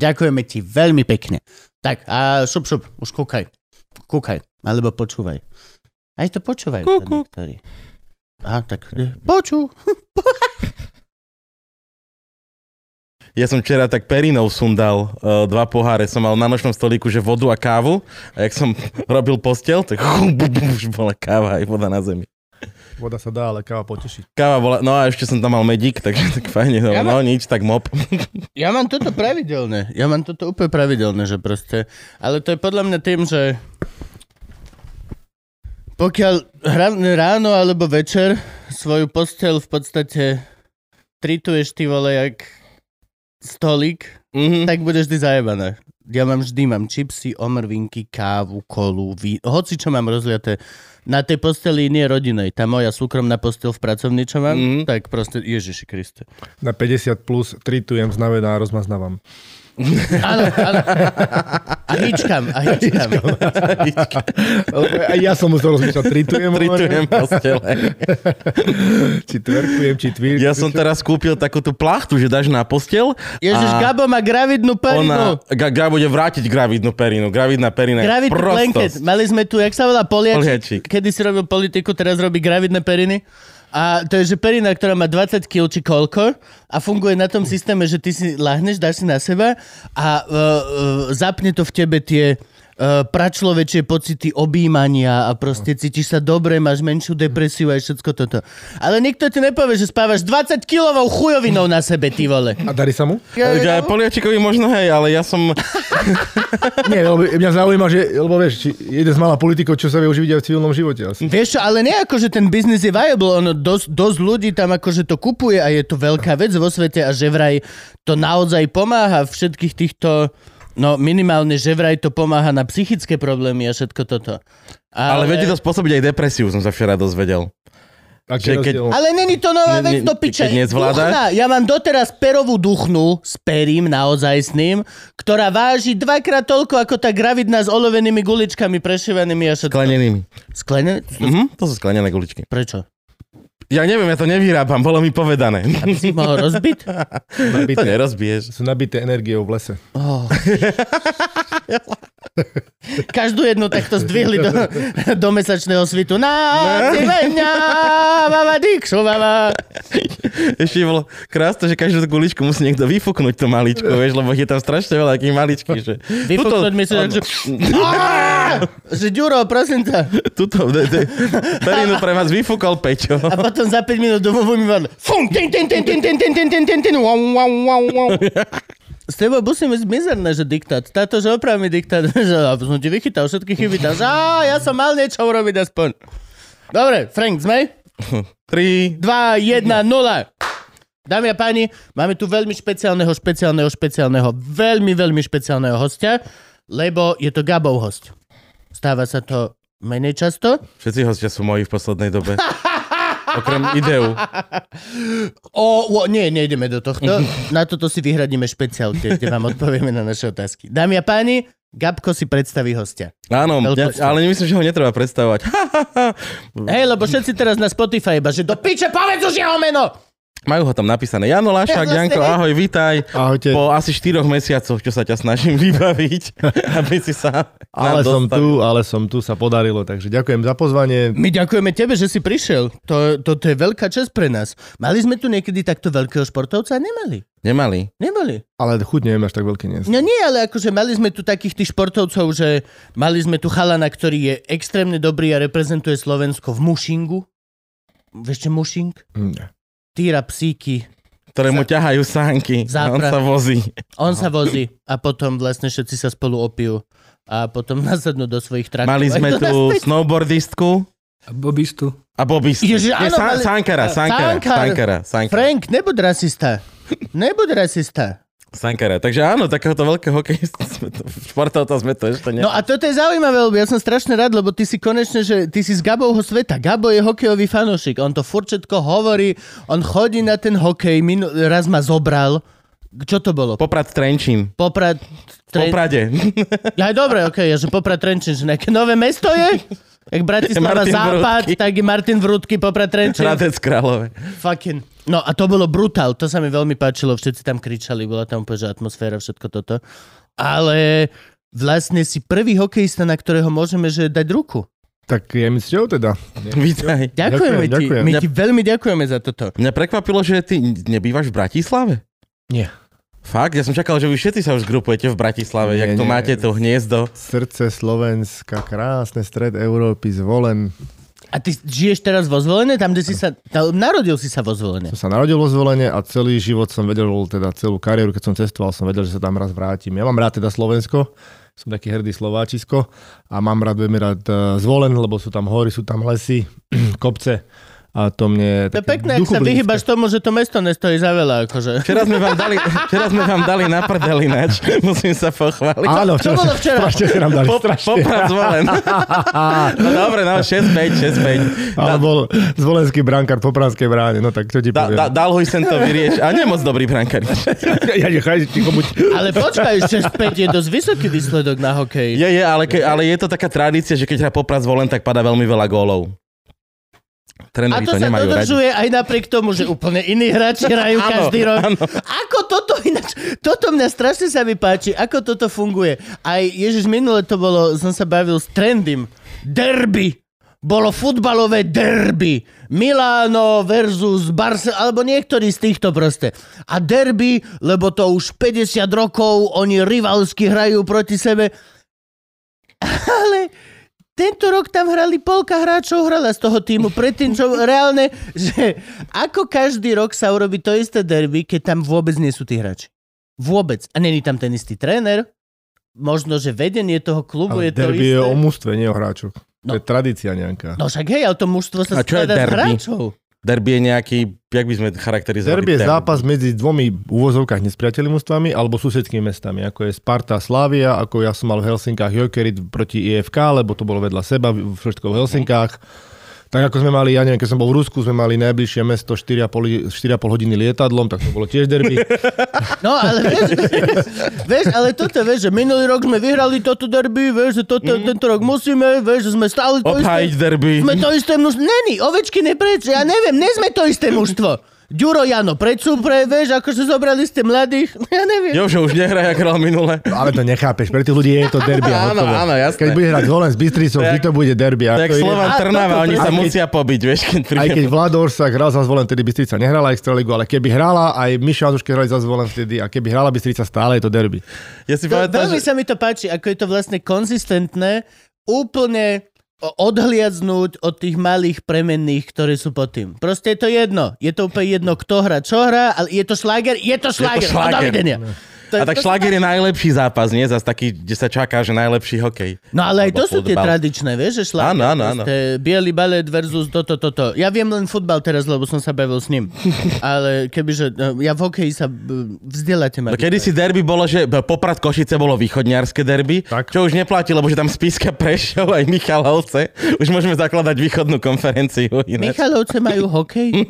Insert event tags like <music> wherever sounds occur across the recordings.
Ďakujeme ti veľmi pekne. Tak a šup, šup, už kúkaj. Kúkaj, alebo počúvaj. Aj to počúvajú. Kú, tam kú. niektorí. Aha, tak eh, počú. Ja som včera tak perinov sundal, eh, dva poháre som mal na nočnom stolíku, že vodu a kávu a jak som <laughs> robil postel, tak <laughs> chum, bum, bum, už bola káva aj voda na zemi. Voda sa dá, ale káva poteší. Káva bola, no a ešte som tam mal <laughs> medík, takže tak fajne, no, no nič, tak mop. Ja mám toto pravidelné. Ja mám toto úplne pravidelné, že proste... Ale to je podľa mňa tým, že... Pokiaľ hra- ráno alebo večer svoju postel v podstate trituješ ty vole jak stolík, Mhm. tak budeš vždy zajebané. Ja mám vždy, mám čipsy, omrvinky, kávu, kolu, ví... hoci čo mám rozliaté. Na tej posteli nie rodinej, tá moja súkromná postel v pracovni, čo mám, mm. Mhm. tak proste, Ježiši Kriste. Na 50 plus tritujem, znavená, rozmaznávam. Áno, áno. A hýčkam, a hýčkam. Lebo aj ja som musel rozmýšľať, <laughs> tritujem, Tritujem postele. hovorím, či tverkujem, či tvirkujem. Ja som teraz kúpil takú tú plachtu, že dáš na postel. Ježiš, a Gabo má gravidnú Ona, perinu. ga, ga bude vrátiť gravidnú perinu. Gravidná perina je Gravidný blanket. prostosť. Mali sme tu, jak sa volá, Poliačik. poliačik. Kedy si robil politiku, teraz robí gravidné periny. A to je, že perina, ktorá má 20 kg či koľko a funguje na tom systéme, že ty si lahneš, dáš si na seba a uh, uh, zapne to v tebe tie uh, pračloväčšie pocity objímania a proste cítiš sa dobre, máš menšiu depresiu a všetko toto. Ale nikto ti nepovie, že spávaš 20 kilovou chujovinou na sebe, ty vole. A darí sa mu? Ja, Poliačikovi možno, hej, ale ja som... Nie, lebo mňa zaujíma, že, lebo vieš, či jeden z mála politikov, čo sa vie uživiť aj v civilnom živote asi. Hm, Vieš čo, ale nie ako, že ten biznis je viable, ono dosť, dosť ľudí tam akože to kupuje a je to veľká vec vo svete a že vraj to naozaj pomáha všetkých týchto, no minimálne, že vraj to pomáha na psychické problémy a všetko toto. Ale, ale viete to spôsobiť aj depresiu, som sa včera dozvedel. Aký je Že keď- rozdiel? <laughs> Ale není to nová Ne- vec ne- do piče. keď nezvládaš? Duchná. Ja mám doteraz perovú duchnu s perím naozaj s ním, ktorá váži dvakrát toľko ako tá gravidná s olovenými guličkami prešívanými a všetko. Sklenenými. Sklenené? Mhm, to sú sklenené guličky. Prečo? Ja neviem, ja to nevyrábam, bolo mi povedané. Aby si ich mohol rozbiť? <laughs> To nerozbiješ. Sú nabité energiou v lese. Oh. Každú jednu takto zdvihli do, do mesačného svitu. Na, zimenia, baba dikšovava. Ešte bolo krásne, že každú tú guličku musí niekto vyfúknuť tú maličku, vieš, lebo je tam strašne veľa takých maličkých. Že... Vyfúknuť mi sa, že... Á, Že Ďuro, prosím ťa. Tuto, de, de, perinu pre vás vyfúkol Peťo. A potom za 5 minút domov umývan. Fum, tin, tin, tin, tin, tin, tin, tin, tin, tin, tin, wow, wow, wow, wow. S tebou musím ísť mizerné, že diktát. Táto, že oprav mi diktát, <laughs> že a som ti vychytal všetky chyby. Tam, že, á, ja som mal niečo urobiť aspoň. Dobre, Frank, sme? 2, Tri. 1, 0. Dámy a páni, máme tu veľmi špeciálneho, špeciálneho, špeciálneho, veľmi, veľmi špeciálneho hostia, lebo je to Gabov host. Stáva sa to menej často. Všetci hostia sú moji v poslednej dobe. Okrem ideu. O, o nie, nejdeme do tohto. Na toto si vyhradíme špeciál, kde, kde vám odpovieme na naše otázky. Dámy a páni, Gabko si predstaví hostia. Áno, ja, Veľkosti. ale nemyslím, že ho netreba predstavovať. Ha, ha, ha. Hej, lebo všetci teraz na Spotify iba, že do piče, povedz už jeho meno! Majú ho tam napísané. Jano Ja Lašák, vlastne Janko, ne- ahoj, vítaj. Ahojte. Po asi štyroch mesiacoch, čo sa ťa snažím <laughs> vybaviť, aby si sa Ale nám som dostal. tu, ale som tu, sa podarilo, takže ďakujem za pozvanie. My ďakujeme tebe, že si prišiel. To, to, to je veľká čest pre nás. Mali sme tu niekedy takto veľkého športovca? Nemali. Nemali. Neboli. Ale chuť neviem, až tak veľký nie. som. No nie, ale akože mali sme tu takých tých športovcov, že mali sme tu chalana, ktorý je extrémne dobrý a reprezentuje Slovensko v mušingu. Vieš čo je mušing? Nie. Týra psíky. Ktoré mu ťahajú sánky. Zápra- On sa vozí. On sa vozí a potom vlastne všetci sa spolu opijú a potom <laughs> nasadnú do svojich traktov. <laughs> Mali sme tu snowboardistku A Bobistu. a bobistu. Ježiš, Nie, áno, sá- mali- Sánkara, sánkara, Sánkar. sánkara, sánkara. Frank, nebuď rasista. Nebuď rasista. Sankara. Takže áno, takéhoto veľkého hokejistu sme to, športovca sme to ešte ne... No a toto je zaujímavé, lebo ja som strašne rád, lebo ty si konečne, že ty si z Gabovho sveta. Gabo je hokejový fanúšik, on to furt všetko hovorí, on chodí na ten hokej, minu- raz ma zobral. Čo to bolo? Poprad Trenčín. Poprad... Tre... Poprade. Aj dobre, okej, ja že Poprad Trenčín, že nejaké nové mesto je? Jak Bratislava Martin Západ, Vrútky. tak je Martin Vrútky, Poprad Trenčín. Hradec Králové. Fucking. No a to bolo brutál, to sa mi veľmi páčilo, všetci tam kričali, bola tam úplne že atmosféra, všetko toto. Ale vlastne si prvý hokejista, na ktorého môžeme že dať ruku. Tak je mi cťou teda. Ďakujeme Vítaj. Ďakujem, ti, ďakujem. my ti veľmi ďakujeme za toto. Mňa prekvapilo, že ty nebývaš v Bratislave. Nie. Fakt? Ja som čakal, že vy všetci sa už zgrupujete v Bratislave, Nie, jak to nie. máte to hniezdo. Srdce Slovenska, krásne stred Európy, zvolen. A ty žiješ teraz vo zvolené, tam, kde si sa, tam, narodil si sa vo zvolené. Som sa narodil vo zvolenie a celý život som vedel, teda celú kariéru, keď som cestoval, som vedel, že sa tam raz vrátim. Ja mám rád teda Slovensko, som taký hrdý Slováčisko a mám rád veľmi rád eh, zvolen, lebo sú tam hory, sú tam lesy, <clears throat> kopce a to mne... To je také pekné, ak sa duchoblízke. vyhybaš tomu, že to mesto nestojí za veľa, akože. Včera sme vám dali, včera sme vám dali na prdel ináč. Musím sa pochváliť. Áno, Čo bolo včera? Strašne ste nám dali, Po, strašne. poprad <laughs> zvolen. no dobre, no 6-5, 6-5. Ale bol zvolenský brankár po Pranskej bráne, no tak čo ti Da, poviem. da, dal ho sem to vyrieš. A nemoc dobrý brankár. <laughs> ja nechaj, ticho buď. Ale počkaj, 6-5 je dosť vysoký výsledok na hokej. Je, je, ale, ke, ale je to taká tradícia, že keď hrá poprad zvolen, tak padá veľmi veľa gólov. A Tréneri to to, sa nemajú radi. dodržuje aj napriek tomu, že úplne iní hráči hrajú <laughs> Áno, každý rok. áno. Ako toto ináč, toto mňa strašne sa mi páči, ako toto funguje. Aj Ježiš, minule to bolo, som sa bavil s trendym. Derby. Bolo futbalové derby. Milano versus Barce, alebo niektorý z týchto proste. A derby, lebo to už 50 rokov, oni rivalsky hrajú proti sebe. <laughs> Ale tento rok tam hrali polka hráčov, hrala z toho týmu. Predtým, čo reálne, že ako každý rok sa urobí to isté derby, keď tam vôbec nie sú tí hráči. Vôbec. A není tam ten istý tréner. Možno, že vedenie toho klubu Ale je to derby isté. je o mústve, nie o hráčoch. No. No. To je tradícia nejaká. No však hej, ale to mužstvo sa A čo je skladá z derby? hráčov. Derby je nejaký, jak by sme charakterizovali? Derby je zápas medzi dvomi v úvozovkách nespriateľmi mústvami alebo susedskými mestami, ako je Sparta Slavia, ako ja som mal v Helsinkách Jokerit proti IFK, lebo to bolo vedľa seba, v- všetko v Helsinkách. Tak ako sme mali, ja neviem, keď som bol v Rusku, sme mali najbližšie mesto 4,5, 4,5 hodiny lietadlom, tak to bolo tiež derby. No ale <laughs> vieš, vieš, ale toto vieš, že minulý rok sme vyhrali toto derby, vieš, že toto, tento rok musíme, vieš, že sme stále to Mhm. Obhájiť isté. derby. Sme to isté mužstvo. Není, ovečky nepreč, ja neviem, nie sme to isté mužstvo. Ďuro Jano, prečo pre, vieš, akože zobrali ste mladých, <laughs> ja neviem. Jo. Jo, že už nehrá, jak hral minule. <laughs> Ale to nechápeš, pre tých ľudí je to derby. a Áno, hotovo. áno, jasné. Keď bude hrať Zvolen s Bystricou, Tak- vždy to bude derby. a Tak to je- Slovan A Trnava, toto oni sa presne. musia pobiť, vieš, keď Aj príde. keď Vlad Orsak hral za zvolen, tedy Bystrica nehrala extraligu, ale keby hrala, aj Miša Azuške hrali za zvolen vtedy a keby hrala Bystrica, stále je to derby. Ja si To, veľmi pamätám, No že... sa mi to páči, ako je to vlastne konzistentné, úplne o- odhliadnúť od tých malých premenných, ktoré sú pod tým. Proste je to jedno. Je to úplne jedno, kto hra, čo hra, ale je to šláger, je to šláger. No, šláger. dovidenia. To- A tak to sa šláger je najlepší zápas, nie? Zas taký, kde sa čaká, že najlepší hokej. No ale aj Alebo to sú tie futbal. tradičné, vieš, že šláger. Áno, áno, áno. proste Bielý balet versus toto, toto. Ja viem len futbal teraz, lebo som sa bavil s <laughs> ním. ale kebyže, no, ja v hokeji sa b- vzdeláte ma. No kedy si derby bolo, že b- Poprad Košice bolo východňarské derby, Tak. čo už neplatí, lebo že tam Spiska prešiel aj Michalovce. Už môžeme zakladať východnú konferenciu. Ináč. Michalovce majú hokej?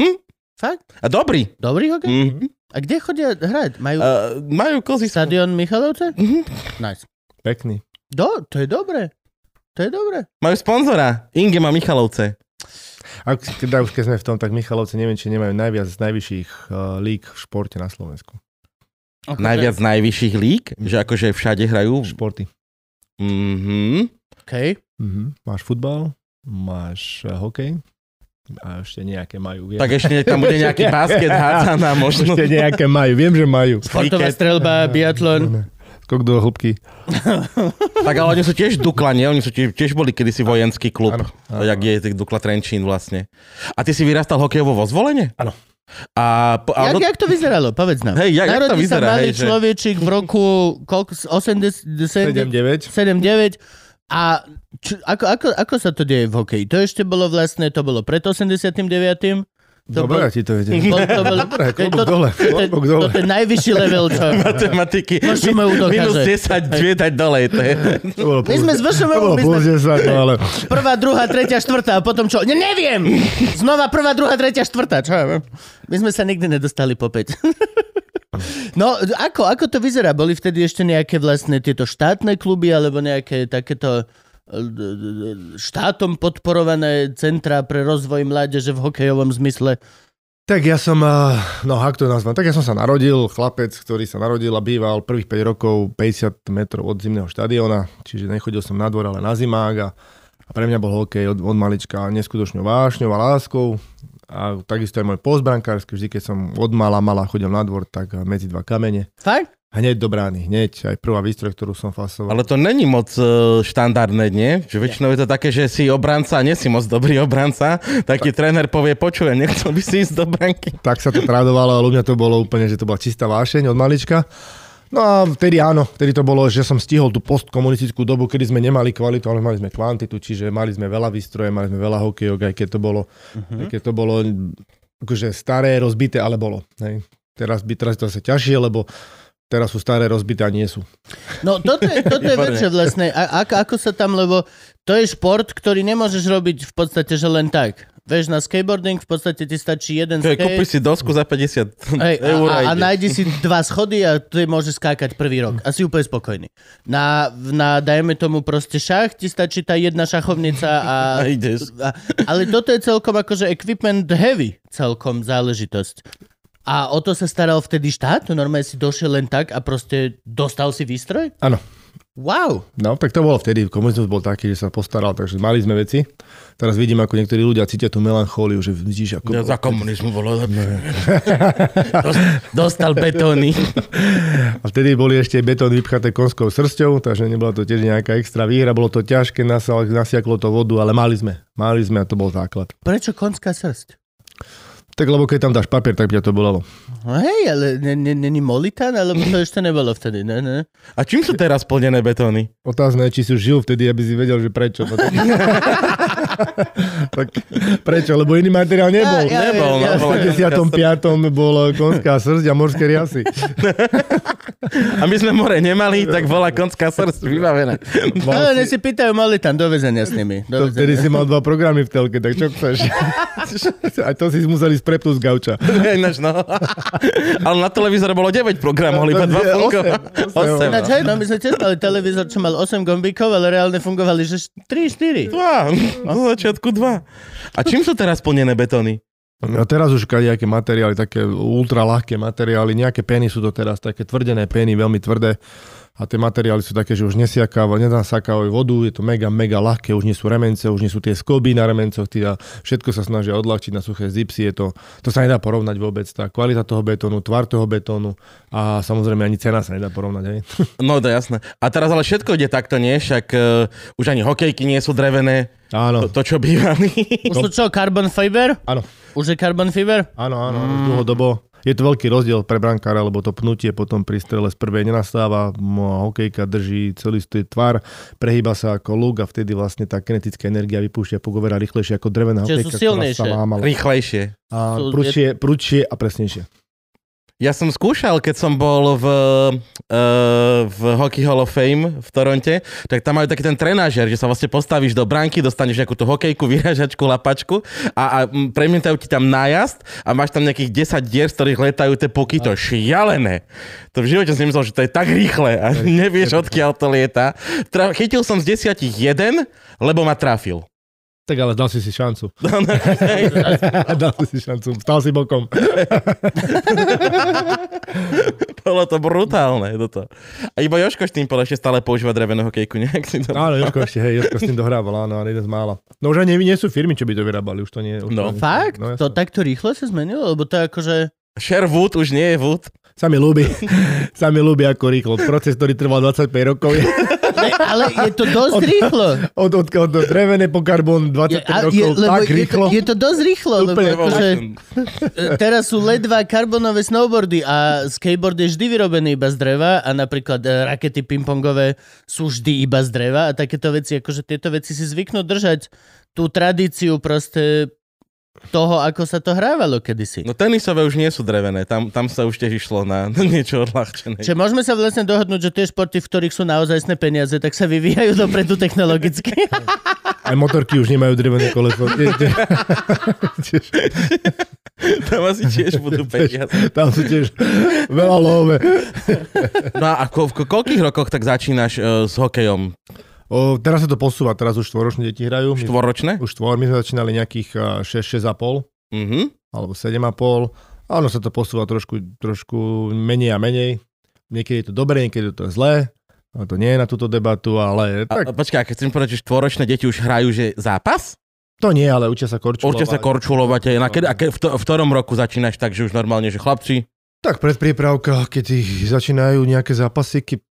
Fakt? A dobrý. Dobrý hokej? Mhm. A kde chodia hrať? Majú Uh, majú kozy. stadion Michalovce? Mhm. Nice. Pekný. Do, to je dobre. To je dobre. Majú sponzora. Inge má Michalovce. A teda už keď sme v tom, tak Michalovci neviem, či nemajú najviac z najvyšších uh, lík v športe na Slovensku. Akože- Najviac najvyšších lík, že akože všade hrajú. Hm. Športy. Mhm. Okej. Mhm. Máš futbal, máš eh, hokej a ešte nejaké majú. Viem. Tak ešte tam bude <laughs> nejaký basket hádzaná možno. <laughs> ešte nejaké majú, viem, že majú. Športová Kriket. strelba, biatlon. Skok do hĺbky. Tak ale oni sú tiež Dukla, nie? Oni sú tiež, tiež boli kedysi vojenský klub. Ano, Áno, áno. Jak je tých Dukla Trenčín vlastne. A ty si vyrastal hokejovo vo zvolenie? Áno. A, po, a Jak, no, jak to vyzeralo? Povedz nám. Hej, jak- jak to Narodí vyzerá, sa malý hej, že- človečik v roku koľko, 80, 7-9. 79 a č, ako, ako, ako sa to deje v hokeji? To ešte bolo vlastne, to bolo pred 89. To Dobre, bol- ti <laughs> to ide. bol- to bol- Dobre, to je klobúk to- dole, to je- klobúk dole. To je najvyšší level, čo... <laughs> Matematiky. No, čo ma udokáže. Minus 10, dve dať dole. To je, <laughs> To bolo My sme plus- s VŠMU, to bolo my plus sme- 10, no ale... <laughs> Prvá, druhá, tretia, štvrtá a potom čo? Ne, neviem! Znova prvá, druhá, tretia, štvrtá, čo ja viem. My sme sa nikdy nedostali po 5. No, ako, ako to vyzerá? Boli vtedy ešte nejaké vlastne tieto štátne kluby alebo nejaké takéto e, štátom podporované centrá pre rozvoj mládeže v hokejovom zmysle. Tak ja som, a, no ak to nazvem, tak ja som sa narodil, chlapec, ktorý sa narodil a býval prvých 5 rokov 50 metrov od zimného štadióna, čiže nechodil som na dvor, ale na zimák a, a pre mňa bol hokej od, od malička neskutočnou vášňou a láskou a takisto aj môj pozbrankársky, vždy keď som od mala mala chodil na dvor, tak a, medzi dva kamene. Fakt? Hneď do brány, hneď aj prvá výstroj, ktorú som fasoval. ale to není moc e, štandardné, nie? Že väčšinou je to také, že si obranca, nie si moc dobrý obranca, taký tréner povie, počujem, nechcel by si ísť do branky. tak sa to tradovalo, ale u mňa to bolo úplne, že to bola čistá vášeň od malička. No a vtedy áno, vtedy to bolo, že som stihol tú postkomunistickú dobu, kedy sme nemali kvalitu, ale mali sme kvantitu, čiže mali sme veľa výstroje, mali sme veľa hokejok, aj keď to bolo, uh-huh. aj keď to bolo akože staré, rozbité, ale bolo. Hej. Teraz, by, teraz je to zase ťažšie, lebo teraz sú staré, rozbité a nie sú. No toto je, toto je vec, Výborne. že vlastne, a, ako, ako sa tam, lebo to je šport, ktorý nemôžeš robiť v podstate, že len tak. Vieš, na skateboarding v podstate ti stačí jeden To je, skate. kúpi si dosku za 50 Hej, a, eur a, a ideš. nájdi si dva schody a ty môžeš skákať prvý rok. A si úplne spokojný. Na, na dajme tomu proste šach, ti stačí tá jedna šachovnica a... A ideš. a ale toto je celkom akože equipment heavy celkom záležitosť. A o to sa staral vtedy štát? Normálne si došiel len tak a proste dostal si výstroj? Áno, Wow! No, tak to bolo vtedy. Komunizmus bol taký, že sa postaral, takže mali sme veci. Teraz vidím, ako niektorí ľudia cítia tú melanchóliu, že vidíš, ako... bolo Ja No, za komunizmu bolo lepšie. Dostal betóny. A vtedy boli ešte betón vypchaté konskou srsťou, takže nebola to tiež nejaká extra výhra, bolo to ťažké, nasal- nasiaklo to vodu, ale mali sme. Mali sme a to bol základ. <laughs> Prečo konská srst? Tak lebo keď tam dáš papier, tak by ťa to bolelo. No Hej, ale ne- ne- není molitán, alebo to ešte nebolo vtedy, ne, ne. A čím sú teraz plnené betóny? Otázne je, či si už žil vtedy, aby si vedel, že prečo. <laughs> No tak... tak prečo, lebo iný materiál nebol. Ja- ja- nebol, ja- no, bola V 55. bol konská srdť a morské riasy. A my sme more nemali, tak bola konská srdc vybavená. Ale Mal ne si pýtajú molitán, do väzenia s nimi. Do <laughs> To, väzenia. vtedy si mal dva programy v telke, tak čo <laughs> chceš? A to si museli sprepnúť z gauča. <laughs> Ináč, no. Ale na televízore bolo 9 programov, ale iba 2 fungovali. Osem, osem. Ináč, 8. hej, no my sme tiež mali televízor, čo mal 8 gombíkov, ale reálne fungovali, že 3-4. Dva, na začiatku dva. A čím sú teraz plnené betóny? A teraz už kadejaké materiály, také ultra ľahké materiály, nejaké peny sú to teraz, také tvrdené peny, veľmi tvrdé. A tie materiály sú také, že už nesiakáva, nenasakávajú vodu, je to mega, mega ľahké, už nie sú remence, už nie sú tie skoby na remencoch, teda všetko sa snažia odľahčiť na suché zipsy, je to, to sa nedá porovnať vôbec, tá kvalita toho betónu, tvar toho betónu a samozrejme ani cena sa nedá porovnať. Hej. <laughs> No to je jasné. A teraz ale všetko ide takto, nie? Však eh, už ani hokejky nie sú drevené. To, Áno, to čo bývali. <laughs> Už sú čo, carbon fiber? áno, Už je carbon fiber? áno, áno, mm. dlhodobo. Je to veľký rozdiel pre brankára, lebo to pnutie potom pri strele z prvej nenastáva, mo- hokejka drží celý stý tvar, prehýba sa ako lúk a vtedy vlastne tá kinetická energia vypúšťa pukovera rýchlejšie ako Čiže drevená sú hokejka, ktorá silnejšie. sa lámala. Rýchlejšie. A Sú- prudšie, prudšie a presnejšie. Ja som skúšal, keď som bol v, e, v Hockey Hall of Fame v Toronte, tak tam majú taký ten trenážer, že sa vlastne postavíš do branky, dostaneš nejakú tú hokejku, <laughs> vyrážačku, lapačku a, a mm, premietajú ti tam nájazd a máš tam nejakých 10 dier, z ktorých letajú tie poky, to je šialené. To v živote som nemyslel, že to je tak rýchle a <laughs> nevieš, odkiaľ to lieta. Tra- chytil som z 10 jeden, lebo ma trafil. <laughs> Tak ale dal si si šancu. <laughs> dal si si šancu. Stal si bokom. Bolo to brutálne. Toto. A iba Joško Štýmpol ešte stále používa drevenú hokejku, nejak si to... Áno, Jožko ešte, hej, Jožko s tým dohrával, áno, ale jeden z mála. No už ani nie sú firmy, čo by to vyrábali, už to nie. Už to No. nie- Fakt? No, to takto rýchlo sa zmenilo? Lebo to je akože... Sherwood už nie je Wood. Sa mi <laughs> ľúbi, sa mi ľúbi ako rýchlo. Proces, ktorý trval 25 rokov, je Ne, ale je to dosť rýchlo. <laughs> od, od, od drevené po karbón 25 Je, a, je, rokov, lebo tak je, to, rýchlo. je to dosť rýchlo, lebo Úplne akože, e, teraz sú ledva karbonové snowboardy a skateboard je vždy vyrobený iba z dreva a napríklad e, rakety pingpongové sú vždy iba z dreva a takéto veci, akože tieto veci si zvyknú držať tú tradíciu proste toho, ako sa to hrávalo kedysi. No tenisové už nie sú drevené, tam, tam sa už tiež išlo na na niečo odľahčené. Čiže môžeme sa vlastne dohodnúť, že tie športy, v ktorých sú naozajstné peniaze, tak sa vyvíjajú dopredu technologicky. Aj motorky už nemajú drevené koleso. Tie- tie- <laughs> tiež- Tam asi tiež budú peniaze. Tam sú tiež veľa love. No a ko, v ko- koľkých rokoch tak začínaš e, s hokejom? O, teraz sa to posúva, teraz už štvoročné deti hrajú. My- Štvorročné? Už tvor, my sme začínali nejakých 6-6,5 Mhm. alebo 7,5. A ono sa to posúva trošku, trošku menej a menej. Niekedy je to dobré, niekedy je to zlé. A to nie je na túto debatu, ale A, a tak, počkaj, keď chcem povedať, že štvoročné deti už hrajú že zápas? to nie, ale učia sa korčulovať. Určite sa korčulovate. Na kedy, a ke, v, to, v ktorom roku začínaš tak, že už normálne, že chlapci? Tak pred prípravka, keď ich začínajú nejaké zápasiky,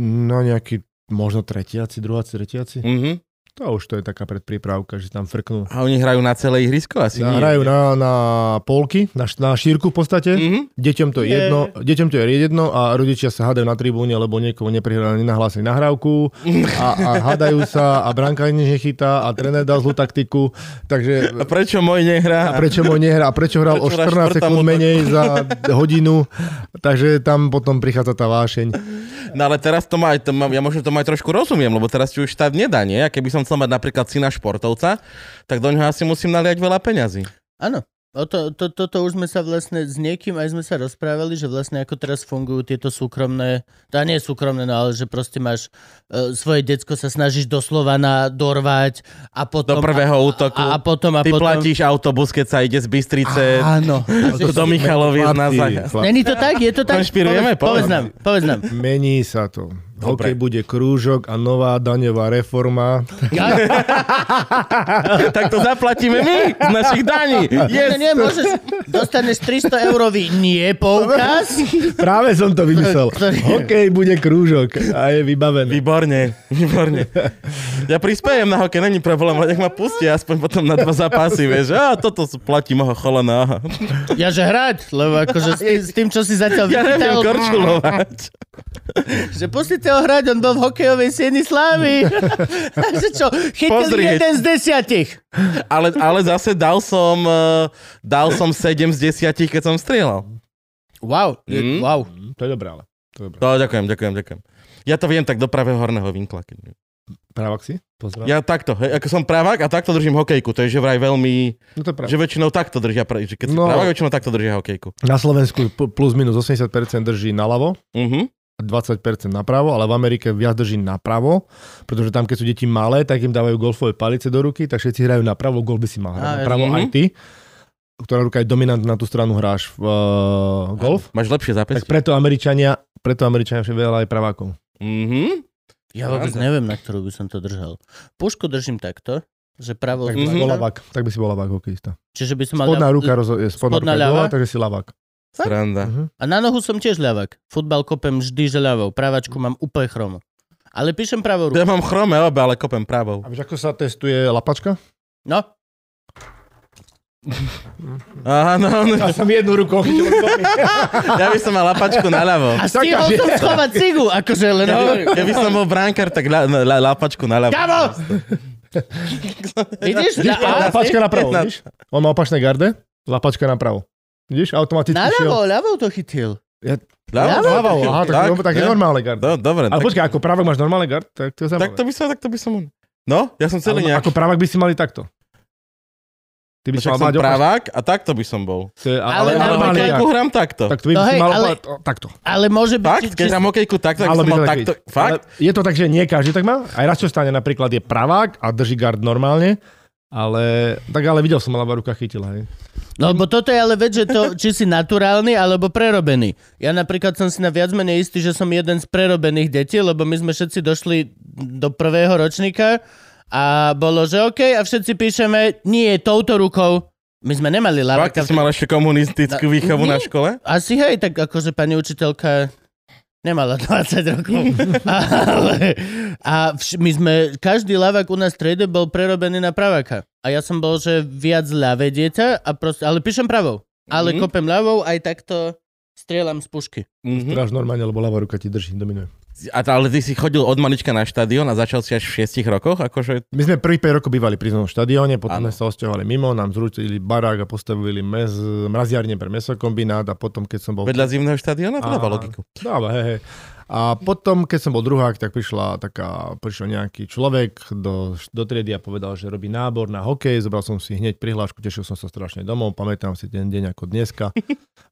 no nejaký možno tretiaci, druháci, tretiaci. Mhm. To už to je taká predprípravka, že tam frknú. A oni hrajú na celé ihrisko? Asi nie. Hrajú na, na polky, na, š- na šírku v podstate. Mhm. Deťom to, je Nie. jedno, deťom to je jedno a rodičia sa hádajú na tribúne, lebo niekoho neprihrali, nenahlásili nahrávku a, a hádajú sa a bránka nič nechytá a tréner dal zlú taktiku. A Takže prečo môj nehrá? a prečo môj nehrá, a prečo hral o Prečo hráš 14 štvrtá sekúnd motor? menej za hodinu, takže tam potom prichádza tá vášeň. No ale teraz to má, aj- to má, ja možno tomu aj trošku rozumiem, lebo teraz ti už štát nedá, nie? A keby som chcel mať napríklad syna športovca, tak do ňoho asi musím naliať veľa peňazí. Áno. O to, to, toto už sme sa vlastne s niekým aj sme sa rozprávali, že vlastne ako teraz fungujú tieto súkromné, tá nie súkromné, no ale že proste máš e, svoje decko sa snažíš doslova na dorvať No, a potom... Do prvého útoku. a, a potom a Ty potom... platíš autobus, keď sa ide z Bystrice <laughs> Áno. do, do Michalovi na zájazd. Není to tak? Je to tak? Konšpirujeme? povedz Povedz. nám, povedz <laughs> nám. Mení sa to. Dobre. Hokej bude krúžok a nová daňová reforma. <laughs> tak to zaplatíme my z našich daní. Yes. Yes. <laughs> Nie, nie, môžeš, dostaneš 300 eurový nie poukaz. <laughs> Práve som to vymyslel. Ktorý- Hokej bude krúžok a je vybavený. Výborne, výborne. Ja prispejem na hokej, není problém, ale nech ma pustia aspoň potom na dva zápasy, vieš. A toto sú- platí moho cholana, aha. Ja že hrať, lebo akože s, tým- s tým, čo si zatiaľ Ja neviem vychytal, korčulovať. že pustite ho hrať, on bol v hokejovej sieni slávy. Takže čo, chytil Pozri. jeden z desiatich. Ale, ale zase dal som, eh, dal som 7 z 10, keď som strieľal. Wow, je, Mm. wow. To je dobré, ale. To je dobré. No, ďakujem, ďakujem, ďakujem. Ja to viem tak do pravého horného vinkla. Keď... Právak si? Pozdrav. Ja takto, hej, ako som právak a takto držím hokejku, to je že vraj veľmi, No to je pravda. že väčšinou takto držia, pra- že keď si No. právak, väčšinou takto držia hokejku. Na Slovensku p- plus minus 80% drží naľavo, Mhm. a 20% napravo, ale v Amerike viac drží napravo, pretože tam, keď sú deti malé, tak im dávajú golfové palice do ruky, tak všetci hrajú napravo, gol by si Á, mal mhm. hrať napravo jasne. aj ty, ktorá ruka je dominantná, na tú stranu hráš v, uh, golf. Máš lepšie Tak zápästie. preto Američania, preto Američania je veľa aj pravákov. Mhm. Ja vôbec Sranda. neviem, na ktorú by som to držal. Pušku držím takto, že pravo... Tak, by Mhm. si bol lavák, tak by si bol lavák hokejista. Čiže by som mal... Spodná ľav- ruka rozho- je spodná, Spodná ruka je ľava? dole, takže si lavák. Sranda. Mhm. A na nohu som tiež ľavák. Futbal kopem vždy že ľavou. Právačku mám úplne chromu. Ale píšem pravou rukou. Ja mám chrome obe, ale kopem pravou. A vieš, ako sa testuje lapačka? No, Aha, no, no. Ja som jednu rukou <laughs> chytil. ja by som mal lapačku <laughs> naľavo. a stihol som schovať cigu, akože len Ja by, hovorím. ja by som bol bránkar, tak la, la, lapačku naľavo. Kamo! Vidíš? Na, a, Lapačka napravo, Na- vidíš? On má opačné garde, lapačka napravo. Vidíš, automaticky naľavo, ľavou to chytil. šiel. Ľavou? Ľavou, aha, tak, tak, tak je ne? normálne gard. Do, dobre, Ale počkaj, ako pravak máš normálne gard, tak to je tak, zaujímavé. tak to by som, tak to by som... No, ja som celý Ale nejak... Ako pravak by si mali takto. Ty by si Však mal som mať opačné. právak a takto by som bol. To je- Ale Ale na normálny hokejku gard. hrám takto. Tak to by No si hej, mal ale- opa- takto. Ale môže byť... Fakt? Keď hrám hokejku takto, tak Ale som by mal to tak takto. byť. Fakt? Ale je to tak, že nie každý tak má. Aj raz čo stane, napríklad je pravák a drží gard normálne, ale tak ale videl som, ľava ruka chytila. Hej. No, lebo toto je ale vec, že to, či si naturálny alebo prerobený. Ja napríklad som si na viac menej istý, že som jeden z prerobených detí, lebo my sme všetci došli do prvého ročníka a bolo, že OK, a všetci píšeme, nie, touto rukou. My sme nemali Fakt, ty ľaváka. si mal ešte komunistickú Na- výchovu na Nie. škole? Asi hej, tak akože pani učiteľka nemala <laughs> 20 <laughs> rokov. Ale, a vš- my sme, každý ľavák u nás v triede bol prerobený na praváka. A ja som bol, že viac ľavé dieťa, a proste, ale píšem pravou. Ale Mhm. kopem ľavou, aj takto strieľam z pušky. Mhm. <laughs> Dáš normálne, lebo ľava ruka ti drží, dominuje. A, t- ale ty si chodil od malička na štadión a začal si až v šiestich rokoch? Akože, My sme prvých 5 rokov bývali pri znovu štadióne, potom sme Áno. sa osťahovali mimo, nám zrútili barák a postavili mes, mraziarne pre mesokombinát a potom, keď som bol... vedľa zimného štadióna? To A- dáva logiku. Dáva, hej, hej. A potom, keď som bol druhák, tak prišla taká, prišiel nejaký človek do, do triedy a povedal, že robí nábor na hokej. Zobral som si hneď prihlášku, tešil som sa strašne domov, pamätám si ten deň ako <laughs> dneska.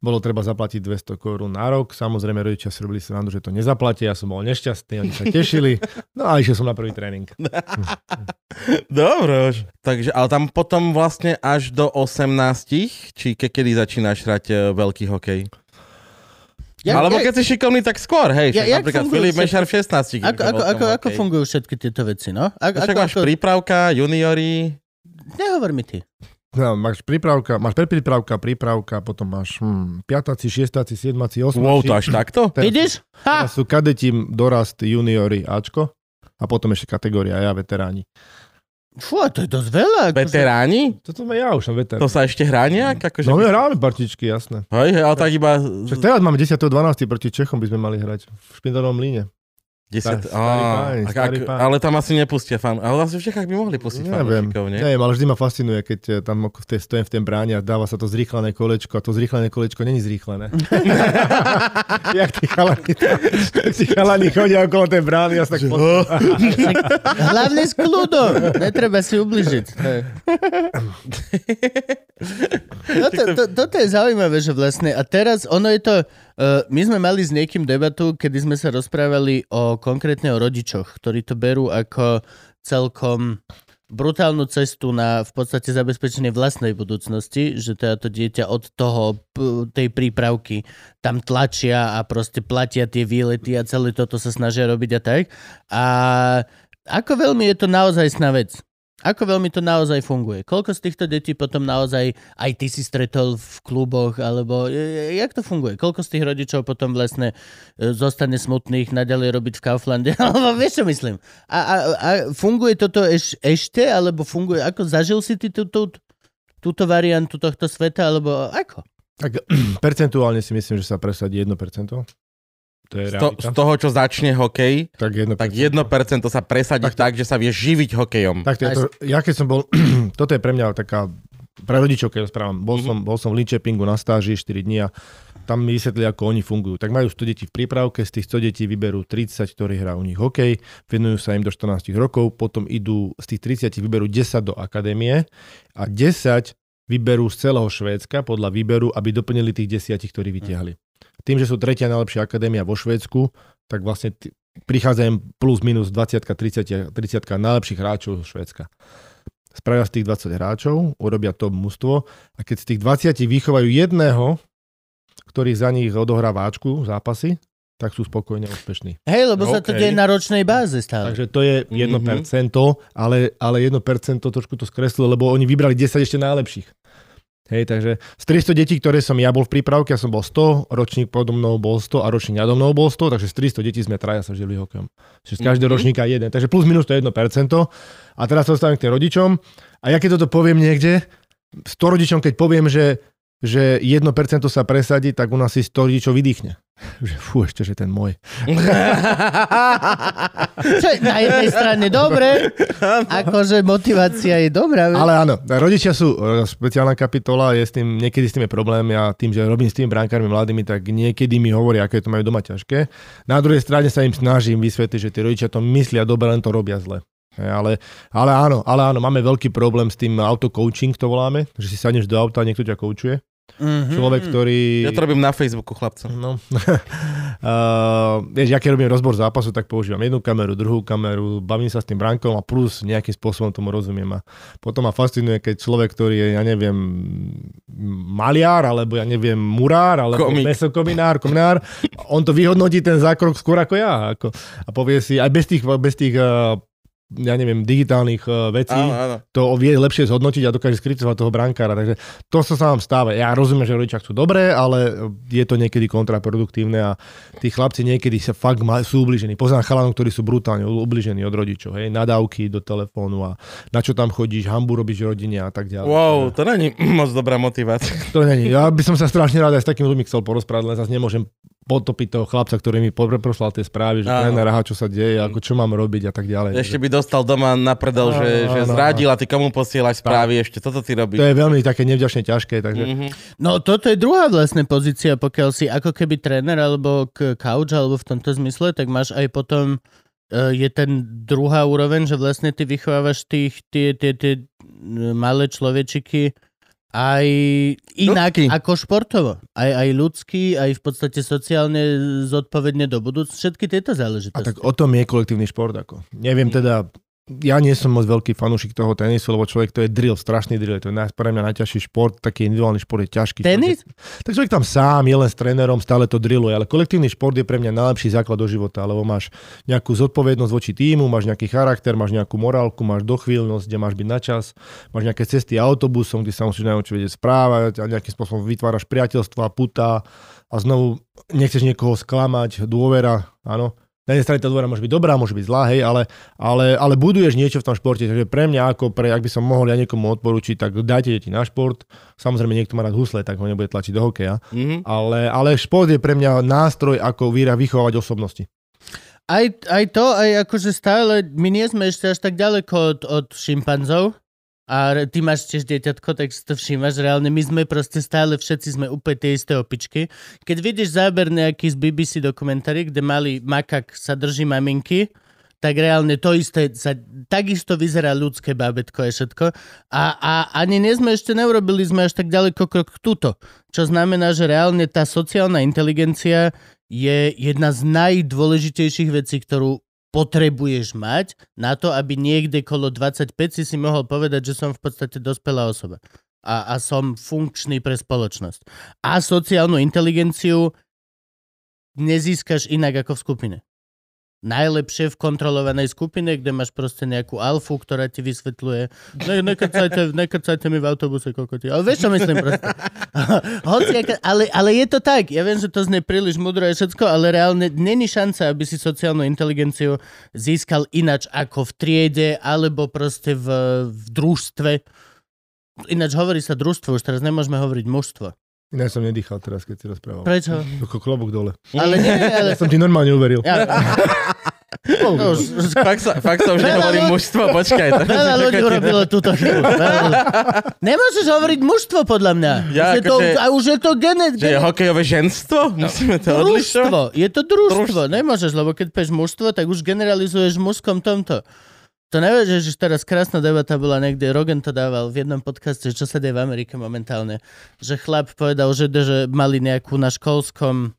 Bolo treba zaplatiť 200 korún na rok. Samozrejme, rodičia si robili srandu, že to nezaplatia. Ja som bol nešťastný, oni sa tešili. No a išiel som na prvý <laughs> tréning. Dobre už. Takže, ale tam potom vlastne až do 18, či ke, kedy začínaš hrať e, veľký hokej? Ja, Alebo keď si šikovný, tak skôr, hej. Ja- Ja, jak napríklad fungujú Filip všetky- Mešar v 16. Ako, ako, ako, ako fungujú všetky tieto veci, no? Ako, Však ako, máš ako, prípravka, juniori, Nehovor mi ty. No, máš prípravka, máš predprípravka, prípravka, potom máš hm, piatáci, šiestáci, siedmáci, osmáci. wow, to až takto? Teraz- Vidíš? Ha! Teraz sú kadeti, dorast, juniori, Ačko a potom ešte kategória ja, veteráni. Fú, a to je dosť veľa. akože. <laughs> Veteráni? Toto sme ja už som veterán. To sa ešte hrá nejak? Akože, No my hráme partičky, jasné. Hej, hej, ale tak iba... Však teraz máme 10.12. proti Čechom by sme mali hrať v špindlovom líne. starý 10... pán, Á, ak- starý ak- pán. ale tam asi nepustia fan. Ale asi v Čechách by mohli pustiť Neviem. fanúšikov, nie? Neviem, ale vždy ma fascinuje, keď eh, tam ako v tej, stojím v tej bráne a dáva sa to zrýchlené kolečko a to zrýchlené kolečko není <laughs> zrýchlené. Jak tí chalani, jak tí chalani chodia okolo tej brány a sa tak po... Hlavne s kľudom. Netreba si ubližiť. Toto, No to, toto je zaujímavé, že vlastne a teraz ono je to, uh, my sme mali s niekým debatu, kedy sme sa rozprávali o konkrétne o rodičoch, ktorí to berú ako celkom brutálnu cestu na v podstate zabezpečenie vlastnej budúcnosti, že teda to dieťa od toho, p- tej prípravky tam tlačia a proste platia tie výlety a celé toto sa snažia robiť a tak. A ako veľmi je to naozaj sná vec? Ako veľmi to naozaj funguje? Koľko z týchto detí potom naozaj aj ty si stretol v kluboch, alebo e, e, jak to funguje? Koľko z tých rodičov potom vlastne e, zostane smutných naďalej robiť v Kauflande? <laughs> Alebo vieš, čo myslím? A, a, a funguje toto eš, ešte, alebo funguje, ako zažil si ty tú, tú, túto variantu tohto sveta, alebo ako? Tak percentuálne si myslím, že sa presadí 1%. To je <laughs> Z, to, realita. z toho, čo začne hokej, Tak 1%. tak 1% sa presadí tak, Tak to- tak, že sa vieš živiť hokejom. Tak to je Aj to, ja keď som bol, <clears throat> toto je pre mňa taká, pre rodičov, keď rozprávam, bol som, bol som v Linčepingu na stáži 4 dní a tam mi vysvetlili, ako oni fungujú. Tak majú 100 detí v prípravke, z tých 100 detí vyberú 30, ktorí hrá u nich hokej, venujú sa im do 14 rokov, potom idú, z tých 30 vyberú 10 do akadémie a 10 vyberú z celého Švédska podľa výberu, aby doplnili tých 10, ktorí vytiahli. Tým, že sú tretia najlepšia akadémia vo Švédsku, tak vlastne t- prichádza im plus minus 20 30, 30 najlepších hráčov zo Švédska. Spravia z tých 20 hráčov, urobia to mužstvo a keď z tých 20 vychovajú jedného, ktorý za nich odohrá váčku, zápasy, tak sú spokojne úspešní. Hej, lebo okay. sa to OK. deje na ročnej báze stále. Takže... Takže to je 1%, ale, ale 1% trošku to skreslo, lebo oni vybrali 10 ešte najlepších. Hej, takže z 300 detí, ktoré som ja bol v prípravke, ja som bol 100, ročník podo mnou bol 100 a ročník nado mnou bol 100, takže z 300 detí sme traja sa žili hokejom. Čiže z každého Mhm. ročníka jeden, takže plus minus to je 1%. A teraz sa dostávam k tým rodičom a ja keď toto poviem niekde, 100 rodičom, keď poviem, že že 1% sa presadí, tak u nás si 100 rodičov vydýchne. <laughs> Že fú, ešte, že ten môj. Čo je na jednej strane dobre, akože motivácia je dobrá. Ale áno, rodičia sú e, špeciálna kapitola, je s tým, niekedy s tým je problém, ja tým, že robím s tými brankármi mladými, tak niekedy mi hovoria, aké to majú doma ťažké. Na druhej strane sa im snažím vysvetliť, že tí rodičia to myslia dobre, len to robia zle. Hej, Ale, ale áno, ale áno, máme veľký problém s tým auto-coaching, to voláme, že si sadneš do auta a niekto ťa koučuje. Mhm. Človek, ktorý... <laughs> Ja to robím na Facebooku, chlapcom. No. <laughs> uh, vieš, ja keď robím rozbor zápasu, tak používam jednu kameru, druhú kameru, bavím sa s tým bránkom a plus nejakým spôsobom tomu rozumiem. A potom ma fascinuje, keď človek, ktorý je, ja neviem, maliar, alebo ja neviem, murár, alebo Komik. mesokominár, kominár, on to vyhodnotí ten zákrok skôr ako ja. Ako, a povie si, aj bez tých, bez tých uh, ja neviem, digitálnych uh, vecí, Áno, áno. to vie lepšie zhodnotiť a dokáže skritizovať toho brankára. Takže to, čo sa nám stáva, ja rozumiem, že rodičia chcú dobré, ale je to niekedy kontraproduktívne a tí chlapci niekedy sa fakt ma- sú ubližení. Poznám chalanov, ktorí sú brutálne u- ubližení od rodičov, hej, nadávky do telefónu a na čo tam chodíš, hambu robíš rodine a tak ďalej. Wow, to není <clears throat> moc dobrá motivácia. <laughs> To není. Ja by som sa strašne rád aj s takými ľuďmi chcel porozprávať, len zase nemôžem potopiť toho chlapca, ktorý mi popr- poslal tie správy, že Áno. tréner, aha, čo sa deje, ako čo mám robiť a tak ďalej. Ešte by dostal doma na prdel, že, Áno, že áno, zradil a ty komu posielaš správy, ešte toto ty robíš. To je veľmi také nevďačne ťažké, Mhm. takže mm-hmm. No toto je druhá vlastne pozícia, pokiaľ si ako keby tréner alebo k couch alebo v tomto zmysle, tak máš aj potom e, je ten druhá úroveň, že vlastne ty vychovávaš tých, tie, tie, tie e, malé človečiky aj inak Ľudský. ako športovo. Aj, aj ľudský, aj v podstate sociálne zodpovedne do budúcna. Všetky tieto A tak záležitosti. o tom je kolektívny šport. Ako. Neviem teda, ja nie som moc veľký fanúšik toho tenisu, lebo človek to je drill, strašný drill. To je naj- pre mňa najťažší šport, taký individuálny šport je ťažký. Tenis? Takže, tak človek tam sám, je len s trénerom, stále to drilluje, ale kolektívny šport je pre mňa najlepší základ do života, lebo máš nejakú zodpovednosť voči týmu, máš nejaký charakter, máš nejakú morálku, máš dochvíľnosť, kde máš byť na čas, máš nejaké cesty autobusom, kde sa musíš naučiť vedieť správať a nejakým spôsobom vytváraš priateľstva, puta a znovu nechceš niekoho sklamať, dôvera, áno. Na jednej strane tá dôvera môže byť dobrá, môže byť zlá, hej, ale, ale, ale buduješ niečo v tom športe. Takže pre mňa, ako pre, ak by som mohol ja niekomu odporučiť, tak dajte deti na šport. Samozrejme, niekto má rád husle, tak ho nebude tlačiť do hokeja. Mhm. Ale, ale šport je pre mňa nástroj, ako víra vychovať osobnosti. Aj, aj to, aj akože stále, my nie sme ešte až tak ďaleko od, od šimpanzov. A re- ty máš tiež dieťatko, tak si to všímaš reálne. My sme proste stále, všetci sme úplne tie isté opičky. Keď vidíš záber nejaký z BBC dokumentári, kde malý makak sa drží maminky, tak reálne to isté, sa, takisto vyzerá ľudské bábetko a všetko. A, a ani nie sme ešte neurobili, sme až tak ďaleko krok k túto. Čo znamená, že reálne tá sociálna inteligencia je jedna z najdôležitejších vecí, ktorú potrebuješ mať na to, aby niekde kolo 25 si si mohol povedať, že som v podstate dospelá osoba a, a som funkčný pre spoločnosť. A sociálnu inteligenciu nezískaš inak ako v skupine. Najlepšie v kontrolovanej skupine, kde máš proste nejakú alfu, ktorá ti vysvetľuje ne, nekecajte, nekecajte mi v autobuse kokoti. Ale vieš, čo myslím proste. <laughs> Hoci, aká- ale, ale je to tak. Ja viem, že to znie príliš mudro a všetko, ale reálne není šanca, aby si sociálnu inteligenciu získal inač ako v triede alebo proste v, v družstve. Ináč hovorí sa družstvo, už teraz nemôžeme hovoriť mužstvo. Iné som nedýchal teraz, keď si rozprával. Pre... Prečo? Klobok dole. Ale nie, ale... Ja som ti normálne uveril. Ja. <laughs> Ja, no, už, už Fakt sa, fakt sa už Veľa nehovorí ľudí- mužstvo, počkaj. To, <laughs> Veľa ľudí Kokotino. urobilo túto chybu. Veľa <laughs> ľudí. Nemôžeš hovoriť mužstvo, podľa mňa. Ja už je to, akože- a už je to gene, Že je hokejové ženstvo? No. Musíme to odlišovať. družstvo. Je to družstvo. Družstvo. Nemôžeš, lebo keď peš mužstvo, tak už generalizuješ v mužskom tomto. To nevieš, že teraz krásna debata bola niekde, Rogan to dával v jednom podcaste, čo sa deje v Amerike momentálne, že chlap povedal, že, že mali nejakú na školskom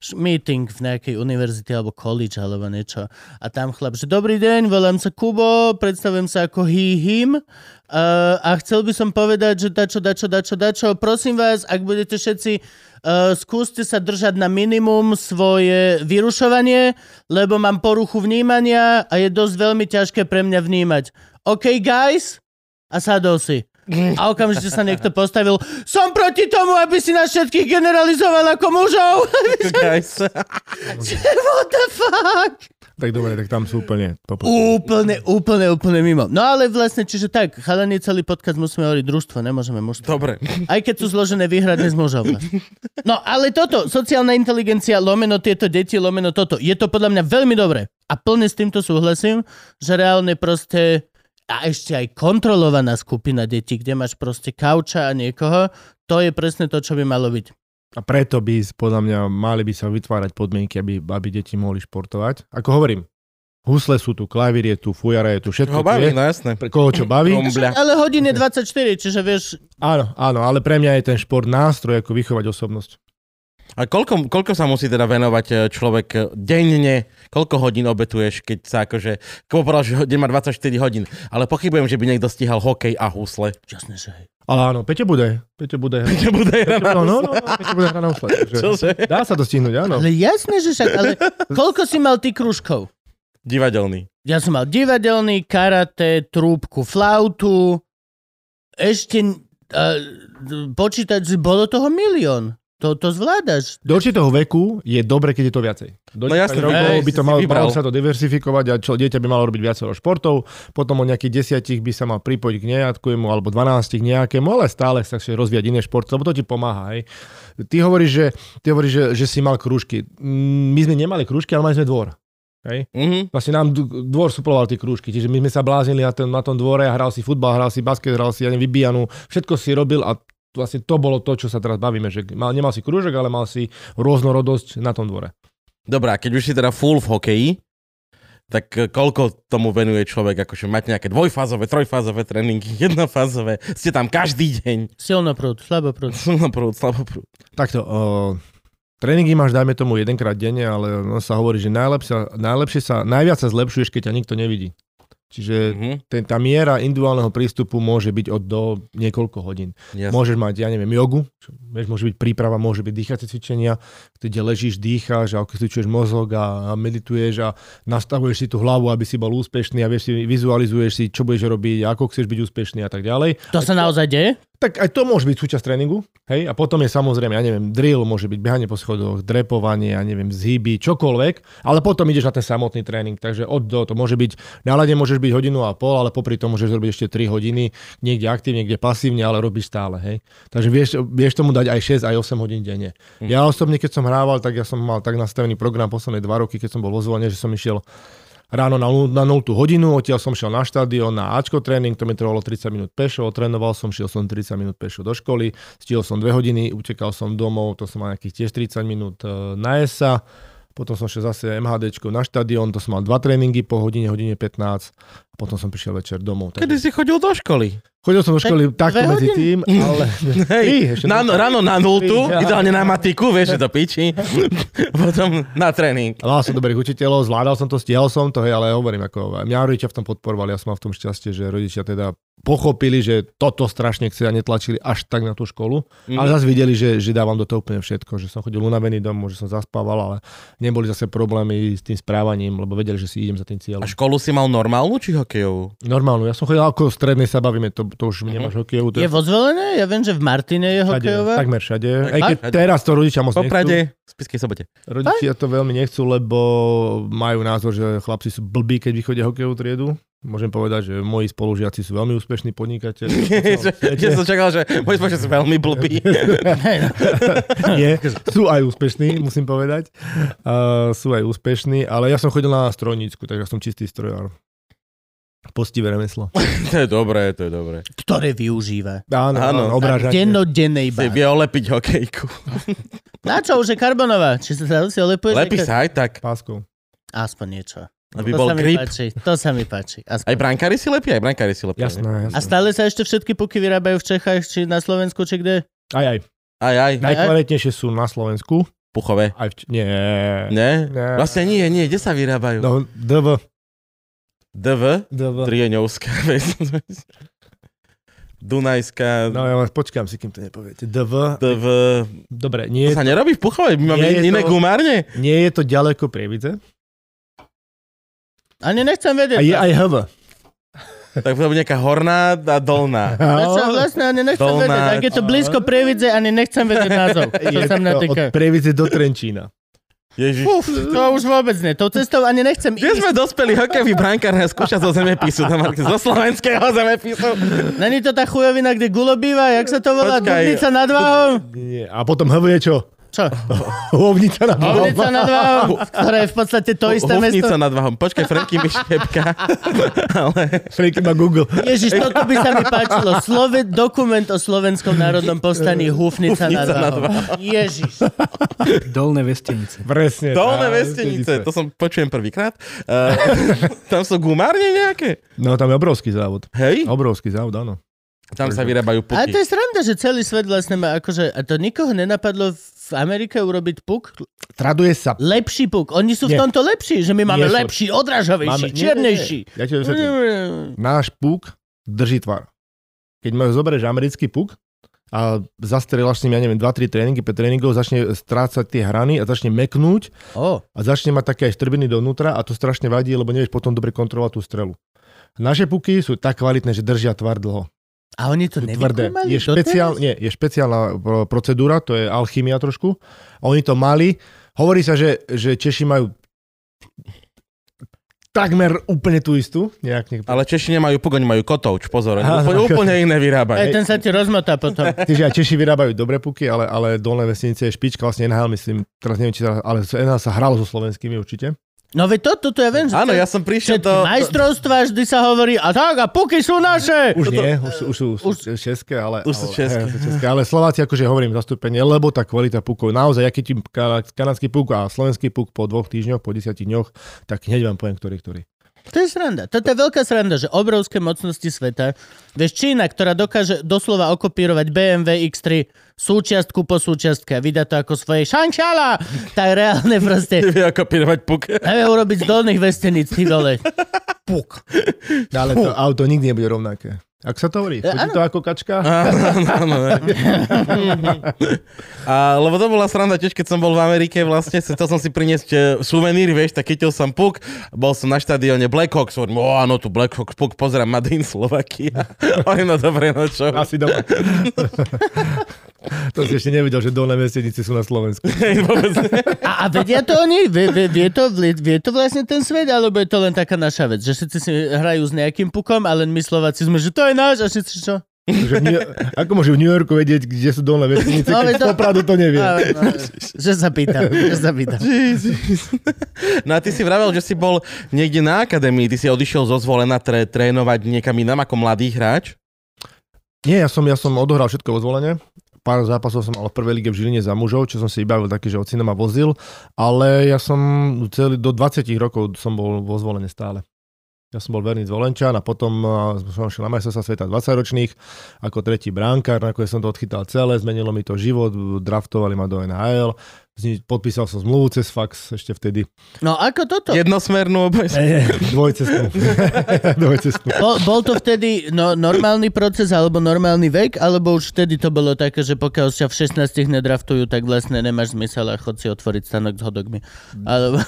š- meeting v nejakej univerzite alebo college alebo niečo. A tam chlap, že dobrý deň, volám sa Kubo, predstavujem sa ako he, him uh, a chcel by som povedať, že dačo, dačo, dačo, dačo, prosím vás, ak budete všetci, uh, skúste sa držať na minimum svoje vyrušovanie, lebo mám poruchu vnímania a je dosť veľmi ťažké pre mňa vnímať. OK, guys? A sadol si. A okamžite sa niekto postavil, som proti tomu, aby si nás všetkých generalizoval ako mužov. <laughs> Guys. What the fuck? Tak dobre, tak tam sú úplne. Popo- Úplne, úplne, úplne mimo. No ale vlastne, čiže tak, chalani celý podcast musíme hovoriť družstvo, nemôžeme mužstvo. Dobre. Aj keď sú zložené výhradne z mužov. No ale toto, sociálna inteligencia, lomeno tieto deti, lomeno toto. Je to podľa mňa veľmi dobré. A plne s týmto súhlasím, že reálne proste a ešte aj kontrolovaná skupina detí, kde máš proste kauča a niekoho, to je presne to, čo by malo byť. A preto by, podľa mňa, mali by sa vytvárať podmienky, aby, aby deti mohli športovať. Ako hovorím, husle sú tu, klavír je tu, fujara je tu, všetko Ho tu je. baví, no jasné. Pre koho čo baví. Trumbľa. Ale hodine 24, čiže vieš, Áno, áno, ale pre mňa je ten šport nástroj, ako vychovať osobnosť. A koľko, koľko sa musí teda venovať e, človek e, denne? Koľko hodín obetuješ, keď sa akože... Komu povedal, že deň má 24 hodín, ale pochybujem, že by niekto stíhal hokej a husle. <laughs> jasne, že hej. Ale áno, Peťo bude. Peťo bude. hrať. Čo bude <laughs> Peťo, hrať? no, no, no, Peťo bude hrať na husle. takže Čože? Dá sa to stihnúť, áno. Ale jasne, že však, <laughs> ale koľko si mal ty krúžkov? Divadelný. Ja som mal divadelný, karate, trúbku, flautu, ešte uh, počítač, bolo toho milión. To, to zvládaš. Do určitého veku je dobre, keď je to viacej. Do No jasné, 10 rokov hej, by to si malo, vybral. malo sa to diversifikovať a čo, dieťa by malo robiť viacero športov, potom o nejakých desiatich by sa mal pripojiť k nejatkujem alebo 12 k nejakému, ale stále sa ešte rozvíjať iné športy, lebo to ti pomáha. Hej. Ty hovoríš, že, ty hovoríš, že, že si mal krúžky. Mm, My sme nemali krúžky, ale mali sme dvor. Hej. Mhm. Vlastne nám d- dvor suploval tie krúžky, čiže my sme sa bláznili na, ten, na tom dvore a hral si futbal, hral si basket, hral si ja neviem, vybijanú, všetko si robil a vlastne to bolo to, čo sa teraz bavíme, že mal, nemal si krúžok, ale mal si rôznorodosť na tom dvore. Dobre, a keď už si teda full v hokeji, tak e, koľko tomu venuje človek? Akože máte nejaké dvojfázové, trojfázové tréningy, <laughs> jednofázové? Ste tam každý deň. <laughs> Silno prúd, slabo prúd. Som na prúd, slabo prúd. Takto, o, tréningy máš, dajme tomu, jedenkrát denne, ale ono sa hovorí, že najlepšie, najlepšie sa, najviac sa zlepšuješ, keď ťa nikto nevidí. Čiže Mhm. ten, tá miera individuálneho prístupu môže byť od do niekoľko hodín. Jasné. Môžeš mať, ja neviem, jogu, čo, vieš, môže byť príprava, môže byť dýchacie cvičenia, kde ležíš, dýcháš a okysličuješ mozog a, a medituješ a nastavuješ si tú hlavu, aby si bol úspešný a vieš si, vizualizuješ si, čo budeš robiť, ako chceš byť úspešný a tak ďalej. To sa naozaj deje? Tak aj to môže byť súčasť tréningu, hej, a potom je samozrejme, ja neviem, drill, môže byť behanie po schodoch, drepovanie, ja neviem, zhyby, čokoľvek, ale potom ideš na ten samotný tréning, takže od do, to môže byť, na lade môžeš byť hodinu a pol, ale popri tom môžeš robiť ešte 3 hodiny, niekde aktívne, niekde pasívne, ale robíš stále, hej. Takže vieš, vieš tomu dať aj 6, aj 8 hodín denne. Ja osobne, keď som hrával, tak ja som mal tak nastavený program posledné 2 roky, keď som bol vo zvolenie, že som išiel ráno na, nul- na 0 hodinu, odtiaľ som šiel na štadión na Ačko tréning, to mi trvalo 30 minút pešo, trénoval som, šiel som 30 minút pešo do školy, stihol som 2 hodiny, utekal som domov, to som mal nejakých tiež 30 minút e, na ESA, potom som šiel zase MHDčko na štadión, to som mal dva tréningy po hodine, hodine 15 a potom som prišiel večer domov. Kedy Takže... si chodil do školy? Chodil som do školy Tak dve takto medzi hodiny? tým, <laughs> ale... Hej, ešte na, na- no- ráno na nultu, Ja. ideálne na matiku, vieš, že to <laughs> piči. Potom na tréning. Mal som dobrých učiteľov, zvládal som to, stihal som to, hej, ale hovorím, ako mňa rodičia v tom podporovali, ja som mal v tom šťastie, že rodičia teda pochopili, že toto strašne chce a netlačili až tak na tú školu, Mhm. mm. ale zase videli, že, že dávam do toho úplne všetko, že som chodil unavený domov, že som zaspával, ale neboli zase problémy s tým správaním, lebo vedeli, že si idem za tým A cieľom. školu si mal normálnu či hokejovú? Normálne, ja som chodil ako v strednej sa bavíme, to, to Mhm. už nemáš hokejovú, to Je vo zvolené? Ja viem, že v Martine je všade, hokejová. <laughs> takmer všade. Aj Tak- keď teraz to rodičia moc nechcú. Poprade, v Spiskej sobote. Rodičia to veľmi nechcú, lebo majú názor, že chlapci sú blbí, keď vychodia hokejovú triedu. Môžem povedať, že moji spolužiaci sú veľmi úspešní podnikateľi. <laughs> Že- <laughs> Ja som čakal, že môj spôsob sú veľmi <laughs> blbý. Hej, no. <laughs> Nie, sú aj úspešní, musím povedať. Uh, sú aj úspešní, ale ja som chodil na strojnícku, takže ja som čistý strojár. Postivé remeslo. To je dobré, to je dobré. Ktoré využíva. Áno, Áno. áno, obrážanie. Dennodennej Si báze. vie olepiť hokejku. Na čo už je karbonová? Či sa tam si olepuje? Lepí sa aj tak, Páskou. Aspoň niečo. aby to bol sa mi grip. páči. To sa mi páči. Aspoň. Aj brankári si lepia, aj brankári si lepia. ne? Jasné, A jasné. stále sa ešte všetky puky vyrábajú v Čechách, či na Slovensku, či kde? Aj, aj. Aj, aj, Najkvalitnejšie sú na Slovensku. puchové. Aj v... Č- Nie. Ne? Nie. Vlastne nie, nie, kde sa vyrábajú? No, DV. DV, DV. Trieňovská, <laughs> vieš. Dunajská, No ja len počkám si, kým to nepoviete. DV. DV. Dobre, To nie, sa nerobí v puchovej, my máme Nie, je iné to- gumárne. nie je to ďaleko Prievidze. Ani nechcem vedieť. A je No. aj HV. Tak to bude nejaká horná a dolná. Prečo vlastne ani nechcem Dolná- vedieť. Ak je to blízko Prievidze, ani nechcem vedieť názov. To <laughs> Je sa mňa to od týka. Prievidze do Trenčína. Ježiš. Uf, to už vôbec ne. Tou cestou ani nechcem Kde ísť. sme dospeli hokejový brankár nás skúša zo zemepisu, na Marke, zo slovenského zemepisu. Není to tá chujovina, kde gulo býva, jak sa to volá? Počkaj. Dubnica nad váhom? Nie. A potom HV je čo? <laughs> Čo? Hovnica na <laughs> Dubnica nad váhom, ktoré je v podstate to isté mesto. Hufnica nad váhom. Počkaj, Franky mi šepká. <laughs> Ale Freaky ma Google. Ježiš, toto by sa mi páčilo. Slove, dokument o slovenskom národnom povstaní Húfnica nad Húfnica nad váhom. Ježiš. Dolné Vestenice. Presne. dolné tá, vestenice, to som počujem prvýkrát. Uh, <laughs> tam sú gumárne nejaké? No tam je obrovský závod. Hej, Obrovský závod, áno. tam sa vyrábajú A to puky. je sranda, že celý svet vlastne má akože... A to nikoho nenapadlo v Amerike urobiť puk? Traduje sa... Lepší puk. Oni sú v Nie. tomto lepší, že my máme Nie sú. lepší, odrážavejší, čiernejší. Nie, nie, nie. Ja ti to vysvetlím. Náš puk drží tvar. Keď ma zoberieš americký puk a zastrelaš s ním, ja neviem, 2-3 tréningy, 5 tréningov, začne strácať tie hrany a začne meknúť Ó, a začne mať také aj štrbiny dovnútra a to strašne vadí, lebo nevieš potom dobre kontrolovať tú strelu. Naše puky sú tak kvalitné, že držia tvar dlho. A oni to tvrdé. nevyskúmali? Je, špeciál, nie, je špeciálna pro- procedúra, to je alchymia trošku. A oni to mali. Hovorí sa, že, že Češi majú takmer úplne tú istú. Nejak, nejak, Ale Češi nemajú pugoň, majú kotouč, pozor. Oni Áno. úplne, úplne iné Aj vyrábajú. ten sa ti rozmotá potom. Čiže aj Češi vyrábajú dobré puky, ale, ale dolné vesnice je špička, vlastne NHL, myslím, teraz neviem, či sa, ale NHL sa hralo so slovenskými určite. No veď to, toto ja viem, že Áno, ja som prišiel všetky do... <laughs> majstrovstvá vždy sa hovorí, a tak, a puky sú naše! Už nie, už, sú- už sú, sú české, ale, Už sú ale, české. hej, sú české. ale Slováci, akože hovorím zastúpenie, lebo tá kvalita pukov, naozaj, aký ti kana- kanadský puk a slovenský puk po dvoch týždňoch, po desiatich dňoch, tak hneď vám poviem, ktorý, ktorý. To je sranda. Toto je veľká sranda, že obrovské mocnosti sveta. Vieš, Čína, ktorá dokáže doslova okopírovať BMW X3 súčiastku po súčiastke a vydá to ako svoje šančala, tak reálne proste Nevie, ako pirovať puk. <laughs> nevie urobiť z dolných vesteníc, ty vole. Puk. No, ale to auto nikdy nebude rovnaké. Ak sa to hovorí, chodí to ako kačka? Áno, áno, áno. A, lebo to bola sranda tiež, keď som bol v Amerike, vlastne chcel som si priniesť e, suvenír, vieš, tak chytil som puk, bol som na štadióne Blackhawks, hovorím, o áno, tu Blackhawks puk, pozerám Madin <laughs> Slovakia. Oni no dobre, no čo? Asi doma. to si ešte nevedel, že dolné vesenice sú na Slovensku. Hej, <laughs> vôbec nie. A, a vedia to oni? Vie, vie, vie, to, vie, vie to vlastne ten svet? Alebo je to len taká naša vec, že všetci si hrajú s nejakým pukom a len my Slováci sme, že to je náš a všetci čo? Že v New- ako môže v New Yorku vedieť, kde sú dolné vesnice, No, veď keď to- to... popravdu to nevie. A, no, že sa pýtam, že sa pýtam. No a ty si vravel, že si bol niekde na akadémii, ty si odišiel zo zvolena tre- trénovať niekam inam ako mladý hráč. Nie, ja som, ja som odohral všetko vo zvolenie. Pár zápasov som mal v prvej lige v Žiline za mužov, čo som si vybavil taký, že ocino ma vozil, ale ja som celý, do 20 rokov som bol vo zvolenie stále. Ja som bol verný zvolenčan a potom eh, som šiel na majstrovstvá sveta 20 ročných ako tretí bránkar, nakoniec som to odchytal celé, zmenilo mi to život, draftovali ma do NHL, zni- podpísal som zmluvu cez fax ešte vtedy. No ako toto? Jednosmernú oboj. Dvojcestnú. <laughs> Dvojcestnú. Bol, bol to vtedy no, normálny proces alebo normálny vek, alebo už vtedy to bolo také, že pokiaľ ťa v 16 nedraftujú, tak vlastne nemáš zmysel a chod si otvoriť stanok s hodokmi. Alebo,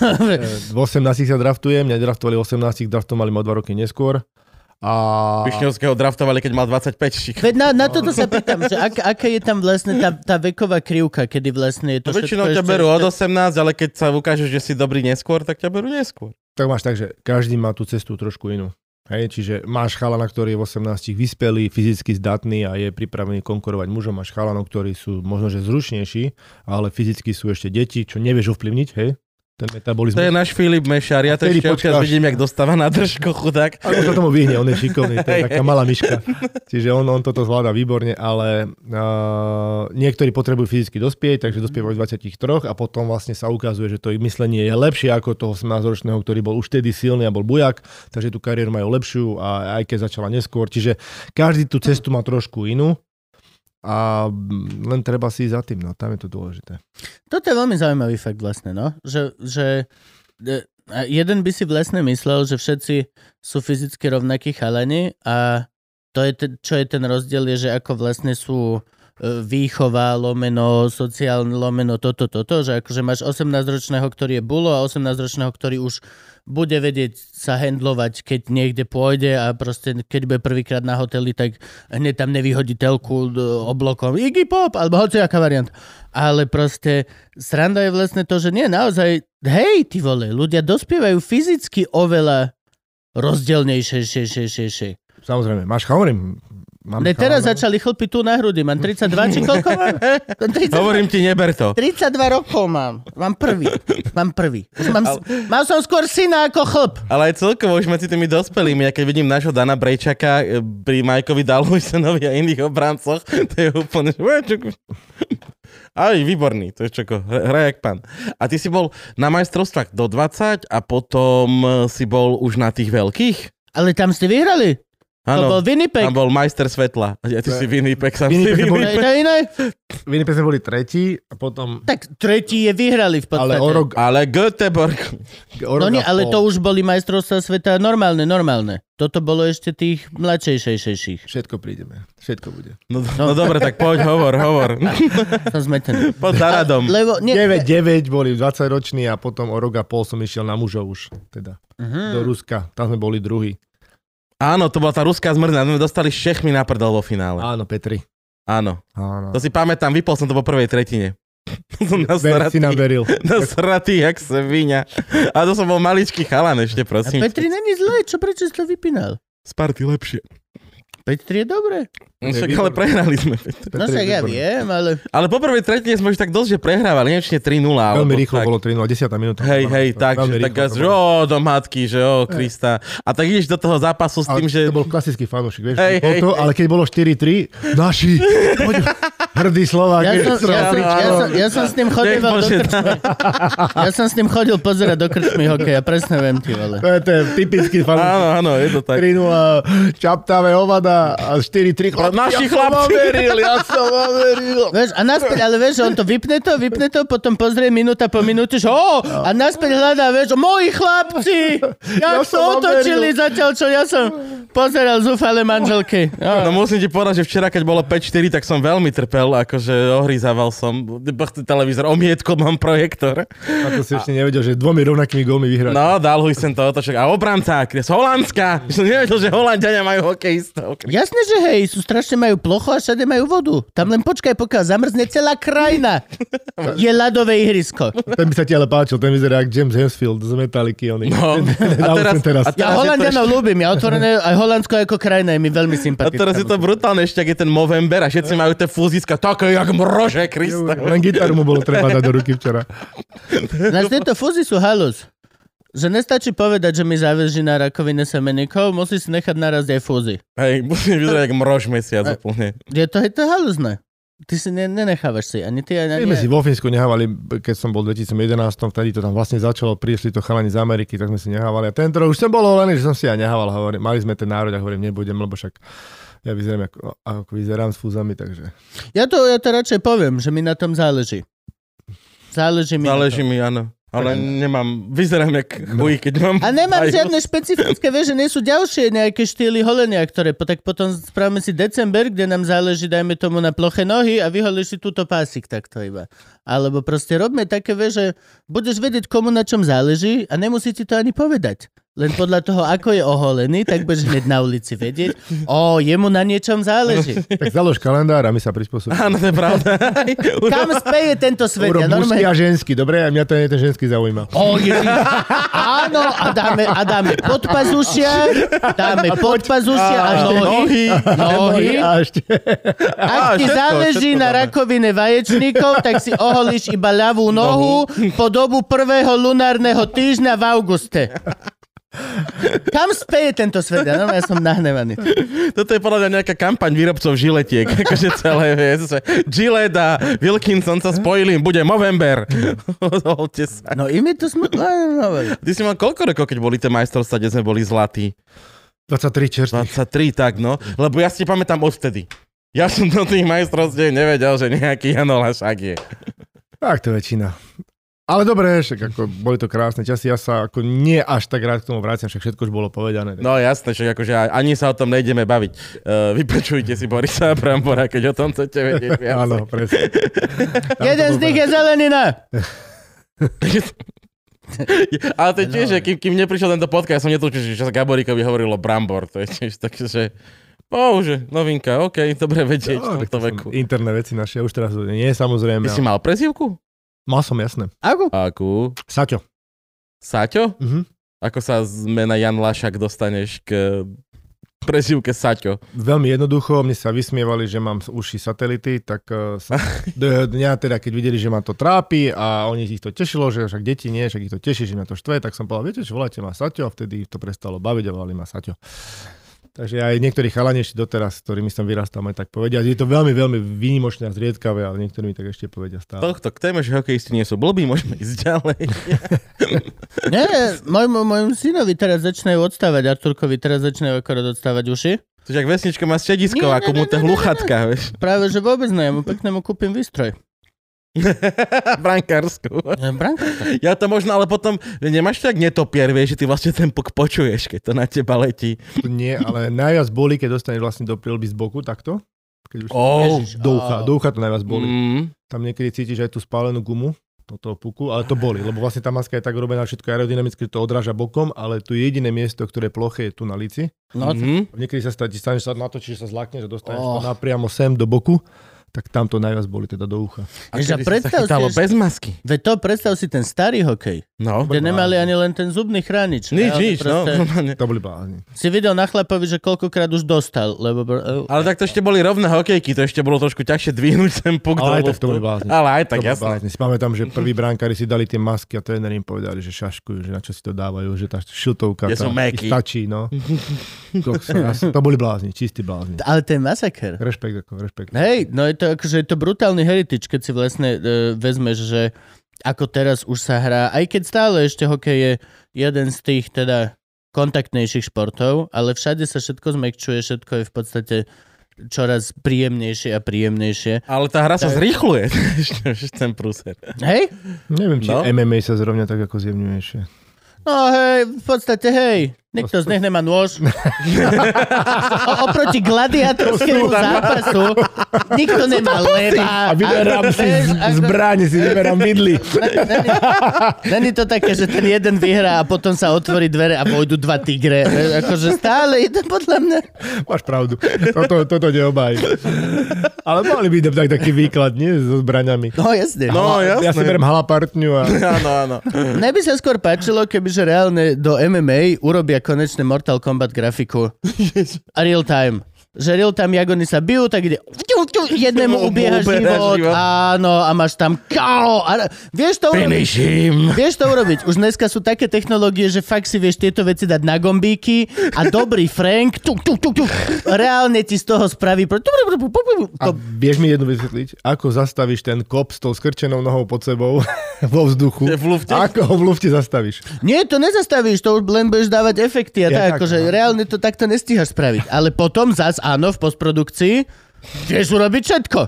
V 18 sa draftujem, mňa draftovali v 18, draftovali ma o 2 roky neskôr. A... Višňovského draftovali, keď mal 25 šik. Veď na, na toto sa pýtam, že ak, aká je tam vlastne tá, tá veková krivka, kedy vlastne je to To No väčšinou ťa berú od 18, ale keď sa ukážeš, že si dobrý neskôr, tak ťa berú neskôr. Tak máš tak, že každý má tú cestu trošku inú. Hej, čiže máš chalana, ktorý je v 18 vyspelý, fyzicky zdatný a je pripravený konkurovať mužom. Máš chalanov, ktorí sú možno že zručnejší, ale fyzicky sú ešte deti, čo nevieš ovplyvniť, hej? Ten metabolizmus. To je náš Filip Mešar, ja to Vtedy ešte občas počkáš. vidím, jak dostáva na držku chudák. Ako sa tomu vyhne, on je šikovný, to je taká malá myška. Čiže on, on toto zvláda výborne, ale uh, niektorí potrebujú fyzicky dospieť, takže dospievajú v 23 a potom vlastne sa ukazuje, že to ich myslenie je lepšie ako toho 18-ročného, ktorý bol už vtedy silný a bol bujak, takže tú kariéru majú lepšiu a aj keď začala neskôr. Čiže každý tú cestu má trošku inú a mm, len treba si ísť za tým, no tam je to dôležité. Toto je veľmi zaujímavý fakt vlastne, no. Že, že e, a jeden by si vlastne myslel, že všetci sú fyzicky rovnakí chalani a to je ten, čo je ten rozdiel, je, že ako vlastne sú e, výchova, lomeno, sociálne, lomeno, toto, toto, že akože máš 18-ročného, ktorý je bulo a 18-ročného, ktorý už bude vedieť sa handlovať, keď niekde pôjde a proste keď bude prvýkrát na hoteli, tak hneď tam nevyhodí telku d- oblokom Iggy Pop, alebo hociaká variant. Ale proste sranda je vlastne to, že nie, naozaj, hej, ty vole, ľudia dospievajú fyzicky oveľa rozdielnejšie, šie, šie, šie, šie. Samozrejme, máš hovorím, mám Ne, teraz začali chlpiť tu na hrudi, mám 32, či koľko <laughs> mám? 32, Hovorím ti, neber to. 32 rokov mám, mám prvý, mám prvý. Už mám, s- mal som skôr syna ako chlp. Ale aj celkovo už medzi tými dospelými, ja keď vidím nášho Dana Brejčaka e, pri Majkovi Dalhujsenovi a iných obrancoch, to je úplne... že, "Ue, čoko." Aj, výborný, to je čoko, hra jak pán. A ty si bol na majstrovstvách do 20 a potom e, si bol už na tých veľkých? Ale tam ste vyhrali. To bol Áno, Winnipeg. tam bol majster svetla. Ja ty si Winnipeg, sám si Winnipeg To je Winnipeg. to iné? Winnipeg sme boli tretí a potom... Tak tretí je vyhrali v podstate. Ale o rok, Ale Göteborg. o rok No nie, a ale pol. to už boli majstrovstvá sveta normálne, normálne. Toto bolo ešte tých mladšejšejších. Všetko prídeme, všetko bude. No, do- no dobre, tak poď, hovor, hovor. Som zmetený. Poď za radom. Lebo, nie, 9-9 boli 20 roční Mm. a Mhm. potom o rok a pol som išiel na mužov už, teda, do Ruska. Tam sme boli druhý. Áno, to bola tá ruská zmrzlina, sme dostali šechmi na prdel vo finále. Áno, Petri. Áno, Áno. to si pamätám, vypol som to po prvej tretine. <laughs> Som Ver, si nám nasratý, <laughs> veril. nasratý, jak svinia. A to som bol maličký chalan A ešte, prosím. Petri není zlé, čo prečo si to vypínal? Sparty lepšie. Petri je dobré. Však, výborný. ale prehrali sme. No Petri však je ja výborný. viem, ale... Ale po prvej tretine sme už tak dosť, že prehrávali, neviem, či nie 3-0. Veľmi alebo rýchlo tak. bolo 3-0, 10 minúta. Hej, hej, tak, že, tak ja, že ó, do matky, že ó, Krista. A tak ideš do toho zápasu s Ale tým, že... to bol klasický fanúšik, vieš, hej, Hej, bol hej, to, hej. ale keď bolo 4-3, <laughs> naši, poď, hrdý Slovák. Ja vieš, som, ja, som, áno, ja, áno. som, ja som s ním chodil do Bože, krčmy. Ja som s ním chodil pozerať do krčmy hokeja, presne viem ty, vole. To je ten typický fanúšik. Áno, áno, je to tak. 3-0, čaptavé hovada a 4-3. Chlapci, naši ja som vám chlapci. veril, ja som vám veril. Vieš, a naspäť, ale vieš, on to vypne to, vypne to, potom pozrie minúta po minúte, že o, a naspäť hľadá, vieš, moji chlapci, jak Ja ja som sa vám otočili veril. zatiaľ, čo ja som pozeral zúfale manželky. No No, musím ti povedať, že včera, keď bolo 5-4, tak som veľmi trpel, akože ohryzával som Boh, televízor, omietko, mám projektor. A to si ešte nevedel, že dvomi rovnakými gólmi vyhrať. No, dal huj sem to otoček. A obranca, kde z Holandska. <laughs> Som nevedel, že Holandiania majú hokejistov. Jasné, že hej, sú strašne majú plocho a všade majú vodu. Tam len počkaj, pokiaľ zamrzne celá krajina. Je ľadové ihrisko. Ten by sa ti ale páčil, ten vyzerá ako James Hemsfield z Metalliky. Oni. <laughs> No, a teraz, Ten teraz. a Ja je to Holandianov ľúbim, ja otvorené, aj Holandsko ako krajina je mi veľmi A sympatické. teraz je to brutálne, ešte ak je ten Movember a všetci majú tie fúziska také jak mrože, Krista. Len gitaru mu bolo treba dať do ruky včera. Nás tieto fúzy sú halus. Že nestačí povedať, že mi záleží na rakovine semeníkov, musí si nechať naraz aj fúzy. Hej, musí vyzerať jak mrož mesiac úplne. Je to, je to haluzné. Ty si ne, nenechávaš si, ani ty, ani My sme si ani... vo Fínsku nehávali, keď som bol v 2011, vtedy to tam vlastne začalo, prišli to chalani z Ameriky, tak sme si nehávali. A tento rok už som bol len, že som si aj nehával, hovorím, mali sme ten národ a hovorím, nebudem, lebo však ja vyzerám ako, ako vyzerám s fúzami, <laughs> takže... Ja to, ja to radšej poviem, že mi na tom záleží. Záleží mi Záleží na tom. mi, áno. Ale nemám, vyzerám jak chuj, keď mám... A nemám aj- žiadne špecifické, vieš, že nie sú ďalšie nejaké štýly holenia, ktoré po, tak potom spravíme si december, kde nám záleží, dajme tomu na ploché nohy a vyholíš si túto pásik takto iba. Alebo proste robme také, vieš, že budeš vedieť, komu na čom záleží a nemusí ti to ani povedať. Len podľa toho, ako je oholený, tak budeš hneď na ulici vedieť, o, jemu na niečom záleží. Tak založ kalendár a my sa <laughs> prispôsobíme. <laughs> Áno, to je pravda. <laughs> Kam speje tento svet? Urob Ja mužský normálne... a ženský, dobre? A mňa to nie ten ženský zaujíma. O, Ježiš. Áno, a dáme, a dáme podpazušia, dáme podpazušia a nohy. Nohy. nohy. A ešte... <laughs> Ak ti všetko, záleží všetko na dáme. rakovine vaječníkov, tak si oholíš iba ľavú nohu po dobu prvého lunárneho týždňa v auguste. Kam speje tento svet? Ja, normálne som nahnevaný. Toto je podľa mňa nejaká kampaň výrobcov žiletiek. <laughs> Akože celé, vieš, že Gillette a Wilkinson sa spojili, bude Movember. <laughs> Holte sa. No im je to smutné. No, no, no. Ty si mal koľko rokov, keď boli tie majstrovstvá, kde sme boli zlatí? 23 čerstvých. 23, tak no. Lebo ja si pamätám odvtedy. Ja som do tých majstrovstiev nevedel, že nejaký Jano Lašák je. Tak to je väčšina. Ale dobre, však ako, boli to krásne časy, ja sa ako nie až tak rád k tomu vrátim, však všetko už bolo povedané. No jasné, že akože a- ani sa o tom nejdeme baviť. Uh, vypočujte si Borisa Brambora, keď o tom chcete vedieť viac. Áno, presne. Tam to Jeden z bolo nich je zelenina. <laughs> Ale to je tiež, že kým, kým neprišiel tento podcast, som netučil, že sa Gaborikovi hovorilo Brambor. To je tiež také, že... Bože, novinka, OK, dobre vedieť No, v tak tomto to som- veku. Interné veci naše, už teraz nie, samozrejme. Ty si mal prezivku? Mal som, jasné. Ako? Akú? Saťo. Saťo? Mhm. Ako sa z mena Jan Lašak dostaneš k prezivke Saťo? Veľmi jednoducho, mne sa vysmievali, že mám z uši satelity, tak eh, sa do dňa teda, keď videli, že ma to trápi a oni ich to tešilo, že však deti nie, však ich to teší, že ma to štve, tak som povedal, viete čo, voláte ma Saťo a vtedy ich to prestalo baviť a volali ma Saťo. Takže aj niektorí chalani ešte doteraz, s ktorými som vyrastal, aj tak povedia. Je to veľmi, veľmi výnimočné a zriedkavé, ale niektorí mi tak ešte povedia stále. Tohto, k téme, že hokejisti nie sú blbí, môžeme ísť ďalej. Nie, môjmu, môjmu synovi teraz začínajú odstávať, Arturkovi teraz začínajú akorát odstávať uši. To je jak vesnička má stedisko, Nie, ako nie, mu nie, tie nie, nie, hluchatka, vieš. <laughs> Práve, že vôbec ne, ja mu pekne mu kúpim výstroj. Brankársku. Ja, Branko, Ja to možno, ale potom nemáš to jak netopier, vieš, že ty vlastne ten pok počuješ, keď to na teba letí. Nie, ale najviac boli, keď dostaneš vlastne do prilby z boku, takto. Keď už Oh. Ježiš, do ucha, a- do ucha to najviac boli. Mm. Tam niekedy cítiš aj tú spálenú gumu. do toho puku, ale to boli, lebo vlastne tá maska je tak urobená všetko aerodynamicky, že to odráža bokom, ale tu jediné miesto, ktoré je ploché, je tu na lici. No, Mhm. Niekedy sa stane, stane, že sa natočíš, že sa zlakneš a dostaneš Oh. oh. to napriamo sem do boku, tak tam to najviac boli teda do ucha. A Ježiš, a kedy si sa predstav si, chytalo že- bez masky. Veď to predstav si ten starý hokej, No. kde nemali ani len ten zubný chránič. Nič, Reálne nič, no. proste normálne. To boli blázni. Si videl na chlapovi, že koľkokrát už dostal, lebo... br- Ale tak to ešte boli rovné hokejky, to ešte bolo trošku ťažšie dvihnúť sem puk. Ale aj tak do to luftu. boli blázni. Ale aj tak, to boli jasné. blázni. Si pamätám, <laughs> že prví bránkári si dali tie masky a tréner im povedali, že šaškujú, že na čo si to dávajú, že tá šiltovka Ja tá, som ich mäkký. stačí, <laughs> no. Kokso, ja som- to boli blázni, čistí blázni. Ale to je masaker. Rešpekt, ako rešpekt. Hej, no je to akože je to brutálny heritage, keď si vlastne e, vezmeš, že ako teraz už sa hrá, aj keď stále ešte hokej je jeden z tých teda kontaktnejších športov, ale všade sa všetko zmekčuje, všetko je v podstate čoraz príjemnejšie a príjemnejšie. Ale tá hra sa Tak. zrýchluje. <laughs> Ešte ten prúser. Hej? Neviem, či no? No. MMA sa zrovna tak ako zjemňuješie. No hej, v podstate hej. Nikto z nich nemá nôž. o, oproti gladiatorskému zápasu nikto nemá leva. Vieš, ako- zbráne, si vyberám <laughs> vidly. Není- Není to také, že ten jeden vyhrá a potom sa otvorí dvere a vojdu dva tigre. E, Akože stále ide podľa mňa. Máš pravdu. Toto, toto neobhájim. Ale mali by tak taký výklad, nie? So zbraňami. No jasne. No. No, jasné. Ja si berem halapartňu a... Áno, <laughs> áno. Mne by sa skôr páčilo, kebyže reálne do MMA urobia konečne Mortal Kombat grafiku. A real time. Že real time, jak oni sa bijú, tak ide ťu, ťu, jednému Mu ubieha uberá život, život. áno, a máš tam kao. A vieš to urobiť? Finish him. Vieš to urobiť. Už dneska sú také technológie, že fakt si vieš tieto veci dať na gombíky a dobrý Frank tuk, tuk, tuk, tuk, reálne ti z toho spraví... pro- A To, vieš mi jednu vysvetliť? Ako zastavíš ten kop s tou skrčenou nohou pod sebou <laughs> vo vzduchu? Je v lufte? Ako ho v lufte zastavíš? nie, to nezastavíš, to už len budeš dávať efekty a Ja tak, tak, akože no. reálne to takto nestíhaš spraviť. Ale potom zas, áno, v postprodukcii vieš urobiť všetko.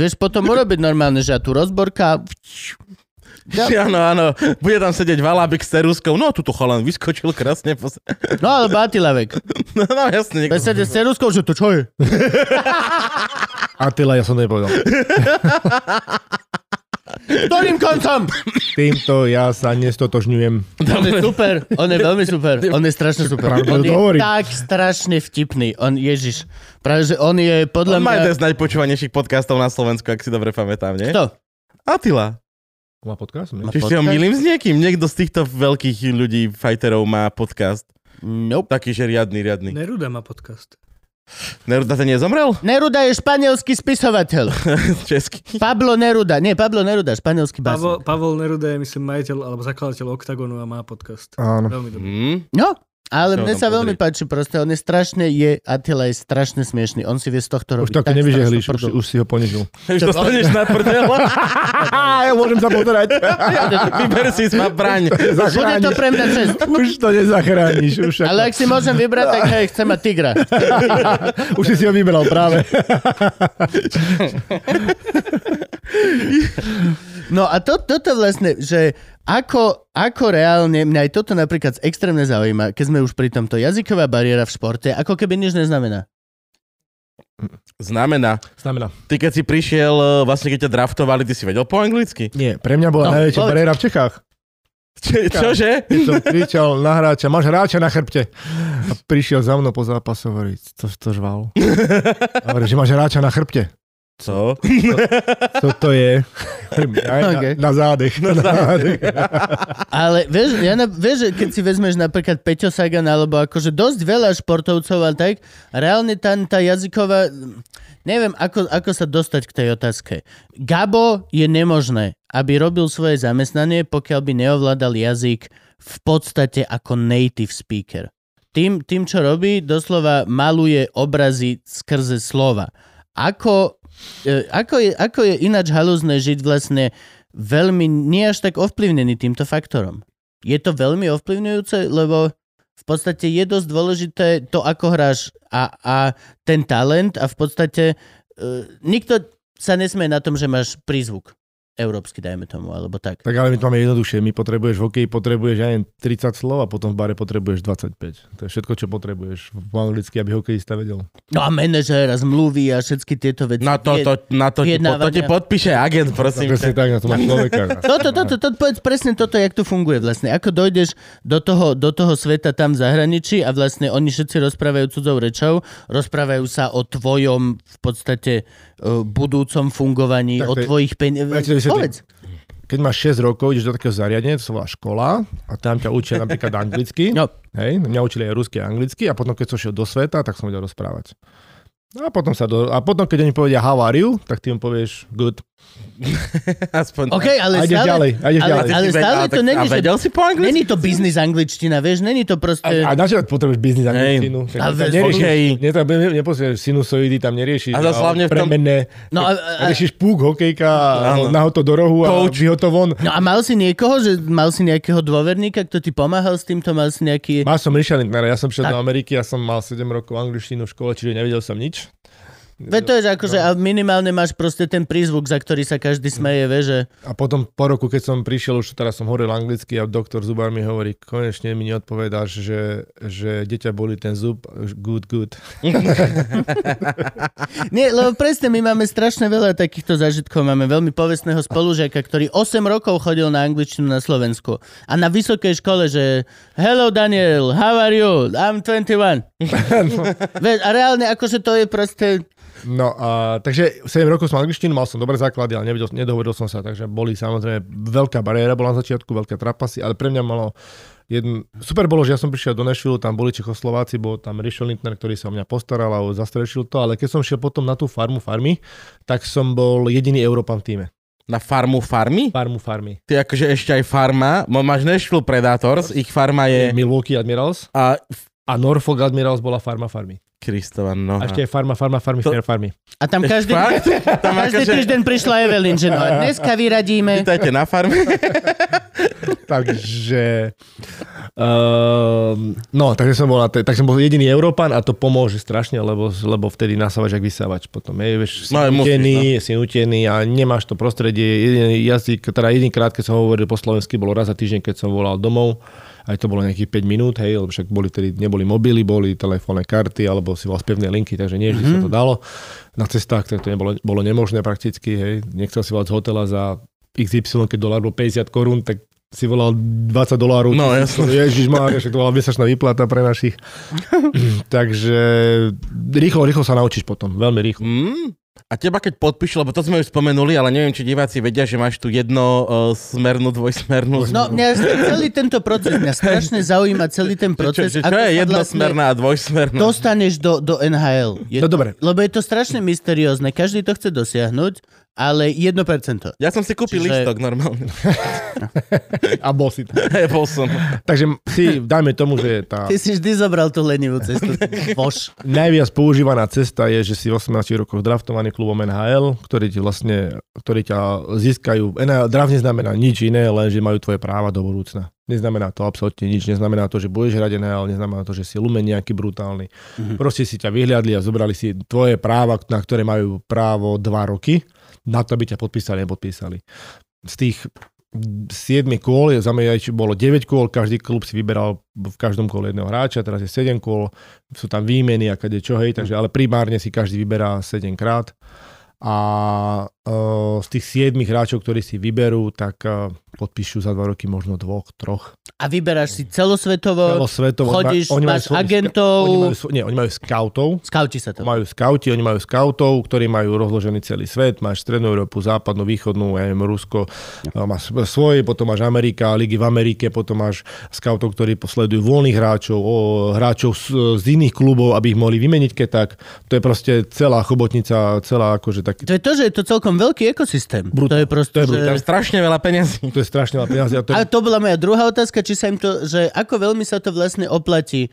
Vieš potom urobiť normálne, že a tu rozborka, Áno, áno. Bude tam sedieť Valabik s Ceruskou. No, tuto chalan vyskočil krásne. Pos... no ale batilavek. <laughs> No, no jasne. Niekto... Besede s Ceruskou, že to čo je? Atila, ja som to nepovedal. Ktorým koncom? Týmto ja sa nestotožňujem. On je super, on je veľmi super, on je strašne super. Pravdu On je hovorí. tak strašne vtipný, on, ježiš. Práve, že on je podľa On má mňa... jeden z najpočúvanejších podcastov na Slovensku, ak si dobre pamätám, nie? Kto? Atila. Má podcast? Ne? Čiže si ho podcast? milím s niekým? Niekto z týchto veľkých ľudí, fighterov má podcast. Nope. Taký, že riadny, riadny. Neruda má podcast. Neruda ten nezomrel? <laughs> Neruda je španielský spisovateľ. Český. <laughs> Pablo Neruda, nie, Pablo Neruda, španielský Pavol, básnik. Pavol Neruda je, myslím, majiteľ alebo zakladateľ Octagonu a má podcast. Áno. Veľmi dobrý. Hm? No, ale Čo mne tam sa veľmi pozrieť? páči proste, on je strašne, je, Attila je strašne smiešný, on si vie z tohto Už robiť. to ako tak nevyžehliš, strašnú už, prdel. už si ho ponižil. Už dostaneš na <laughs> prdel? Á, ja môžem sa pozerať. Vyber si ma braň. Bude to pre mňa čest. Už to nezachrániš. Už, ako, Ale ak si môžem vybrať, tak hej, chcem mať tigra. už si si ho vybral práve. No a to, toto vlastne, že ako, ako reálne, mňa aj toto napríklad extrémne zaujíma, keď sme už pri tomto jazyková bariéra v športe, ako keby nič neznamená. Znamená, Znamená. ty keď si prišiel, e, vlastne keď ťa draftovali, ty si vedel po anglicky? Nie, pre mňa bola No, najväčšia povedz. bariéra v Čechách. Č- <laughs> čože? <laughs> Keď som kričal na hráča, máš hráča na chrbte. A prišiel za mnou po zápase hovorí, to, to žval. A Hovorí, že máš hráča na chrbte. Co? Co to je? Hovorím, Aj na, Okay. na zádech. <laughs> Na zádech. Ale vieš, ja na, vieš, že keď si vezmeš napríklad Peťo Sagan, alebo akože dosť veľa športovcov a tak, reálne tá, tá jazyková, neviem, ako, ako sa dostať k tej otázke. Gabo je nemožné, aby robil svoje zamestnanie, pokiaľ by neovládal jazyk v podstate ako native speaker. Tým, tým čo robí, doslova maluje obrazy skrze slova. Ako, e, ako, je, ako je ináč halúzne žiť vlastne veľmi nie až tak ovplyvnený týmto faktorom. Je to veľmi ovplyvňujúce, lebo v podstate je dosť dôležité to, ako hráš a, a ten talent a v podstate e, nikto sa nesmie na tom, že máš prízvuk. európsky, dajme tomu, alebo tak. Tak ale my to máme jednoduchšie. My potrebuješ v hokeji, potrebuješ aj 30 slov a potom v bare potrebuješ 25. To je všetko, čo potrebuješ v anglicky, aby hokejista vedel. No a manažér a zmluvy a všetky tieto veci. Na to, to, na to, ti, po, to ti Vyjednávania. podpíše agent, prosím. <laughs> Presne tak, na to máš <laughs> človeka. Toto, toto, toto, povedz presne toto, jak to funguje vlastne. Ako dojdeš do toho, do toho sveta tam v zahraničí a vlastne oni všetci rozprávajú cudzou rečou, rozprávajú sa o tvojom v podstate uh, budúcom fungovaní, Tak o to je- tvojich Ja ti to peniazoch. vysvetlím. Povedz. Keď máš 6 rokov, ideš do takého zariadenia, to sa volá škola a tam ťa učia <laughs> napríklad anglicky. No, Hej, mňa učili aj rusky a anglicky a potom, keď som šiel do sveta, tak som vedel rozprávať. No A potom, sa do, a potom, keď oni povedia how are you, tak ty im povieš good. Aspoň OK, tak. ale A ideš stále, ďalej, a ideš ale, ďalej. ale stále to tak- není, A že vedel si po anglicky? Není to biznis angličtina, vieš, není to A, proste... a na čo potrebuješ biznis angličtinu? A ve- hokej. ne, tam ne- nepozrieš sinusoidy, tam neriešiš. A zase hlavne v tom- premenné. No a, a, a, Riešiš púk, hokejka, Áno. na to do rohu a Coach. vyho to von. no a mal si niekoho, že mal si nejakého dôverníka, kto ti pomáhal s týmto, mal si nejaký... Mal som Michelintnera, ja som šiel Tak. do Ameriky, ja som mal 7 rokov angličtinu v škole, čiže nevedel som nič. Veď to je že akože, No. a minimálne máš proste ten prízvuk, za ktorý sa každý smeje, vie, že A potom po roku, keď som prišiel, už teraz som hovoril anglicky a doktor Zubar mi hovorí, konečne mi neodpovedáš, že, že deťa boli ten zub, good, good. Nie, lebo presne, my máme strašne veľa takýchto zážitkov. Máme veľmi povestného spolužiaka, ktorý 8 rokov chodil na angličtinu na Slovensku. A na vysokej škole, že Hello Daniel, how are you? I'm <laughs> 21. No. Vieš, a reálne akože to je proste... No a takže 7 rokov som angličtinu, mal som dobré základy, ale nevedel, nedohovoril som sa, takže boli samozrejme veľká bariéra, bola na začiatku veľké trapasy, ale pre mňa malo jeden... Super bolo, že ja som prišiel do Nešvilu, tam boli Čechoslováci, bol tam Rišo Lindner, ktorý sa o mňa postaral a zastrešil to, ale keď som šiel potom na tú farmu farmy, tak som bol jediný Európan v týme. Na farmu farmy? Farmu farmy. Ty akože ešte aj farma. Mo- Máš Nashville Predators, ich farma Je. je... Milwaukee Admirals A a Norfolk Admirals bola farma farmy. Kristova noha. A ešte aj farma, farma, farmy, To- fair farmy. A tam každý, <laughs> Fakt? Tam každý akože... týždeň prišla Evelyn, že no, a dneska vyradíme. Vítajte na farme. <laughs> takže... Um, no, takže som, bol na tej, tak som bol jediný Európan a to pomôže strašne, lebo, lebo vtedy nasávaš jak vysávač potom. Je, vieš, si, No, aj musíš, nutený, si nutený a nemáš to prostredie. Jediný jazyk, teda jediný krát, keď som hovoril po slovensky, bolo raz za týždeň, keď som volal domov. Aj to bolo nejakých 5 minút, hej, lebo však boli tedy, neboli mobily, boli telefónne karty, alebo si volal z pevnej linky, takže nie vždy Mhm. mm-hmm. sa to dalo. Na cestách tak to nebolo, bolo nemožné prakticky, hej. Nechcel si volať z hotela za XY, keď dolár bol 50 korún, tak si volal 20 dolárov. No, tisíc jasné. korún. Ježiš Mária, však to bola mesačná výplata pre našich. Takže rýchlo, rýchlo sa naučíš potom, veľmi rýchlo. Mm. A teba keď podpíšu, lebo to sme už spomenuli, ale neviem, či diváci vedia, že máš tu jedno uh, smernú, dvojsmernú. No, mňa celý tento proces, mňa strašne zaujíma celý ten proces. čo, čo, čo ako sa je vlastne jednosmerná a dvojsmerná? dostaneš do, do NHL. Je, No dobre. Lebo je to strašne mysteriózne, každý to chce dosiahnuť, ale 1%. No. Ja som si kúpil Čiže- Čiže... listok normálne. A bol si tam. Bol som. Takže si, dajme tomu, že tá Ty si vždy zobral tú lenivú <laughs> cestu. Bož. najviac používaná cesta je, že si v 18 rokoch draftovaný klubom NHL, ktorý ti vlastne, ktorý ťa získajú. NHL draft neznamená nič iné, len že majú tvoje práva do budúcna. Neznamená to absolútne nič, neznamená to, že budeš hrať NHL, neznamená to, že si lumen nejaký brutálny. Mm-hmm. Proste si ťa vyhliadli a zobrali si tvoje práva, na ktoré majú právo 2 roky, na to by ťa podpísali a nepodpísali. Z tých 7 kôl, za mňa aj či bolo 9 kôl, každý klub si vyberal v každom kole jedného hráča, teraz je 7 kôl, sú tam výmeny a kade čo, hej, Hm. takže, ale primárne si každý vyberá 7 krát. A e, z tých 7 hráčov, ktorí si vyberú, tak e, podpíšu za 2 roky možno dvoch, troch. A vyberáš si celosvetovo, Celosvetovo. E, chodíš, Oni ma- oni majú máš svojich- agentov, Oni majú, svo- nie, oni majú scoutov, skauti sa to. majú skauti, oni majú skautov, ktorí majú rozložený celý svet. Máš Strednú Európu, Západnú, Východnú, ja neviem, Rusko, ja. máš svoje, potom máš Amerika, ligy v Amerike, potom máš skautov, ktorí posledujú voľných hráčov, o, hráčov z, z iných klubov, aby ich mohli vymeniť, keď tak. To je proste celá chobotnica, celá akože taký... To je to, že je to celkom veľký ekosystém. To Brutál. je proste, To je že... brutál. Tam strašne veľa peniazí. To je strašne veľa peniazy. a to je- Ale to bola moja druhá otázka, či sa im to, že ako veľmi sa to vlastne oplatí e,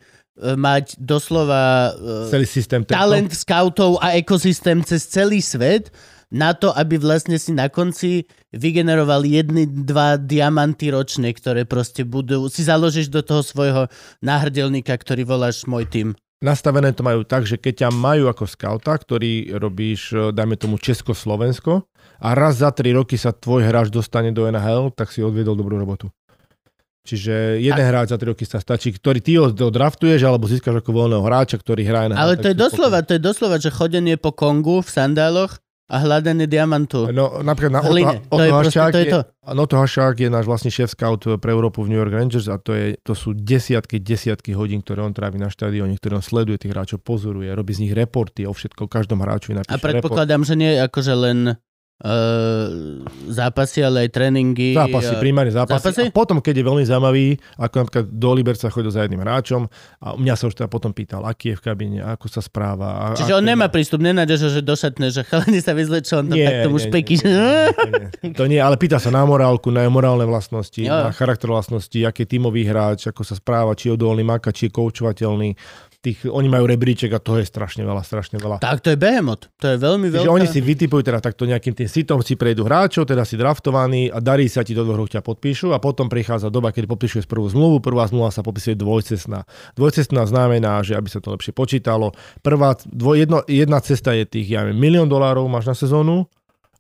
mať doslova e, celý systém. tento. talent scoutov a ekosystém cez celý svet na to, aby vlastne si na konci vygeneroval jedny, dva diamanty ročne, ktoré proste budú, si založíš do toho svojho náhrdelníka, ktorý voláš môj tým. nastavené to majú tak, že keď ťa majú ako skauta, ktorý robíš, e, dajme tomu Česko-Slovensko, a raz za tri roky sa tvoj hráč dostane do NHL, tak si odviedol dobrú robotu. Čiže jeden a... hráč za 3 roky sa stačí, ktorý ty ho ho draftuješ alebo získaš ako voľného hráča, ktorý hrá na Ale to je doslova, to je doslova, že chodenie po Kongu v sandáloch a hľadanie diamantu. No napríklad na Hline, to Oto, je Oto proste- Haščák to je je, to. áno, Oto Haščák je náš vlastne šéf scout pre Európu v New York Rangers a to, je, to sú desiatky, desiatky hodín, ktoré on trávi na štadióne, ktoré on sleduje tých hráčov, pozoruje, robí z nich reporty o všetko, každom hráčovi A napíše predpokladám, že nie akože len uh, zápasy, ale aj tréningy. eh, report. Zápasy, a- primárne zápasy. e, zápasy? A potom, keď je veľmi zaujímavý, ako napríklad do Liberca chodil za jedným hráčom a mňa sa už teda potom pýtal, aký je v kabíne, ako sa správa. A, Čiže ako on je- nemá prístup, nenádež, že došatne, že chalani sa vyzlečú, on to tak tomu špeky. že- nie, to nie, ale pýta sa na morálku, na morálne vlastnosti, Jo. jo. na charakter vlastnosti, aký je tímový hráč, ako sa správa, či je odolný maka, či je koučovateľný. Tých, oni majú rebríček a toho je strašne veľa, strašne veľa. Tak to je behemoth. To je veľmi veľká... Čiže oni si vytipujú teda takto nejakým tým sitom, si prejdú hráčov, teda si draftovaní a darí sa ti do dvoch rokov ťa podpíšu a potom prichádza doba, keď podpíšeš prvú zmluvu, prvá zmluva sa popisuje dvojcestná. Dvojcestná znamená, že aby sa to lepšie počítalo, prvá, dvoj, jedno, jedna cesta je tých, ja neviem, milión dolárov máš na sezónu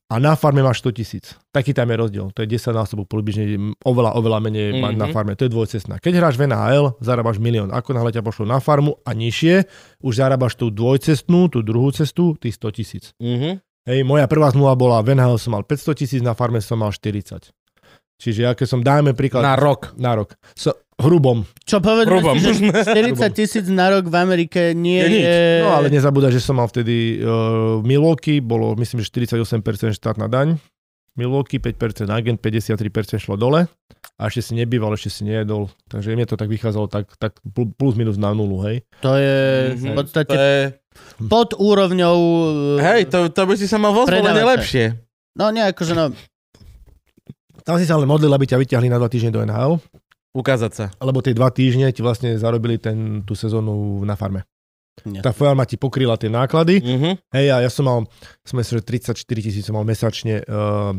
a na farme máš 100 tisíc. Taký tam je rozdiel. To je 10 násobok približne, oveľa, oveľa menej mm-hmm. na Mhm. farme. To je dvojcestná. Keď hráš v NHL, zarábaš milión. Ako náhle ťa pošlú na farmu a nižšie, už zarábaš tú dvojcestnú, tú druhú cestu, tých 100 tisíc. Mhm. Hej, moja prvá zmluva bola, v NHL som mal 500 tisíc, na farme som mal 40. Čiže ja keď som, dajme príklad, Na rok. na rok. So, hrubom. Čo povedzme <laughs> Hrubom. si, že 40 tisíc na rok v Amerike nie Je nič. je... No ale nezabúda, že som mal vtedy uh, Milwaukee, bolo myslím, že 48% štátna daň. Milwaukee 5%, agent 53% šlo dole. A ešte si nebýval, ešte si nejedol. Takže mne to tak vychádzalo tak, tak pl- plus minus na nulu, hej. To je v Mhm. To podstate je... pod úrovňou... e, Hej, to, to by si sa mal vo zvolenie Predávate. lepšie. No nie, akože no... Tam si sa ale modlil, aby ťa vyťahli na dva týždne do NHL, Ukázať sa. alebo tie dva týždne ti vlastne zarobili ten, tú sezónu na farme. Nie. Tá farma ti pokryla tie náklady, Mhm. Hej, a ja som mal, som myslel, že 34 tisíc som mal mesačne uh,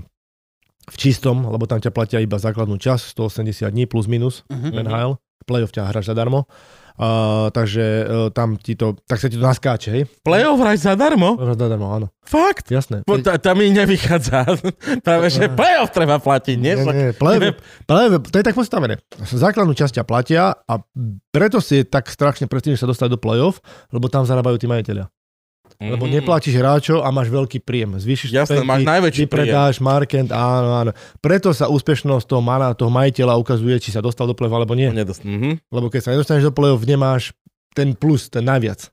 v čistom, lebo tam ťa platia iba základnú časť, 180 dní plus minus, Mhm. mm-hmm. NHL, playoff ťa hráš zadarmo. Uh, takže uh, tam ti to, tak sa ti to naskáče, hej? Playoff hrať zadarmo? Hráš Zadarmo, áno, Fakt? jasné. Bo to, to mi nevychádza. <laughs> Práve, že playoff treba platiť, nie? nie, nie, play, play, to je tak postavené. Základnú časť ťa platia a preto si je tak strašne prestíž sa dostať do play-off, lebo tam zarábajú tí majiteľia. Mhm. Lebo neplatíš hráčov a máš veľký príjem. Zvýšiš Jasné, stipendy, máš najväčší príjem. vypredáš, market, áno, áno. Preto sa úspešnosť toho, mana, toho majiteľa ukazuje, či sa dostal do play alebo nie. Nedost- Mhm. Lebo keď sa nedostaneš do play nemáš ten plus, ten najviac.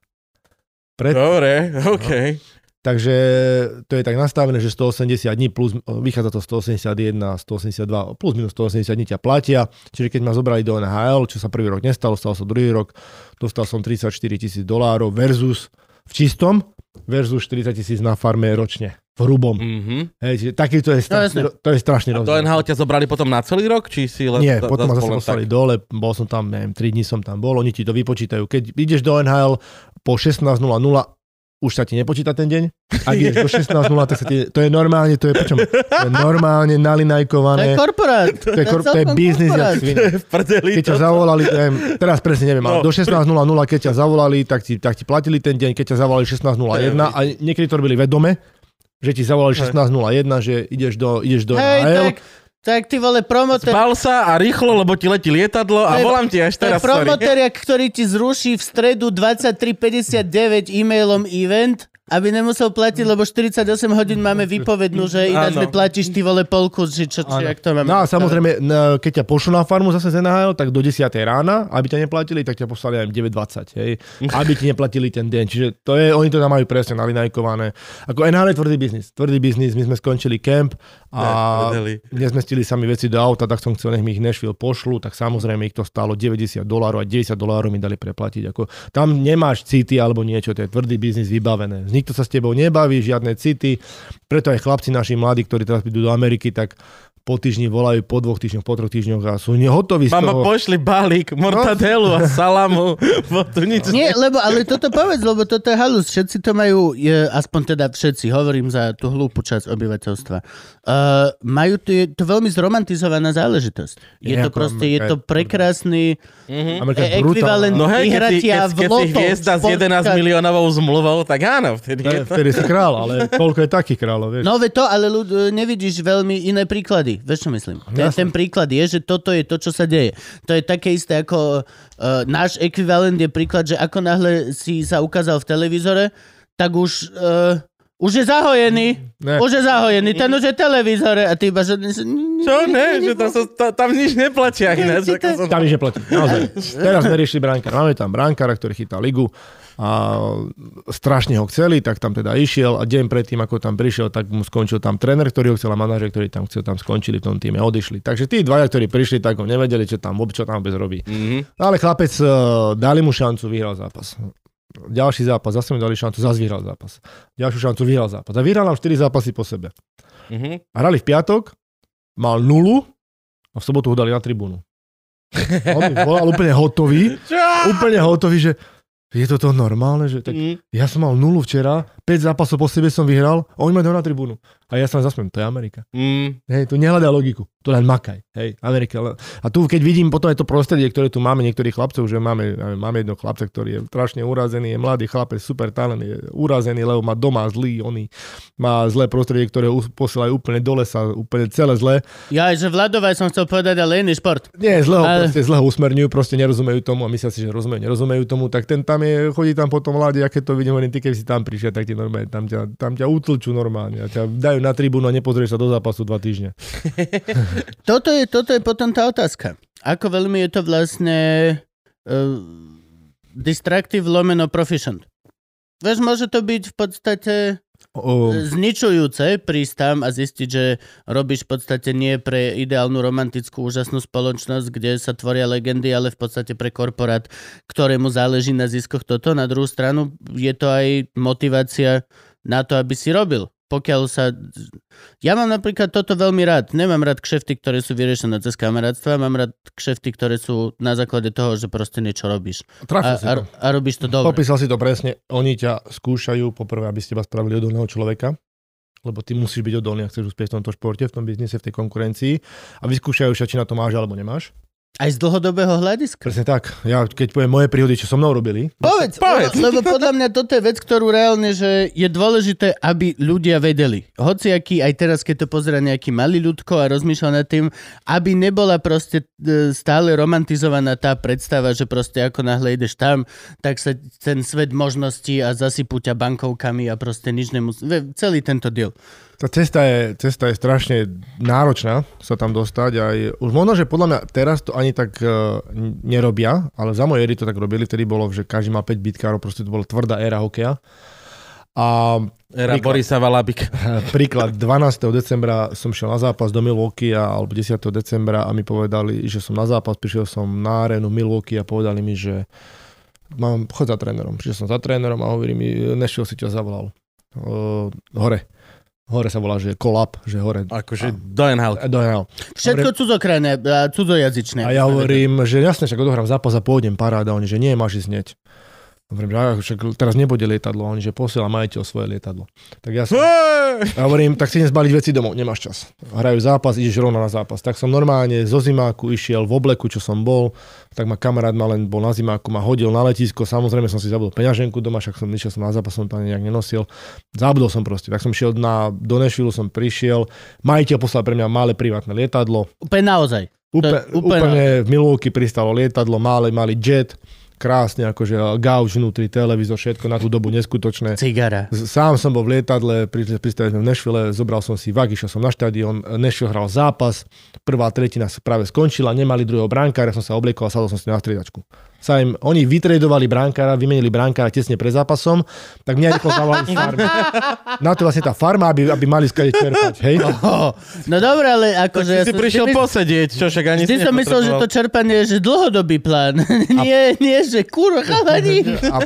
Preto, Dobre, OK. Takže to je tak nastavené, že 180 dní plus, vychádza to 181, 182, plus minus 180 dní ťa platia. Čiže keď ma zobrali do NHL, čo sa prvý rok nestalo, stalo sa druhý rok, dostal som 34 tisíc dolárov versus v čistom, versus 40 tisíc na farme ročne. V hrubom. Mhm. Hej, čiže takýto je strašný, jasné. ro- to je strašný A to rozdiel. NHL ťa zobrali potom na celý rok, či si len... Nie, za- potom ma zase len poslali tak? dole, bol som tam, neviem, 3 dní som tam bol, oni ti to vypočítajú. Keď ideš do NHL po 16.00, už sa ti nepočíta ten deň. Ak ideš do 16.00, tak sa ti, to je normálne, to je, počom, to je normálne To je nalinajkované. korporát. To je, kor- to je celkom biznis korporát. jak svina. <laughs> V prdeli Keď to. ťa zavolali, neviem, teraz presne neviem, ale No. do 16.00, keď ťa zavolali, tak ti, tak ti platili ten deň, keď ťa zavolali 16.01 a niekedy to robili vedome, že ti zavolali 16.01, že ideš do, ideš do Hej, NHL. tak, tak ty vole promoter. Zbal sa a rýchlo, lebo ti letí lietadlo To a je- volám ti až To je teraz, sorry. promoteriak, ktorý ti zruší v stredu 23.59 e-mailom event, aby nemusel platiť, lebo 48 hodín máme výpovednú, že ináč Áno. mi platíš ty vole polku, že čo, či, jak to máme. No a samozrejme, n- keď ťa pošlú na farmu zase z NHL, tak do 10 rána, aby ťa neplatili, tak ťa poslali aj 9.20, <laughs> hej, aby ti neplatili ten deň. Čiže to je, oni to tam majú presne nalinajkované. Ako NHL je tvrdý biznis, tvrdý biznis, my sme skončili kemp a Ne, prdeli. nezmestili sa mi veci do auta, tak som chcel, nech mi ich Nashville pošlu, tak samozrejme ich to stálo 90 dolárov a 90 dolárov mi dali preplatiť. Ako, tam nemáš city alebo niečo, to je tvrdý biznis vybavené. Nikto sa s tebou nebaví, žiadne city, preto aj chlapci naši mladí, ktorí teraz idú do Ameriky, tak po týždni volajú, po dvoch týždňoch, po troch týždňoch a sú nehotoví z Mama, toho. pošli balík, mortadelu a salamu, <laughs> bo tu nič Nie, lebo ale toto povedz, lebo toto je halus. Všetci to majú, je, aspoň teda všetci, hovorím za tú hlúpu časť obyvateľstva. Uh, majú tu, je to veľmi zromantizovaná záležitosť. Je to Nejako proste, je Amerika to je prekrásny e, Amerika je ekvivalent Mhm. No hej, keď, si- vyhratia keď, v keď si loto. hviezda s 11 miliónovou zmluvou, tak áno, vtedy je Ne, to... Vtedy si král, ale koľko je takých kráľov, vieš? No ve to, ale ľud, nevidíš veľmi iné príklady. Vieš, čo myslím? Ten, Jasne. ten príklad je, že toto je to, čo sa deje. To je také isté ako uh, náš ekvivalent je príklad, že ako náhle si sa ukázal v televízore, tak už... Uh, už je zahojený, Ne. už je zahojený, ten už je v televízore a ty iba, že... Čo? Ne, že tam, sa, ta, tam nič neplatia ináč. si Ako to- som... Tam nič neplatí, naozaj. Teraz sme riešili bránka. Máme tam bránkára, ktorý chytá ligu a strašne ho chceli, tak tam teda išiel a deň predtým, ako tam prišiel, tak mu skončil tam tréner, ktorý ho chcel a manažer, ktorý tam chcel, tam skončili v tom týme, odišli. Takže tí dvaja, ktorí prišli, tak ho nevedeli, čo tam, vôbec- čo tam vôbec robí. Mhm. Ale chlapec, eh, dali mu šancu, vyhral zápas. Ďalší zápas, zase mu dali šancu, zase vyhral zápas. Ďalšiu šancu, vyhral zápas. A vyhral nám 4 zápasy po sebe. Mhm. A Hrali v piatok, mal nulu a v sobotu ho dali na tribúnu. A On mi volal úplne hotový, Čo? úplne hotový, že je toto normálne, že tak Mhm. ja som mal nulu včera, 5 zápasov po sebe som vyhral, a oni ma dajú na tribúnu. A ja sa len zasmiem, to je Amerika. Mhm. Hej, tu nehľadá logiku, tu len makaj. Hej, Amerika. len- A tu, keď vidím potom aj to prostredie, ktoré tu máme niektorých chlapcov, že máme, ja neviem, máme jedno chlapca, ktorý je strašne urazený, je mladý chlapec, super talent, je urazený, lebo má doma zlý, oný má zlé prostredie, ktoré ho us- posielajú úplne do lesa, úplne celé zlé. Ja, že Vladovaj som chcel povedať, ale iný šport. Nie, zle ho, Ale- ale... proste, zle ho usmerňujú, proste nerozumejú tomu a myslia si, že rozumejú, nerozumejú tomu, tak ten tam je, chodí tam po tom ľade, aké to vidím, hovorím, ty keď si tam prišiel, tak ti normálne, tam ťa, tam ťa utlčú normálne a ťa dajú na tribúnu a nepozrieš sa do zápasu dva týždne. Toto je, toto je potom tá otázka. Ako veľmi je to vlastne uh, distractive lomeno proficient. Vieš, môže to byť v podstate O, E, zničujúce prísť tam a zistiť, že robíš v podstate nie pre ideálnu romantickú úžasnú spoločnosť, kde sa tvoria legendy, ale v podstate pre korporát, ktorému záleží na ziskoch toto. Na druhú stranu je to aj motivácia na to, aby si robil. Pokiaľ sa... Ja mám napríklad toto veľmi rád. Nemám rád kšefty, ktoré sú vyriešené cez kamarátstva, mám rád kšefty, ktoré sú na základe toho, že proste niečo robíš. A, trafil si a, to. a robíš to dobre. Popísal si to presne. Oni ťa skúšajú poprvé, aby ste vás spravili odolného človeka, lebo ty musíš byť odolný, ak chceš uspieť v tomto športe, v tom biznise, v tej konkurencii a vyskúšajú sa, či na to máš alebo nemáš. Aj z dlhodobého hľadiska. Presne tak. Ja keď poviem moje príhody, čo so mnou robili, Povedz, Povedz. povedz. Lebo, lebo podľa mňa toto je vec, ktorú reálne, že je dôležité, aby ľudia vedeli. Hoci aký, aj teraz, keď to pozera nejaký malý ľudko a rozmýšľa nad tým, aby nebola proste e, stále romantizovaná tá predstava, že proste ako náhle ideš tam, tak sa ten svet možností a zasypú ťa bankovkami a proste nič nemusí. ve- Celý tento diel. tá cesta je, cesta je strašne náročná sa tam dostať. Aj, už možno, že podľa mňa teraz to ani tak uh, nerobia, ale za mojej éry to tak robili, vtedy bolo, že každý má 5 bitkárov, proste to bola tvrdá éra hokeja. A Era Príklad. Borisa Valabika. Príklad, 12. decembra som šiel na zápas do Milwaukee a- alebo 10. decembra a mi povedali, že som na zápas, prišiel som na arénu Milwaukee a povedali mi, že mám chod za trénerom. Prišiel som za trénerom a hovorí mi, nešiel si ťa zavolal. Uh, hore. Hore sa volá, že kolap, že hore. Akože A, Dojenhalka. dohral. Všetko cudzokrajné a cudzojazyčné. a ja hovorím, že jasne, však odohrám zápas a pôjdem paráda, oni, že nie, máš ísť hneď. Hovorím, že "A však teraz nebude lietadlo, oni, že posiela majiteľ svoje lietadlo. Tak ja som, a hovorím, tak si idem zbaliť veci domov, nemáš čas. Hrajú zápas, ideš rovno na zápas. Tak som normálne zo zimáku išiel v obleku, čo som bol, tak ma kamarát ma len bol na zimáku, ma hodil na letisko, samozrejme som si zabudol peňaženku doma, však som išiel som na zápas, som to ani nejak nenosil. Zabudol som proste, tak som šiel na, do Nešvilu, som prišiel, majiteľ poslal pre mňa malé privátne lietadlo, Úplne naozaj. Úplne, To je úplne- úplne, úplne v Milwaukee pristalo lietadlo, malý, malý jet, krásne, akože gauč vnútri, televízor, všetko na tú dobu neskutočné. Cigara. <laughs> Z- Sám som bol v lietadle, pri- pristali sme v Nešvile, zobral som si vak, išiel som na štadión, Nešvil hral zápas, prvá tretina sa práve skončila, nemali druhého bránkára, som sa obliekol a sadol som si na striedačku. Sa im, oni vytredovali bránkára, vymenili bránkára tesne pred zápasom, tak mňa rýchlo zavolali z farmy. Na to vlastne tá farma, aby, aby mali skade čerpať, hej? Oh, no dobre, ale akože... Že ja si som- prišiel vždy- posedieť, čo však ani si Vždy som myslel, že <laughs> No. to čerpanie je že dlhodobý plán. nie, nie, že kurva, chalani. A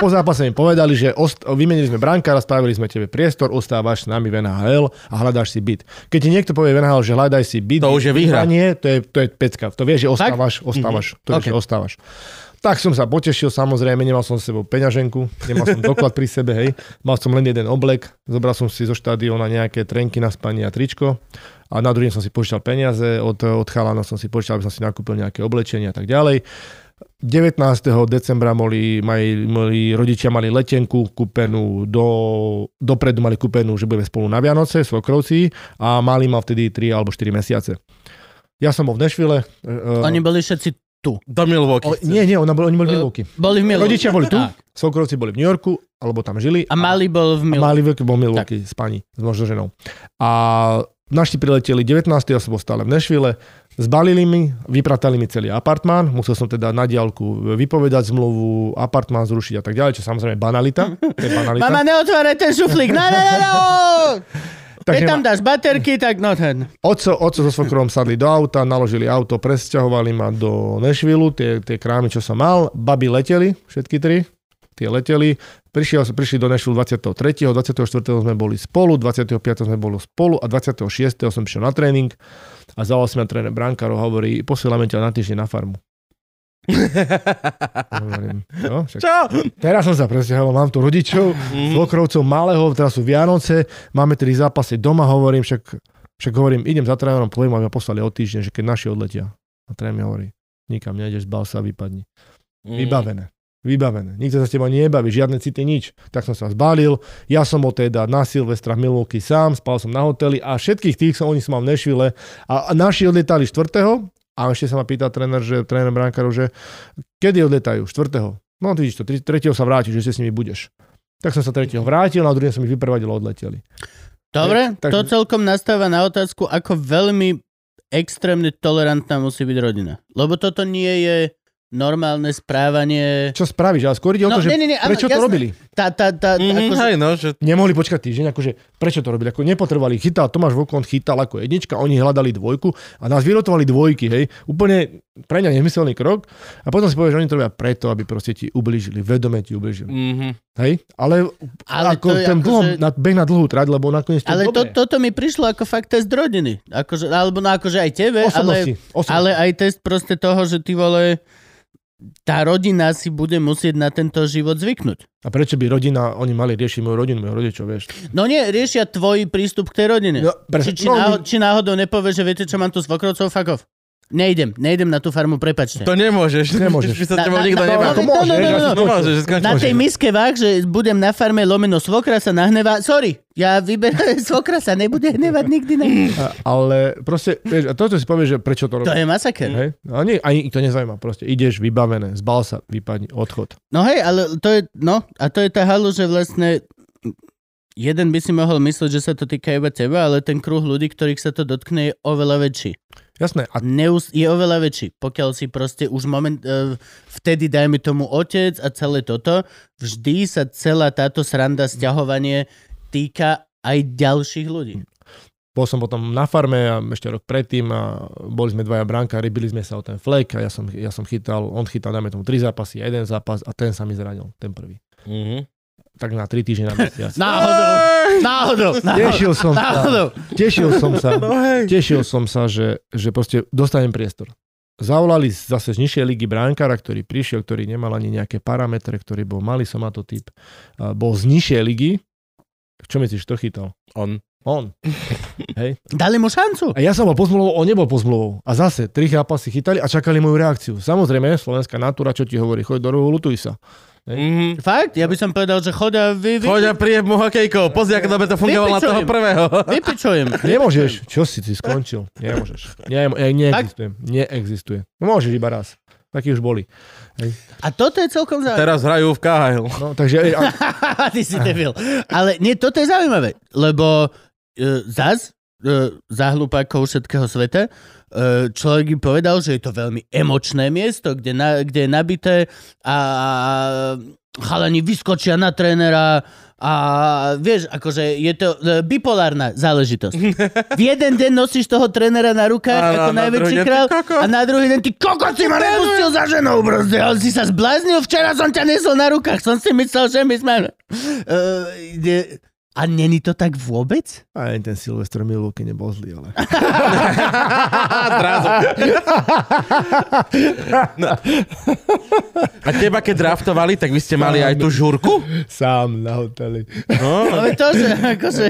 po zápase mi povedali, že ost- vymenili sme brankára, spravili sme tebe priestor, ostávaš s nami v NHL a hľadáš si byt. Keď ti niekto povie v NHL, že hľadaj si byt, To už je výhra. Nie, to je, to je pecka. To vieš, že ostávaš, ostávaš. To vieš, OK. že ostávaš. Tak som sa potešil, samozrejme, nemal som s sebou peňaženku, nemal som doklad pri sebe, hej. Mal som len jeden oblek, zobral som si zo štadióna nejaké trenky na spanie a tričko a na druhý deň som si požičal peniaze, od, od chalana som si požičal, aby som si nakúpil nejaké oblečenie a tak ďalej. 19. decembra mali, mali, mali rodičia mali letenku kúpenú do, dopredu mali kúpenú, že budeme spolu na Vianoce, svokrovci a mali mal vtedy 3 alebo 4 mesiace. Ja som bol v Nešvile. eh, Oni boli všetci tu. Do Milwaukee. o, nie, nie, ona bol, oni boli Eh, v Milwaukee. Boli v Milwaukee. Rodičia boli tu, Tak. svokrovci boli v New Yorku, alebo tam žili. A Mali bol v a Milwaukee. mali veľký bol Milwaukee s pani, s možno ženou. A naši prileteli 19. ja som bol stále v Nešvile, zbalili mi, vypratali mi celý apartmán, musel som teda na diálku vypovedať zmluvu, apartmán zrušiť a tak ďalej, čo samozrejme banalita. To je <laughs> banalita. Mama, neotváraj ten šuflík. No, no, no, no. Keď <laughs> Takže tam dáš baterky, tak no ten. Oco, oco so svokrom sadli do auta, naložili auto, presťahovali ma do Nešvilu, tie, tie krámy, čo som mal. Baby leteli, všetky tri, tie leteli. Prišiel, prišli do Nešvilu 23., 24. sme boli spolu, 25. sme boli spolu a 26. som šiel na tréning a zavolal si ma tréner Brankárov, hovorí, posielame ťa na týždeň na farmu. Hovorím, "Jo, však Čo? Teraz som sa presťahoval, mám tu rodičov, svokrovcov malého, teraz sú Vianoce, máme tri zápasy doma, hovorím, však, však hovorím, idem za trénerom, poviem, aby ma poslali o týždeň, že keď naši odletia. A tréner mi hovorí, nikam nejdeš, zbal sa, vypadni. Mm. Mhm. Vybavené. Vybavené. Nikto sa s tebou nebaví, žiadne city, nič. Tak som sa zbalil. Ja som bol teda na Silvestra v Milwaukee sám, spal som na hoteli a všetkých tých som, oni som mal v Nešvile. A a naši odlietali 4. A ešte sa ma pýta tréner, že tréner brankárov, že kedy odletajú? 4. No ty vidíš to, 3. sa vrátiš, že si s nimi budeš. Tak som sa 3. vrátil, na druhý deň som ich vyprevadil a odleteli. Dobre, Tak- to celkom nastáva na otázku, ako veľmi extrémne tolerantná musí byť rodina. Lebo toto nie je normálne správanie. Čo spravíš? Ale skôr ide o to, že nie, prečo to jasné. robili? Tá, tá, tá, Mhm, Mm, akože, hej, no, že... Nemohli počkať týždeň, akože prečo to robili? Ako nepotrebovali, chytal Tomáš Vokon, chytal ako jednička, oni hľadali dvojku a nás vyrotovali dvojky, hej. Úplne pre mňa nezmyselný krok. A potom si povieš, že oni to robia preto, aby proste ti ublížili, vedome ti ublížili. Mhm. Hej? Ale, Ale ale ako to je ten akože- dlho, na, beh na dlhú trať, lebo nakoniec to je ale to, dobré. toto mi prišlo ako fakt test rodiny. Akože, alebo no akože aj tebe, ale, Osobnosti, osobnosti. ale aj test proste toho, že ty vole, tá rodina si bude musieť na tento život zvyknúť. A prečo by rodina, oni mali riešiť moju rodinu, mojich rodičov, vieš. No nie, riešia tvoj prístup k tej rodine. No, pre- či, či, no, náho- či náhodou nepovieš, že viete čo, mám tu svokrovcov, fuck off. Nejdem, nejdem na tú farmu, prepačte. To nemôžeš. Nemôžeš. Už <laughs> by sa Na- tebou na- nikto na- nebavil. no, no, no, no, No môžeš, že skončíš. Na tej miske váh, že budem na farme lomeno svokra sa nahnevá. Sorry, ja vyberám <laughs> svokra sa nebude hnevať nikdy na... <laughs> A, ale proste, vieš, a toto si povieš, že prečo To to robíš. je masaker. Hej? No, A nie, ani to nezaujíma, proste ideš vybavené, zbal sa, vypadni, odchod. No hej, ale to je, no, a to je tá halu, že vlastne jeden by si mohol myslieť, že sa to týka iba teba, ale ten kruh ľudí, ktorých sa to dotkne, je oveľa väčší. Jasné, a Neus- je oveľa väčší, pokiaľ si proste už moment, e, vtedy dajme tomu otec a celé toto, vždy sa celá táto sranda, sťahovanie týka aj ďalších ľudí. bol som potom na farme a ešte rok predtým a boli sme dvaja brankári, bili sme sa o ten flek a ja som, ja som chytal, on chytal, dáme tomu tri zápasy a jeden zápas a ten sa mi zranil, ten prvý. Mhm. Tak na tri týždne na <laughs> mesiac. Náhodou, náhodou, náhodou, Tešil som sa, náhodou. tešil som sa. No hej. Tešil som sa, že, že proste dostanem priestor. Zavolali zase z nižšej ligy bránkára, ktorý prišiel, ktorý nemal ani nejaké parametre, ktorý bol malý somatotyp. A Bol z nižšej ligy. Čo myslíš, to chytal? On. On. Dali mu šancu. A ja som bol pod zmluvou, on nebol pod zmluvou. A zase, tri zápasy chytali a čakali moju reakciu. Samozrejme, slovenská natúra, čo ti hovorí, choď do rohu, lutuj sa. Mhm. Fakt? Ja by som povedal, že chodia vy, vy, Choď a príjem mu hokejkou. Pozri, ako dobre to fungovalo na toho Vypičujem. prvého. vypičujem. Nemôžeš. Čo si ty skončil? Nemôžeš. Ne, neexistuje. Neexistuje. No, Môžeš iba raz. Takí už boli. A toto je celkom zaujímavé. Teraz hrajú v KHL. No, takže a, Haha, <laughs> ty si debil. Ale nie, toto je zaujímavé, lebo e, zas e, za hlupákov všetkého sveta, e, e, človek mi povedal, že je to veľmi emočné miesto, kde, na, kde je nabité a, a chalani vyskočia na trénera a vieš, akože je to e, bipolárna záležitosť. V jeden deň nosíš toho trénera na rukách Áno, ako a na najväčší druhý deň, ty král koko. a na druhý deň ty koko si ma nepustil za ženou, proste, ale si sa zbláznil, včera som ťa nesol na rukách, som si myslel, že my sme... Uh, je... A není to tak vôbec? A aj ten Silvestr Milwaukee nebol zlý, ale... A teba, keď draftovali, tak vy ste mali aj tú žurku? Sám na <laughs> hoteli. No, Ale to, že akože...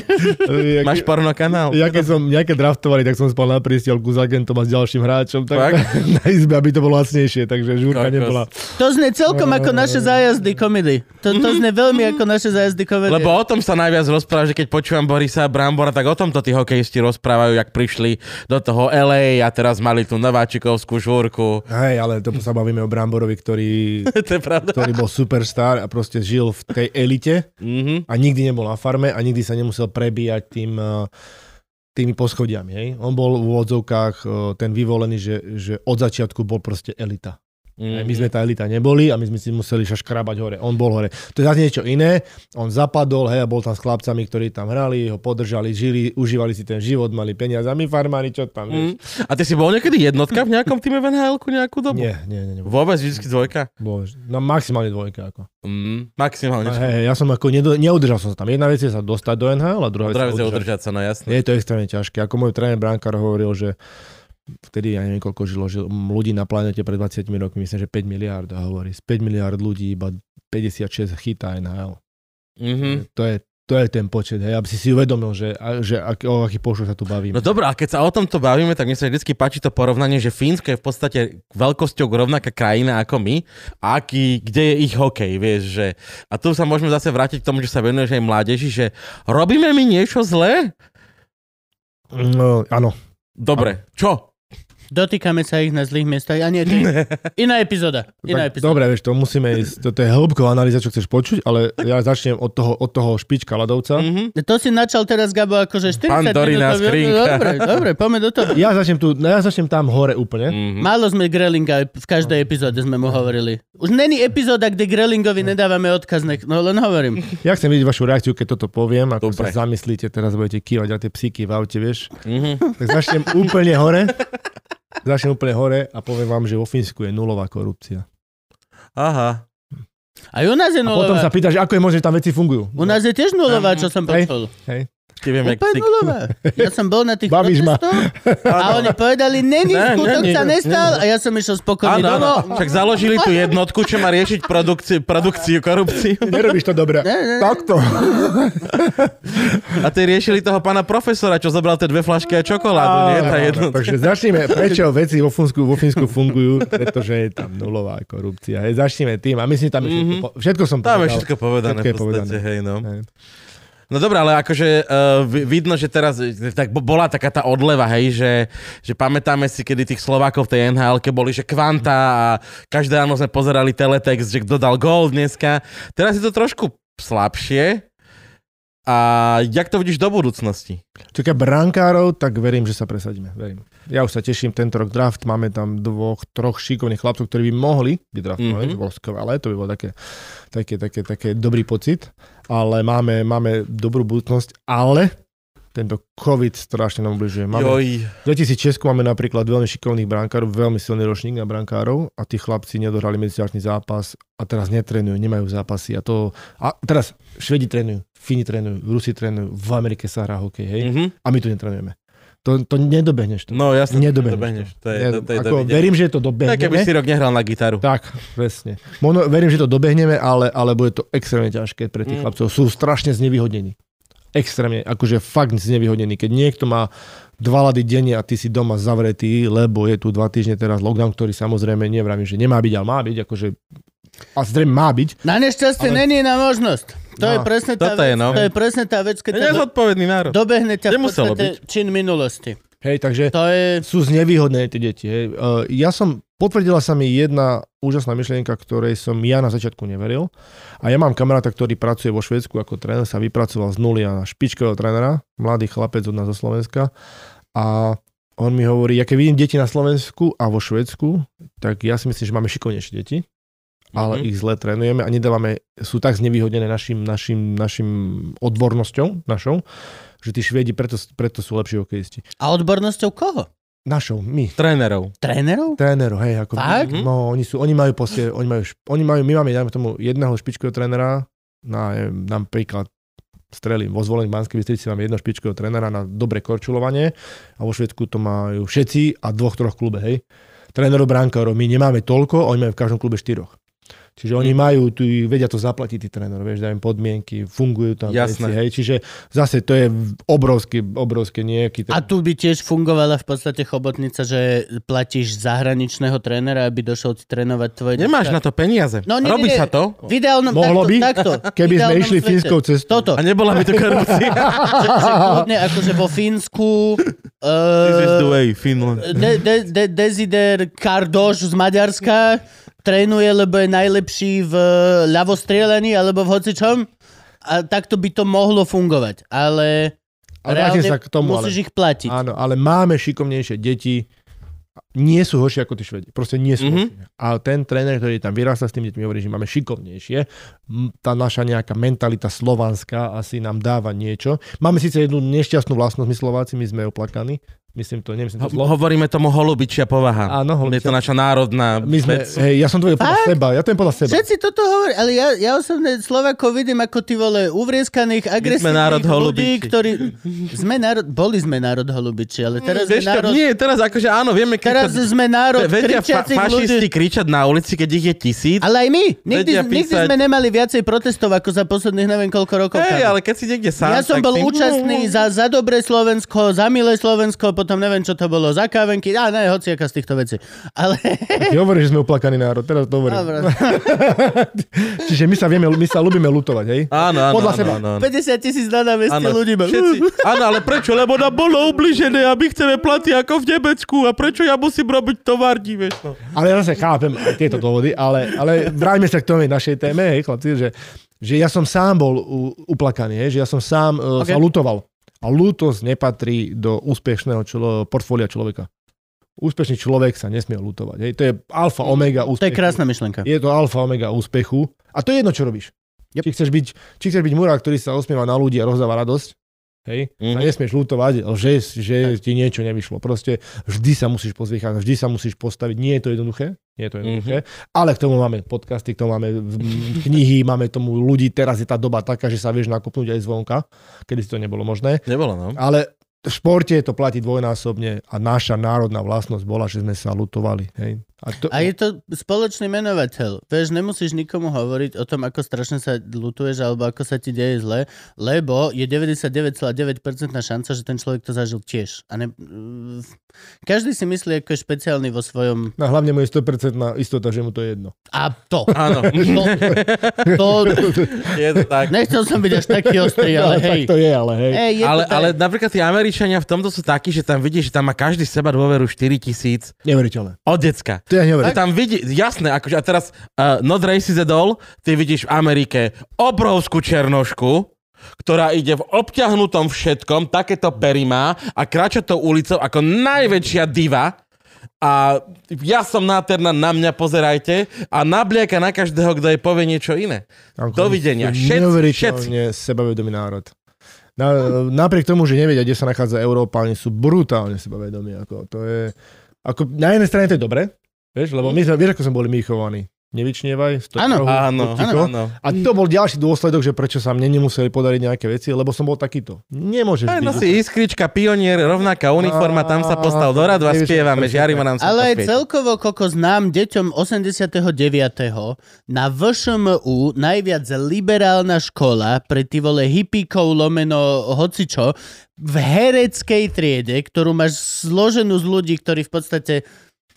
Ja, máš porno kanál. ja keď som nejaké draftovali, tak som spal na prístielku s agentom a s ďalším hráčom, tak Fakt? <laughs> na izbe, aby to bolo lacnejšie, takže žúrka Kokos. nebola. To zne celkom ako naše zájazdy komedy. To, to zne veľmi ako naše zájazdy komedy. Lebo o tom sa najviac rozpráva, že keď počúvam Borisa Brambora, tak o tomto tí hokejisti rozprávajú, jak prišli do toho LA a teraz mali tú nováčikovskú žúrku. Hej, ale to sa bavíme o Bramborovi, ktorý, <laughs> to je pravda. ktorý bol superstar a proste žil v tej elite Mhm. a nikdy nebol na farme a nikdy sa nemusel prebíjať tým, eh, tými poschodiami. Hej? On bol v úvodzovkách eh, ten vyvolený, že, že od začiatku bol proste elita. Mm. mhm. My sme tá elita neboli a my sme si museli šaškrabať hore. On bol hore. To je zase niečo iné. On zapadol, hej, a bol tam s chlapcami, ktorí tam hrali, ho podržali, žili, užívali si ten život, mali peniaze. A my farmári, čo tam, Mhm. vieš? A ty si bol niekedy jednotka v nejakom týme v nhl nejakú dobu? Nie, nie, nie, nebol. Vôbec vždycky dvojka? Bol- No maximálne dvojka. Ako. Mm, A maximálne. hej, ja som ako nedo, neudržal som sa tam. Jedna vec je sa dostať do NHL a druhá vec sa Zdravé sa udržať. udržať sa, no jasné. Je to extrémne ťažké. Ako môj tréner Brankár hovoril, že vtedy, ja neviem koľko žilo, žil, m, ľudí na planete pred 20 rokmi, myslím, že 5 miliard a hovorí, z 5 miliard ľudí iba 56 chytá NHL. Mhm. To je to je ten počet, hej, aby si si uvedomil, že, a- že ak, o aký počet sa tu bavíme. No dobré, a keď sa o tomto bavíme, tak mne sa vždy páči to porovnanie, že Fínsko je v podstate veľkosťou rovnaká krajina ako my a aký, kde je ich hokej, vieš, že... A tu sa môžeme zase vrátiť k tomu, že sa venuješ aj mládeži, že robíme my niečo zlé? no áno. Dobre, čo? Dotýkame sa ich na zlých miestach. A nie, to <laughs> je iná epizóda. Iná Tak, epizóda. dobre, vieš, to musíme ísť, toto je hĺbková analýza, čo chceš počuť, ale ja začnem od toho, od toho špička ľadovca. Mhm. To si načal teraz, Gabo, akože 40 Pandorina minútový- skrinka. Dobre, dobre, poďme do toho. Ja začnem, tu, no, ja začnem tam hore úplne. Mhm. Málo sme Grelinga, v každej No. epizóde sme mu hovorili. Už není epizóda, kde Hm. Grelingovi nedávame odkaz, nech- no len hovorím. Ja chcem vidieť vašu reakciu, keď toto poviem, ako Dobre. Dobre. sa zamyslíte, teraz budete kývať a tie psíky v aute, vieš. Mhm. Tak začnem úplne hore. Začnem úplne hore a poviem vám, že vo Fínsku je nulová korupcia. Aha. Aj u nás je A potom sa nulová. pýtaš, ako je možné, že tam veci fungujú. U nás je tiež Hm, nulová, čo som Hej. počul. Ti viem, jak Úplne si- nulová. Ja som bol na tých Bavíš ma. protestoch a oni povedali, není, Ne, skutok není, sa ne, nestal a ja som išiel spokojne Áno, No, áno. domov. Však založili tú jednotku, čo má riešiť produkciu, produkciu korupciu. Nerobíš to dobre. Ne, ne, ne. Takto. A tie riešili toho pána profesora, čo zobral tie dve flašky a čokoládu, nie? Tá jednotka. Takže začneme, prečo veci vo Fínsku, vo Fínsku fungujú, pretože je tam nulová korupcia. Hej, začneme tým a myslím, tam je všetko, po- všetko som Mhm. Tam je povedal. všetko povedané Všetko je v podstate, povedané. hej, no. Hej. No dobré, ale akože uh, vidno, že teraz e, tak bo- bola taká tá odleva, hej, že, že pamätáme si, kedy tých Slovákov v tej nhl boli, že kvanta a každé ráno sme pozerali teletext, že kto dal gól dneska. Teraz je to trošku slabšie. A jak to vidíš do budúcnosti? Čo týka brankárov, tak verím, že sa presadíme. Verím. Ja už sa teším, tento rok draft, máme tam dvoch, troch šikovných chlapcov, ktorí by mohli byť draftovaní, Mhm. mm-hmm. to bolo skvelé, to by bolo také, také, také, také dobrý pocit, ale máme, máme dobrú budúcnosť, ale tento COVID strašne nám ubližuje. Máme, Joj. v 2006 máme napríklad veľmi šikovných brankárov, veľmi silný ročník na brankárov a tí chlapci nedohrali medziťažný zápas a teraz netrénujú, nemajú zápasy a to... A teraz Švedi trénujú, Fíni trénujú, Rusi trénujú, v Amerike sa hrá hokej, hej? Mhm. a my tu netrenujeme. To, to nedobehneš to. No jasne, Nedobehneš To je, to, to je ako, dovidenia. verím, že to Tak, keby si dobehneme. rok nehral na gitaru. Tak, presne. Mono, verím, že to dobehneme, ale, ale bude to extrémne ťažké pre tých Mm. chlapcov. Sú strašne znevýhodnení. Extrémne, akože fakt znevýhodnení. Keď niekto má dva lady denne a ty si doma zavretý, lebo je tu dva týždne teraz lockdown, ktorý samozrejme nevravím, že nemá byť, ale má byť, akože a zrejme má byť. Na nešťastie Ale- není na možnosť. To No, je presne tá toto je, vec, no. to je presne tá vec, keď Je ťa do- nezodpovedný národ. dobehne ťa v Nemuselo podstate čin minulosti. Hej, takže To je... sú znevýhodné tie deti. Hej. E, Ja som, potvrdila sa mi jedna úžasná myšlienka, ktorej som ja na začiatku neveril. A ja mám kamaráta, ktorý pracuje vo Švedsku ako tréner, sa vypracoval z nuly na špičkového trénera, mladý chlapec od nás zo Slovenska. A on mi hovorí, ja keď vidím deti na Slovensku a vo Švedsku, tak ja si myslím, že máme šikovnejšie deti, ale Mhm. ich zle trénujeme a nedávame, sú tak znevýhodnené našim, našim, našim odbornosťou našou, že tí Švedi preto, preto sú lepší hokejisti. A odbornosťou koho? Našou, my. Trénerov. Trénerov? Trénerov, hej, ako Fakt? No, oni sú, oni majú proste, oni majú, šp- oni majú, my máme, dajme tomu, jedného špičkového trénera, na, neviem, dám príklad, strelím, vo zvolení Banskej Bystrici máme jedného špičkového trénera na dobre korčulovanie a vo Švedsku to majú všetci a dvoch, troch klube, hej. Trénerov brankárov my nemáme toľko, oni majú v každom klube štyroch. Čiže Mhm. oni majú, tu, vedia to zaplatiť tí trénerov, vieš, dajú im podmienky, fungujú tam Jasné. veci, hej. Čiže zase to je obrovský, obrovský nejaký... A tu by tiež fungovala v podstate chobotnica, že platíš zahraničného trénera, aby došiel ti trénovať tvoje... Nemáš decka. na to peniaze. No, nie, Robí nie, nie. sa to. V ideálnom, Mohlo takto, by, takto, <laughs> v keby sme ideálnom išli svete. fínskou cestou. Toto, A nebola by to korupcia. že, <laughs> že kľudne akože vo Fínsku This is uh, the way, Finland. de, de, de, Desider Kardoš z Maďarska trénuje, lebo je najlepší v ľavostrielaní alebo v hocičom. A takto by to mohlo fungovať, ale, Ale vrátim sa k tomu, ale- musíš ich platiť. Áno, ale máme šikovnejšie deti, nie sú horšie ako tí Švedi. Proste nie sú Mhm. mm-hmm. horšie. A ten tréner, ktorý tam vyrasta s tým deťmi, hovorí, že máme šikovnejšie. M, Tá naša nejaká mentalita slovanská asi nám dáva niečo. Máme síce jednu nešťastnú vlastnosť, my Slováci, my sme oplakaní. Myslím to, nemyslím to Ho- zlo. Hovoríme tomu holubičia povaha. Áno, Je holubičia. to naša národná My sme, vec. hej, ja som to vedel podľa Fakt? seba, ja to je podľa <laughs> seba. Všetci toto hovorí, ale ja, ja osobne Slovakov vidím ako ty vole uvrieskaných, agresívnych národ ľudí, holubičí. ktorí... Sme národ, boli sme národ holubiči, ale teraz sme Vieš čo, národ... Nie, teraz akože áno, vieme Teraz kričať- sme národ Vedia fa- kričiacich fašisti ľudí. kričať na ulici, keď ich je tisíc. Ale aj my. Nikdy, Vedia nikdy písať- sme nemali viacej protestov ako za posledných neviem koľko rokov. Hej, kámo. ale keď si niekde sám, ja som tak bol si- účastný za, za dobré Slovensko, za milé Slovensko, potom neviem, čo to bolo, za kávenky, a ne, hociaká z týchto vecí. Ale... Ty hovoríš, že sme oplakaný národ, teraz to hovorím. Dobre. Čiže my sa vieme, my sa ľubíme lutovať, hej? Áno, áno, Podľa áno, seba. áno, áno. <laughs> 50 tisíc na námestí ľudí. ma- všetci, áno, ale prečo? Lebo nám bolo ubližené a my chceme platiť ako v Nemecku a prečo ja musím robiť továrni, vieš no. Ale ja zase chápem aj tieto dôvody, ale, ale vráťme sa k tomu našej téme, hej, chlapci, že, že ja som sám bol u, uplakaný, hej, že ja som sám uh, okay. sa Ok. lutoval. A lútosť nepatrí do úspešného člo, portfólia človeka. Úspešný človek sa nesmie lutovať. Hej. To je alfa, Mm, omega To je úspechu. krásna myšlenka. Je to alfa, omega úspechu. A to je jedno, čo robíš. Yep. Či, chceš byť, či chceš byť murák, ktorý sa osmieva na ľudí a rozdáva radosť, hej, Mhm. mm-hmm. a nesmieš lutovať, že, že ti niečo nevyšlo. Proste vždy sa musíš pozvychať, vždy sa musíš postaviť. Nie je to jednoduché, nie je to jednoduché, mm-hmm. ale k tomu máme podcasty, k tomu máme mm, knihy, máme tomu ľudí. Teraz je tá doba taká, že sa vieš nakopnúť aj zvonka, kedy si to nebolo možné. Nebolo, no. Ale v športe to platí dvojnásobne a naša národná vlastnosť bola, že sme sa lutovali. Hej. A to, A je to spoločný menovateľ. Vieš, nemusíš nikomu hovoriť o tom, ako strašne sa lutuješ alebo ako sa ti deje zle, lebo je 99,9% šanca, že ten človek to zažil tiež. A ne... mm, Každý si myslí, ako je špeciálny vo svojom... No hlavne mu je 100% istota, že mu to je jedno. A to. Áno, To, to... je to <laughs> tak. Nechcel som byť až taký ostrý, ale hej. No, Tak to je, ale hej. Hej, je to Ale, tak. ale napríklad tí Američania v tomto sú takí, že tam vidíš, že tam má každý seba dôveru 4 tisíc Neuveriteľné. od decka. To ja Ty neuveriteľné. tam vidí, jasné, akože a teraz uh, Not Races at All, ty vidíš v Amerike obrovskú černošku, ktorá ide v obťahnutom všetkom, takéto pery má a kráča tou ulicou ako najväčšia diva a ja som náterna, na mňa pozerajte a nablieka na každého, kto jej povie niečo iné. Tam Dovidenia, chodí všetci, Neuveriteľne sebavedomý národ. Na, napriek tomu, že nevedia, kde sa nachádza Európa, oni sú brutálne sebavedomí. Ako, to je, ako, na jednej strane to je dobre, vieš, lebo my sme, vieš, ako sme boli my chovaní. Nevyčnievaj, stoj v Áno. rohu, Áno, buď ticho. áno, áno. A to bol ďalší dôsledok, že prečo sa mne nemuseli podariť nejaké veci, lebo som bol takýto. Nemôžeš byť. Aj nosí iskrička, pionier, rovnaká uniforma, tam sa postal do radu a Nevieš, spievame, presne žiarimo tak. nám sa Ale to aj svieti. celkovo, koko znám deťom 89. na VŠMU najviac liberálna škola pre ty vole hippíkov lomeno hocičo v hereckej triede, ktorú máš zloženú z ľudí, ktorí v podstate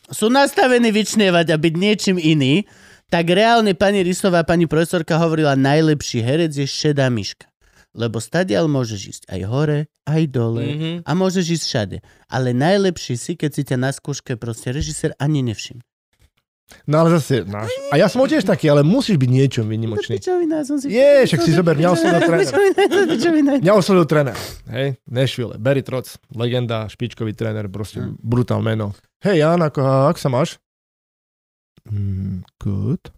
sú nastavení vyčnievať a byť niečím iný, tak reálne pani Rysová, pani profesorka hovorila, najlepší herec je šedá myška. Lebo stadial môžeš ísť aj hore, aj dole Mhm. a môžeš ísť všade. Ale najlepší si, keď si ťa na skúške proste režisér ani nevšimne. No ale zase, náš. A ja som bol tiež taký, ale musíš byť niečom výnimočný. Pičovina, som si... Je, však si zober, mňa oslovil tréner. Pičovina, pičovina. Mňa oslovil tréner. Hej, Nashville, Barry Trotz, legenda, špičkový tréner, proste Hm. brutál meno. Hej, Jan, ako, a- ak sa máš? Mm, good.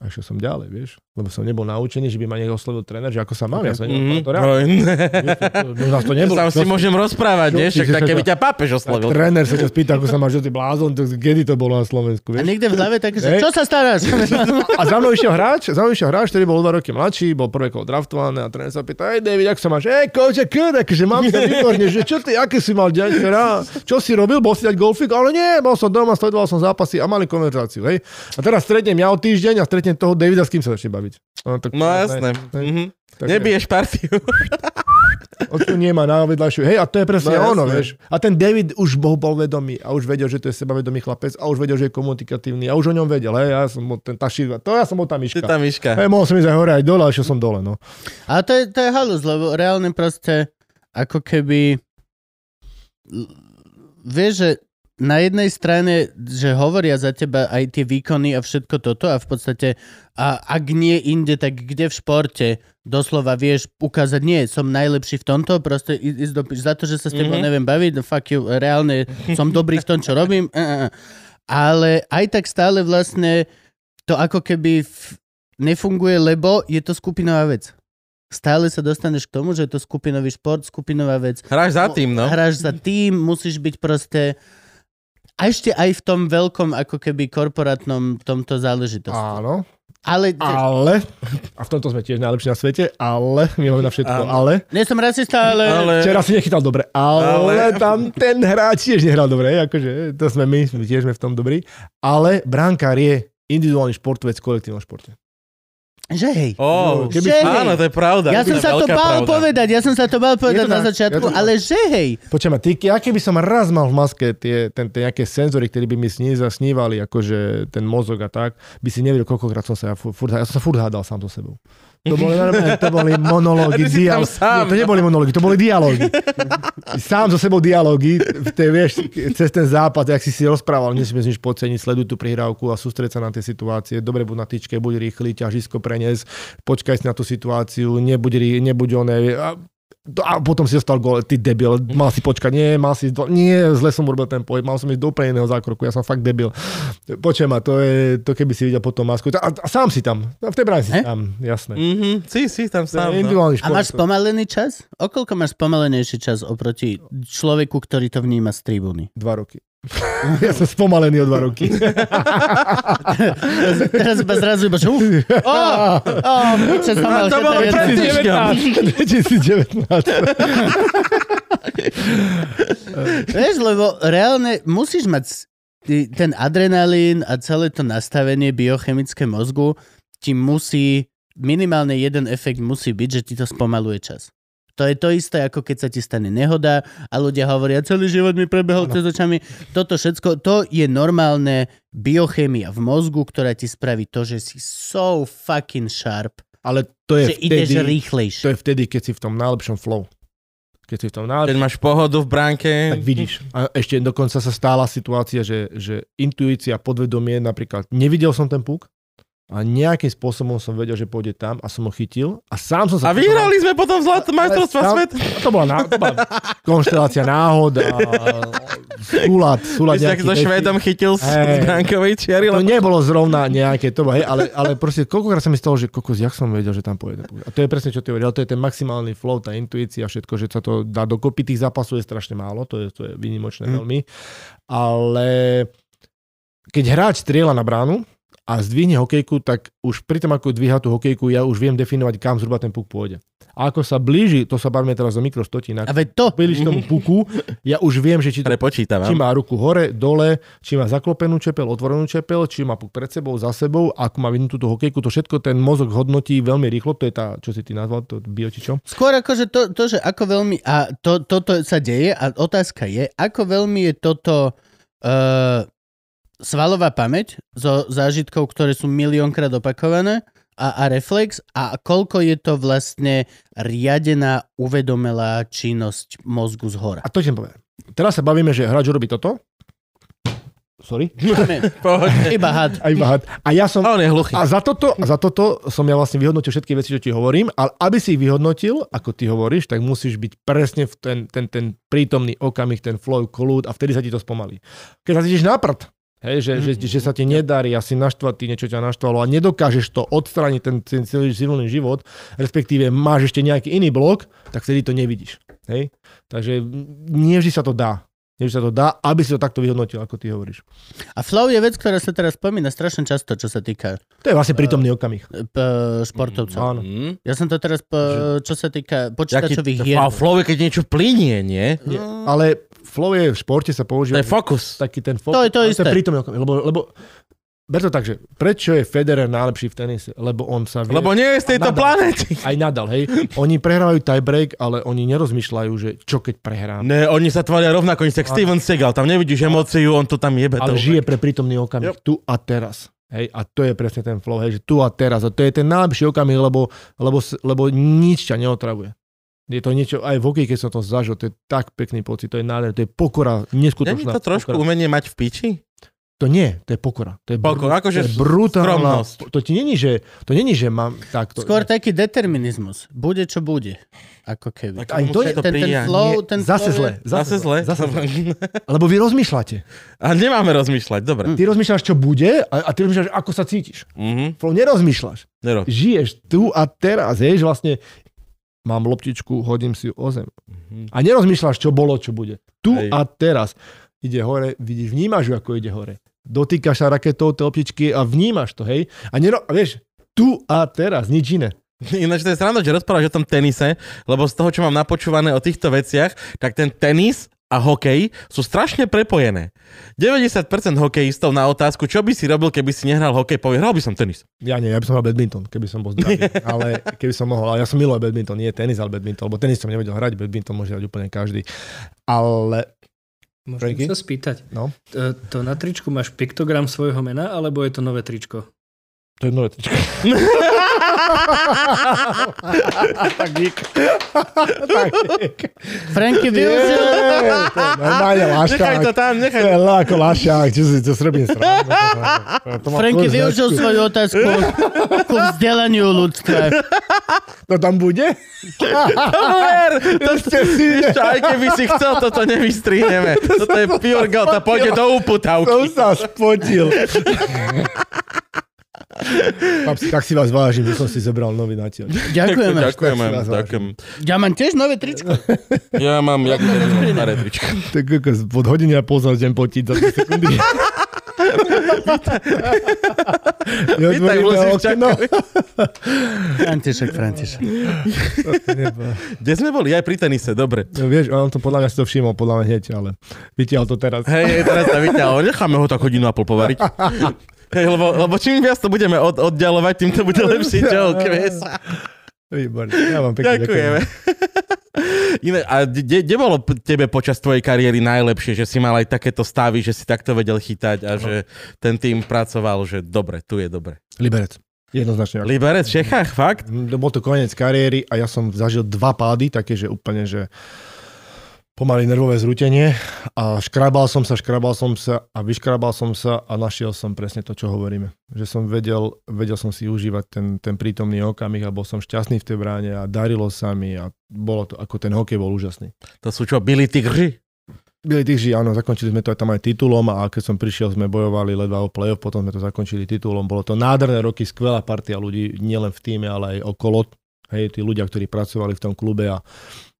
A išiel som ďalej, vieš, lebo som nebol naučený, že by ma niekto oslovil tréner, že ako sa mám, ja som nebol to reálne. No, nás to nebolo. Tam Mhm. si môžem rozprávať, Čo vieš, si však si tak, keby sa- ťa pápež Tak oslovil. Tréner sa ťa spýta, ako sa máš, že ty blázon, to, kedy to bolo na Slovensku, A vieš? niekde v hlave také, že Hej. čo sa staráš? <laughs> A za mnou išiel hráč, za mnou išiel hráč, ktorý bol o dva roky mladší, bol prvé kolo draftovaný a tréner sa pýta, hej David, ako sa máš? Hej, coach, a good, akože mám <laughs> sa výborne, že čo ty, aké si mal deň včera? Čo si robil? Bol si dať golfik? Ale nie, bol som doma, sledoval som zápasy a mali konverzáciu, hej. A teraz stretnem ja o týždeň a stretnem toho Davida, s kým sa začne baviť. No, tak, No jasné. hej, Mhm. tak je. <laughs> Nebiješ <laughs> partiu. On tu nemá na vedľajšiu. Hej, a to je presne no, No, ono, jasné. vieš. A ten David už bol, bol vedomý a už vedel, že to je sebavedomý chlapec a už vedel, že je komunikatívny a už o ňom vedel. Hej, ja som bol ten tašír, to ja som bol tá Ty myška. tam myška. Hej, mohol som ísť aj hore, aj dole, ale išiel som dole, no. A to je, to je halus, lebo reálne proste ako keby l- vieš, že na jednej strane, že hovoria za teba aj tie výkony a všetko toto a v podstate, a ak nie inde, tak kde v športe doslova vieš ukázať, nie, som najlepší v tomto, proste i- ísť do, pič- za to, že sa s tebou Mhm. neviem baviť, no fuck you, reálne som dobrý v tom, čo robím, eh, eh. ale aj tak stále vlastne to ako keby f- nefunguje, lebo je to skupinová vec. Stále sa dostaneš k tomu, že je to skupinový šport, skupinová vec. Hráš za tým, no. Hráš za tým, musíš byť proste a ešte aj v tom veľkom ako keby korporátnom tomto záležitosti. Áno, Ale a... ale, a v tomto sme tiež najlepší na svete, ale, my máme na všetko, Áno. Eh. ale. nie som rasista, ale, ale... Ale... Včera si nechytal dobre, ale, Ale- tam ten hráč tiež nehral dobre, akože to sme my, my tiež sme v tom dobrí. Ale brankár je individuálny športovec v kolektívnom športe. že hej. Ó, Keby- Že hej. áno, to je pravda. Ja som sa to veľká bál pravda. povedať, ja som sa to bál povedať to na tak, začiatku, je to tak. ale že hej. Počujem, ty, ja keby som raz mal v maske tie, ten, tie nejaké senzory, ktoré by mi sní, zasnívali, akože ten mozog a tak, by si nevedel, koľkokrát som sa ja fu- furt, ja som sa furt hádal sám so sebou. To boli, normálne, to boli monológy, <laughs> A ty si tam dialógy. sám. To neboli monológy, to boli dialógy. <laughs> Sám so sebou dialógy, v tej, vieš, cez ten zápas, jak si si rozprával, nesmieš nič podceniť, sleduj tú prihrávku a sústreť sa na tie situácie. Dobre, buď na tyčke, buď rýchly, ťažisko prenes, počkaj si na tú situáciu, nebuď, rý- nebuď oné. A, to- a potom si dostal gól, ty debil, mal si počkať, nie, mal si, do, nie, zle som urobil ten pohyb, mal som ísť do úplne iného zákroku, ja som fakt debil. Počujem ma, to je, to keby si videl potom masku, a, a sám si tam, v tej bráni si Eh? tam, jasné. Mhm, si, si, tam To je sám, no. A individuálny šport. máš spomalený čas? Okoľko máš spomalenejší čas oproti človeku, ktorý to vníma z tribúny? Dva roky. <laughs> ja som spomalený o dva roky. Teraz, teraz iba zrazu iba, že <laughs> uf, ó, ó, piče, som mal to chata bolo jedna. pred tým. 2019. Vieš, lebo reálne musíš mať s- ty- ten adrenalín a celé to nastavenie biochemické mozgu ti musí, minimálne jeden efekt musí byť, že ti to spomaluje čas. To je to isté, ako keď sa ti stane nehoda a ľudia hovoria, celý život mi prebehol cez očami. Toto všetko, to je normálne biochemia v mozgu, ktorá ti spraví to, že si so fucking sharp, <laughs> Ale to je, že ideš vtedy, rýchlejšie. to je vtedy, keď si v tom najlepšom flow. Keď si v tom Keď najlepšom máš pohodu v bránke, tak vidíš. A ešte dokonca sa stála situácia, že, že intuícia, podvedomie, napríklad nevidel som ten puk a nejakým spôsobom som vedel, že pôjde tam a som ho chytil a sám som sa... A vyhrali sme potom zlaté majstrovstva Ale tam- sveta. To bola, ná, to bola konštelácia náhod <laughs> a súlad, súlad Ty si tak nejakých so vecí. Švedom chytil z, Hej. z bránkovej čiary. To lebo- nebolo zrovna nejaké to, hej, ale, ale proste koľkokrát sa mi stalo, že kokos, jak som vedel, že tam pôjde. A to je presne, čo ty hovoril, to je ten maximálny flow, tá intuícia, všetko, že sa to dá dokopy, tých zápasov je strašne málo, to je, to je vynimočné mm. veľmi. Ale keď hráč strieľa na bránu a zdvihne hokejku, tak už pri tom, ako dvíha tú hokejku, ja už viem definovať, kam zhruba ten puk pôjde. A ako sa blíži, to sa bavíme teraz o mikrostotinách, A veď to, blíži tomu puku, ja už viem, že či to Prepočítam. či má ruku hore, dole, či má zaklopenú čepel, otvorenú čepel, či má puk pred sebou, za sebou, ako má vyhnutú tú hokejku, to všetko ten mozog hodnotí veľmi rýchlo, to je tá, čo si ty nazval, to biočičo. Skôr akože to, to že ako veľmi... A to, toto sa deje a otázka je, ako veľmi je toto uh, svalová pamäť zo zážitkov, ktoré sú miliónkrát opakované a, a reflex a koľko je to vlastne riadená, uvedomelá činnosť mozgu z hora. <laughs> A to chcem povedať. Teraz sa bavíme, že hráč robí toto Sorry? Pohodne. Iba had. Aj Mahat. A ja som... A on je hluchý. A za toto, a za toto som ja vlastne vyhodnotil všetky veci, čo ti hovorím, ale aby si ich vyhodnotil, ako ty hovoríš, tak musíš byť presne v ten, ten, ten prítomný okamih, ten flow, kolúd a vtedy sa ti to spomalí. Keď sa cítiš na prd, Hej, že, že, že sa ti nedarí, asi naštvatý, niečo ťa naštvalo a nedokážeš to odstrániť, ten, ten celý civilný život, respektíve máš ešte nejaký iný blok, tak vtedy to nevidíš. Hej? Takže nie vždy sa to dá. Nie vždy sa to dá, aby si to takto vyhodnotil, ako ty hovoríš. A flow je vec, ktorá sa teraz spomína strašne často, čo sa týka To je vlastne prítomný okamih. e, p- športovcov. Áno. Hm? Ja som to teraz, p- čo sa týka Jaký- počítačových hier. No, A flow je, keď niečo plinie, nie? Nie, ale flow je v športe sa To používa je fokus. taký ten fokus. To je to ale isté. je prítomný okamih, lebo, lebo ber to tak, že prečo je Federer najlepší v tenise? Lebo on sa vie... Lebo nie je z tejto Nadal. planety. Aj nadal, hej. Oni prehrávajú tiebreak, ale oni nerozmýšľajú, že čo keď prehrám. Ne, oni sa tvoria rovnako, oni sa jak Steven Seagal, tam nevidíš emóciu, on to tam jebe. Ale to- žije pre prítomný okamih tu a teraz. Hej, a to je presne ten flow, hej, že tu a teraz. A to je ten najlepší okamih, lebo, lebo, s- lebo nič ťa neotravuje. Je to niečo, aj v hokeji, keď som to zažil, to je tak pekný pocit, to je nádherné, to je pokora, Není neskutočná to pokora. trošku um- umenie mať v piči? To nie, to je pokora. To je, Pokor, akože to je brutálna, skromnosť. to ti není, že, to není, že mám takto. Skôr taký determinizmus. Bude, čo bude. Ako keby. Tak aj to musí je- Ten, ten prijať. flow, Nie, ten zase flow je- zle. Zase zle. Zase <laughs> zle. Lebo vy rozmýšľate. A nemáme rozmýšľať, dobre. Hm. Ty rozmýšľaš, čo bude a, a ty rozmýšľaš, ako sa cítiš. Mhm, Flow nerozmýšľaš. nerob. Žiješ tu a teraz, hej, že vlastne mám loptičku, hodím si ju o zem. A nerozmýšľaš, čo bolo, čo bude. Tu Mhm. Hej. a teraz. Ide hore, vidíš, vnímaš ju, ako ide hore. Dotýkaš sa raketou tej loptičky a vnímaš to, hej. A, nero- a vieš, tu a teraz, nič iné. Ináč to je sranda, že rozprávaš o tom tenise, lebo z toho, čo mám napočúvané o týchto veciach, tak ten tenis a hokej sú strašne prepojené. 90% hokejistov na otázku, čo by si robil, keby si nehral hokej, povie, hral by som tenis. Ja nie, ja by som hral badminton, keby som bol zdravý. <laughs> ale keby som mohol, ale ja som milujem badminton, nie tenis, ale badminton, lebo tenis som nevedel hrať, badminton môže hrať úplne každý. Ale Franky? Môžem sa spýtať. No. E, To na tričku máš piktogram svojho mena, alebo je to nové tričko? to je nové <laughs> tričko. tak dík. tak <laughs> dík. Franky Je, využil... to je normálne Nechaj to lašák. tam, To nechaj je la- ako lašák, čo si to srobím <laughs> srandu. To má Franky furt využil značku. svoju otázku ku vzdelaniu ľudstva. To tam bude? Dober, to Ešte si Vieš čo, no, aj keby si chcel, toto nevystrihneme. Toto je pure gold a pôjde do Som uputavky. sa spotil. Papsi, tak si vás vážim, že som si zobral nový natiaľ. Ďakujeme. Ďakujeme, Tak si vás vážim. ďakujem. Ja mám tiež nové tričko. Ja mám jak Maretrička. Tak ako od hodiny a pol sa začnem potiť za 3 sekundy. <laughs> ja Vítaj, otvorím musíš okno. čakať. František, František. Kde sme boli? Aj pri tenise, dobre. No, vieš, on to podľa mňa si to všimol, podľa mňa hneď, ale vytiahol to teraz. Hej, hej, teraz sa vyťahol, necháme ho tak hodinu a pol povariť. Hej, lebo, lebo čím viac to budeme od, oddialovať, tým to bude lepší joke, vieš. Výborne, ja vám pekne Ďakujeme. Iné, a kde, kde bolo p- tebe počas tvojej kariéry najlepšie, že si mal aj takéto stavy, že si takto vedel chytať a že ten tým pracoval, že dobre, tu je dobre. Liberec. Jednoznačne. Liberec v Čechách, fakt? Mm, Bol to koniec kariéry a ja som zažil dva pády, také, že úplne, že pomaly nervové zrútenie a škrabal som sa, škrabal som sa a vyškrabal som sa a našiel som presne to, čo hovoríme. Že som vedel, vedel som si užívať ten, ten prítomný okamih a bol som šťastný v tej bráne a darilo sa mi a bolo to, ako ten hokej bol úžasný. To sú čo, Billy Tigri? Bielý tyži, áno, zakončili sme to aj tam aj titulom a keď som prišiel, sme bojovali ledva o play-off, potom sme to zakončili titulom. Bolo to nádherné roky, skvelá partia ľudí, nielen v týme, ale aj okolo. Hej, tí ľudia, ktorí pracovali v tom klube a,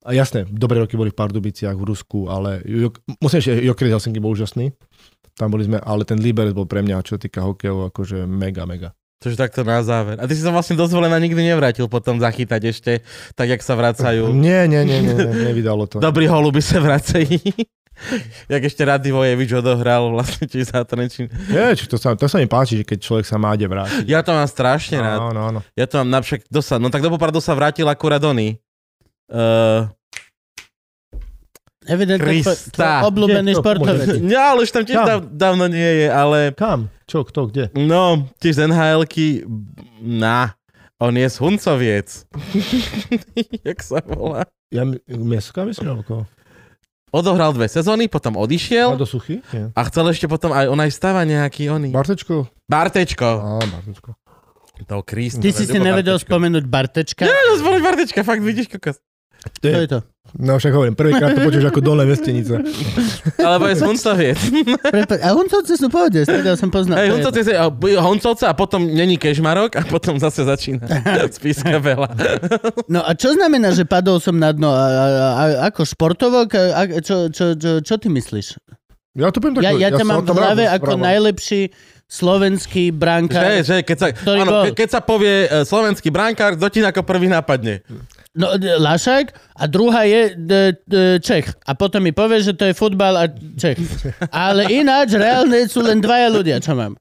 a jasné, dobré roky boli v Pardubiciach, v Rusku, ale Jo- musím ešte, Jokerit Helsinki bol úžasný. Tam boli sme, ale ten Liberec bol pre mňa, čo sa týka hokejov, akože mega, mega. Tože takto na záver. A ty si sa vlastne dozvolená nikdy nevrátil potom zachytať ešte, tak jak sa vracajú. Nie, nie, nie, nie, nie nevydalo <laughs> to. Dobrý holuby sa vracají. <laughs> jak ešte Radivojevič odohral vlastne či za Trenčín. Nie, čo, to, sa, to sa mi páči, že keď človek sa má ide vrátiť. No, Ja to mám strašne rád. Áno, áno. Ja to mám napríklad, kto sa, no tak do Popradu sa vrátil akurát oný. <laughs> Uh, Evidentne tvoj, Krista. tvoj obľúbený Je to, športovec. pomôžem ja, no, ale už tam tiež Tam. dáv, dávno nie je, ale Kam? Čo, kto, kde? no, tiež z NHLky, na, on je z Huncoviec. <laughs> jak sa volá? Ja, m- miesto, kam myslím, alebo koho? Odohral dve sezóny, potom A odišiel do suchy? Nie. a chcel ešte potom aj on aj stáva nejaký oný. Bartečko? Bartečko. Á, Bartečko. To Krista. Ty si si nevedel spomenúť Bartečka? Nevedel spomenúť Bartečka, fakt vidíš, kokos. To To je, je to. no však hovorím, prvýkrát to počuješ ako dole vestenica. Alebo je z Huncoviec. <laughs> Prepa- a Huncovce sú pohode, stredal som poznal. Hej, No, To je to. Huncovce, a- Huncovce a potom není Kešmarok a potom zase <laughs> začína spíska veľa. No a čo znamená, že padol som na dno? A, a, a, ako športovok? A, a, čo, čo, čo, čo ty myslíš? Ja to poviem Ja, takto. ja ťa som mám o v tom rád hlave ako rozprával. najlepší slovenský Že, brankár. že, keď, sa, Ktorý áno, bol? ke, keď sa povie e, slovenský brankár, kto ti ako prvý napadne? No, d- Lašák a druhá je d, d, Čech. A potom mi povie, že to je futbal a Čech. Ale ináč, reálne sú len dvaja ľudia, čo mám.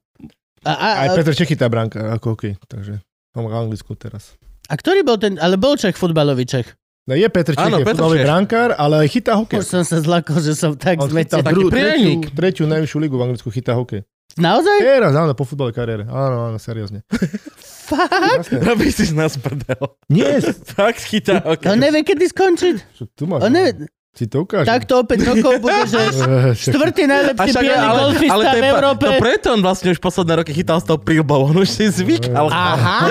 A, a, Aj a, Petr Čechy tá bránka, ako hokej, takže mám v Anglicku teraz. a ktorý bol ten, ale bol Čech futbalový Čech. No je Petr Čech, je Áno, Petr futbalový Čech. brankár, ale aj chytá hokej. Už som sa zlakol, že som tak On chytá zmetený. taký tretiu, prielník. tretiu najvyššiu ligu v Anglicku chytá hokej. Naozaj? Teraz, áno, po futbalovej kariére. Áno, áno, seriózne. Fakt? Jasné. Robí si z nás prdel. Nie, Fakt chytá, On okay. nevie, kedy skončiť. čo tu On máš? nevie, Si to ukážem. takto opäť rokov bude, že Eh, však- štvrtý najlepší bielý golfista to je v pa- Európe. to preto on vlastne už posledné roky chytal s tou prílbou, on už si zvykal. Aha,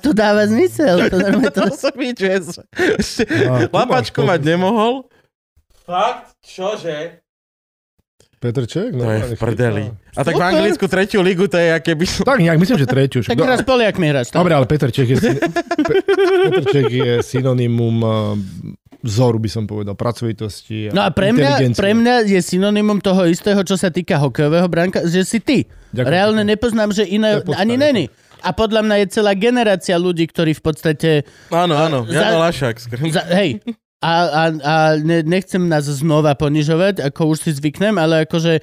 to dáva zmysel. To normálne to... <laughs> to som vidí, že ešte No, Á, tu máš lapačku to. mať nemohol. Fakt? Čože? Petr Čech? To No, je v ale chytá. prdeli. A tak v Super. Anglicku tretiu ligu to je, aké by som... Tak nejak, myslím, že tretiu. Tak No, teraz Poliak mi hráš. Dobre, ale Petr Čech je, syn- Pe- Petr Čech je synonymum eh, vzoru, by som povedal, pracovitosti. No a pre mňa, inteligencie. pre mňa je synonymum toho istého, čo sa týka hokejového branka, že si ty. Ďakujem. Reálne nepoznám, že iné, To je podstata. ani není. A podľa mňa je celá generácia ľudí, ktorí v podstate... no, Áno, áno, Za- Jano Lašák. skrýmka. Za, hej, a, a, a ne, nechcem nás znova ponižovať, ako už si zvyknem, ale akože e,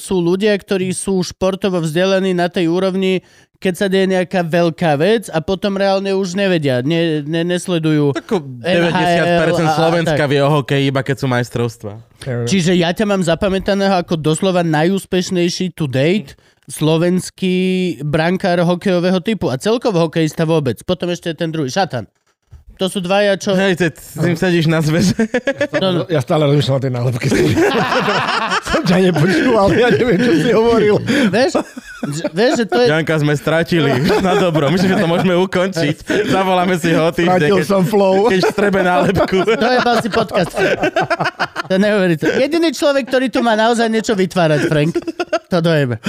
sú ľudia, ktorí sú športovo vzdelaní na tej úrovni, keď sa deje nejaká veľká vec a potom reálne už nevedia, ne, ne, nesledujú. Ako NHL a- 90% Slovenska tak. vie o hokeji, iba keď sú majstrovstvá. Čiže ja ťa mám zapamätaného ako doslova najúspešnejší to date slovenský brankár hokejového typu a celkovo hokejista vôbec. Potom ešte ten druhý, Šatan. To sú dvaja, čo... <laughs> Hej, ty s tým sedíš na zväze. No, no. Ja stále rozmýšľam o tej nálepke. <laughs> Som ťa nepočul, ale ja neviem, čo si hovoril. Vieš, že- vieš, že to je... Janka sme stratili. Na dobro, myslím, že to môžeme ukončiť. Zavoláme si ho o týždeň, Vrátil keď, som flow. keď strebe <laughs> nálepku. Dojebal si podcast. To je neuveriteľné. Jediný človek, ktorý tu má naozaj niečo vytvárať, Frank. To dojebe.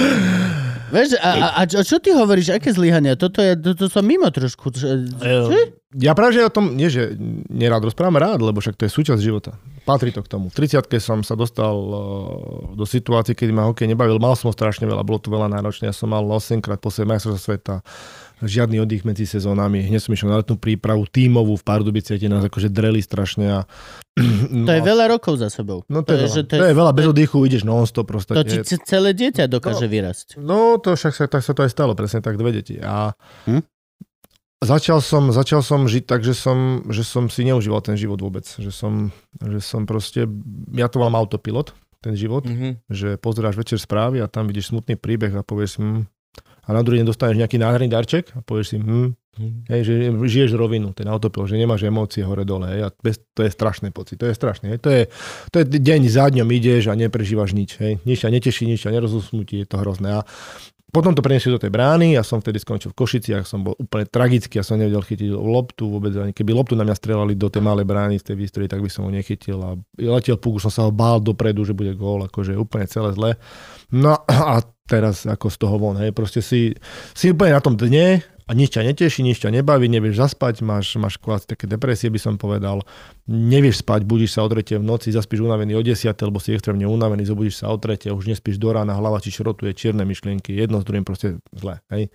Vieš, a, a, a čo, čo ty hovoríš, aké zlyhania? Toto je, to, to som mimo trošku. Čo, čo? Ja práve, že o tom, nie že nerád rozprávam, rád, lebo však to je súčasť života. Patrí to k tomu. V 30 som sa dostal eh, do situácie, kedy ma hokej nebavil. Mal som ho strašne veľa, bolo to veľa náročné. Ja som mal 8 krát po sebe majstrovstvá sveta. Žiadny oddych medzi sezónami. Hneď som išiel na letnú prípravu tímovú v Pardubiciach, kde nás akože dreli strašne. A... <clears throat> To je veľa rokov za sebou. No to, je, že veľa. To, je, veľa, bez oddychu ideš non-stop proste. To ti Je- ce- celé dieťa dokáže vyrásť. No, to však sa, tak sa to aj stalo, presne tak dve deti. A Hm? hm? začal, som, začal som žiť tak, že som, že som si neužíval ten život vôbec. Že som, že som proste, ja to mám autopilot, ten život, Mhm. že pozeráš večer správy a tam vidíš smutný príbeh a povieš si, hm, a na druhý deň dostaneš nejaký nádherný darček a povieš si, hm, hej, že žiješ rovinu, ten autopilot, že nemáš emócie hore-dole. Hej, a bez, to je strašný pocit, to je strašné. Hej, to, je, to je deň za dňom ideš a neprežívaš nič. Hej, nič ťa neteší, nič ťa nerozusnutí, je to hrozné. A potom to preniesli do tej brány, ja som vtedy skončil v Košiciach, som bol úplne tragický, ja som nevedel chytiť loptu vôbec, ani keby loptu na mňa strelali do tej malej brány z tej výstroje, tak by som ho nechytil a letel puk, už som sa ho bál dopredu, že bude gól, akože úplne celé zle. No a teraz ako z toho von, hej, proste si, si úplne na tom dne a nič ťa neteší, nič ťa nebaví, nevieš zaspať, máš, máš kvázi také depresie, by som povedal, nevieš spať, budíš sa o tretej v noci, zaspíš unavený o 10, lebo si extrémne unavený, zobudíš sa o tretej, už nespíš do rána, hlava ti šrotuje, čierne myšlienky, jedno s druhým proste zle, hej.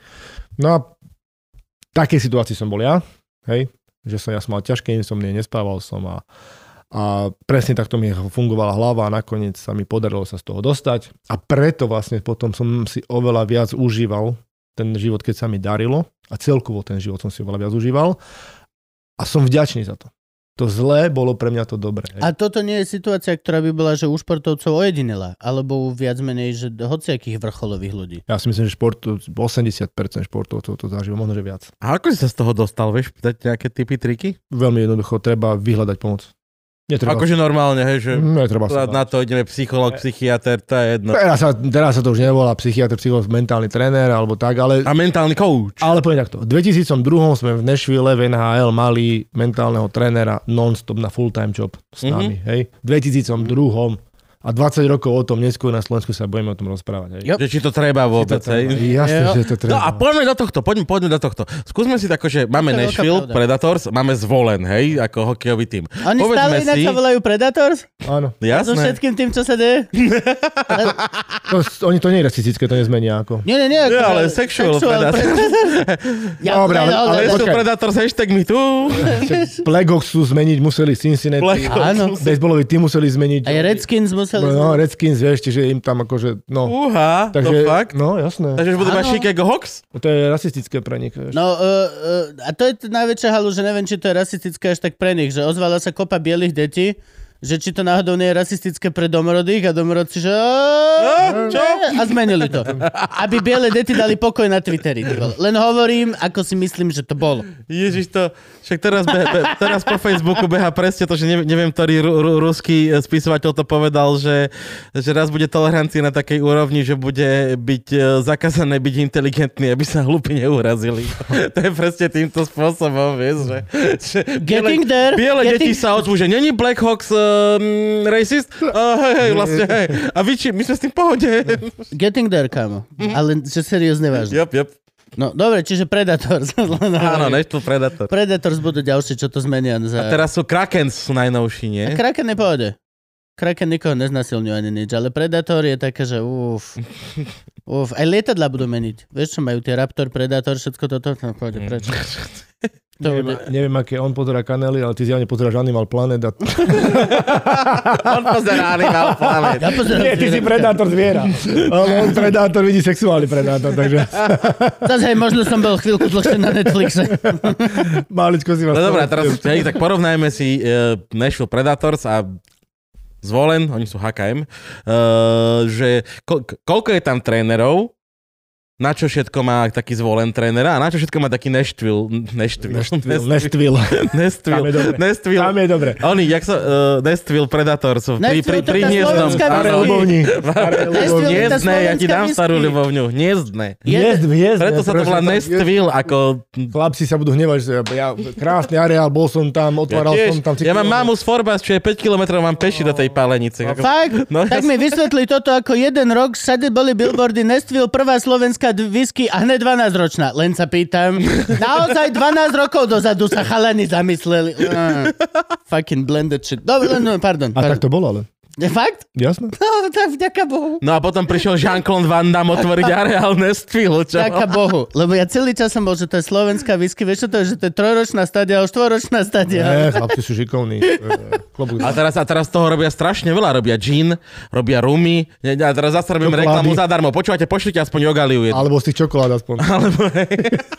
No a v takej situácii som bol ja, hej, že som, ja som mal ťažké insomnie, nespával som a a presne takto mi fungovala hlava a nakoniec sa mi podarilo sa z toho dostať. A preto vlastne potom som si oveľa viac užíval ten život, keď sa mi darilo. A celkovo ten život som si oveľa viac užíval. A som vďačný za to. To zlé bolo pre mňa to dobré. A toto nie je situácia, ktorá by bola, že u športovcov ojedinela, alebo u viac menej, že hociakých vrcholových ľudí. Ja si myslím, že šport, 80% športov to, to zažíva, možno že viac. A ako si sa z toho dostal, vieš, dať nejaké typy, triky? Veľmi jednoducho, treba vyhľadať pomoc. Netreba. Akože normálne, hej, že Netreba sa na to ideme psycholog, psychiatr, to je jedno. Teraz sa, teraz sa to už nevolá psychiatr, psycholog, mentálny tréner alebo tak, ale... A mentálny coach. Ale poviem takto, v 2002 sme v Nashville v NHL mali mentálneho trénera non-stop na full-time job s nami, hej? V 2002 a 20 rokov o tom neskôr na Slovensku sa budeme o tom rozprávať, Jo. hej? Že či to treba vôbec, hej. Jasne, Jo. že to treba. No a poďme do tohto, poďme, poďme do tohto. Skúsme si tako, že To máme je veľká Nashville, pravda. Predators, máme zvolen, hej, ako hokejový tým. Oni stále inak sa volajú Predators? Áno. So Jasné. všetkým tým, čo sa deje? To, oni to nie je rasistické, to nezmenia ako. Nie, nie, nie. Nie, akože- ale sexual Predators. ja, Dobre, ale- ne, Ale ale- sú počkaj. Predators, hashtag mi tu. <laughs> Black Hawks sú zmeniť, museli Cincinnati. Black Hawks. Áno. Baseballový tým museli zmeniť. Aj Redskins museli... No, Redskins, vieš, že im tam akože, no. Uha, to Takže, fakt. no, jasné. Takže už budú mať Áno. Chicago Hawks? To je rasistické pre nich. vieš. No uh, uh, a to je t- najväčšia halu, že neviem, či to je rasistické až tak pre nich, že ozvala sa kopa bielých detí, že či to náhodou nie je rasistické pre domorodých a domorodci, že... Á, čo? A zmenili to. Aby biele deti dali pokoj na Twitteri. ty vole. Len hovorím, ako si myslím, že to bolo. Ježiš to, však teraz, be, be, teraz po Facebooku beha presne to, že neviem, neviem ktorý ru, ru, ruský eh, spisovateľ to povedal, že, že raz bude tolerancia na takej úrovni, že bude byť eh, zakázané byť inteligentný, aby sa hlúpi neurazili. <laughs> to je presne týmto spôsobom, vieš, že, že Getting there, biele getting- deti sa odzvú, že není Black Hawks um, racist? Uh, hej, hej, vlastne, hej. A vy či, my sme s tým v <laughs> pohode. Getting there, kamo. Mhm. Ale že seriózne vážne. Jop, jop. No dobre, čiže Predators. <laughs> Áno, než tu Predator. Predators budú ďalšie, čo to zmenia za... A teraz sú Krakens sú najnovší, nie? A Kraken nepôjde. Kraken nikoho neznasilňuje ani nič, ale Predator je také, že uf. <laughs> Uf, aj lietadla budú meniť. Vieš, čo majú tie Raptor, Predator, všetko toto? No, Mm. pôjde, <laughs> prečo? To bude... Neviem, neviem, aké on pozera kanely, ale ty zjavne pozeráš Animal Planet a... On pozerá Animal Planet. Ja pozerám <laughs> Nie, ty si predátor zviera. Ale on predátor vidí sexuálny predátor, takže <laughs> <laughs> Zas, hej, možno som bol chvíľku dlhšie na Netflixe. maličko si vás... No dobré, teraz hej, tak porovnajme si uh, Nashville Predators a zvolen, oni sú HKM, uh, e, že ko- koľko je tam trénerov, na čo všetko má taký zvolen trénera a na čo všetko má taký Nashville, Nashville, Neštvil, neštvil. Tam je dobre. Tam <laughs> Nashville, Nashville, je dobre. oni, jak sa, uh, Nashville Predators, pri, Nashville, pri, to tá pri Hniezdnom, slovenská áno. Staré ľubovní. Neštvil, Staré to tá ľubovní. Hniezdne, ja ti slovenská dám starú whisky. ľubovňu, hniezdne. Hniezd, hniezd, Preto sa to pretože volá tam- Nestville, ako Chlapci sa budú hnevať, že ja, krásny areál, bol som tam, otváral som tiež. No, tam... ja mám mamu z Forbas, čo je 5 km, mám peši do tej palenice. Ako... Fakt? No, No, tak ja mi vysvetli toto ako jeden rok, všade boli billboardy Nestville, prvá slovenská d- whisky a hneď 12-ročná. Len sa pýtam, <laughs> naozaj 12 rokov dozadu sa chalani zamysleli. Mm, fucking blended shit. Dobre, len, no, pardon. A tak pardon. to bolo, ale Je Fakt? jasné. No, tak vďaka Bohu. No a potom prišiel Jean-Claude Van Damme otvoriť areál Nestville, čo? Vďaka Bohu. Lebo ja celý čas som bol, že to je slovenská whisky. Vieš čo to je? Že to je trojročná stadia, už štvoročná stadia. Nie, chlapci sú <laughs> šikovní. Eh, Klobúk. A teraz, a teraz toho robia strašne veľa. Robia gin, robia rumy. Ne- A teraz zase robím Čokolády. reklamu zadarmo. Počúvate, pošlite aspoň jogaliu jednu. Alebo z tých čokolád aspoň. Alebo hej,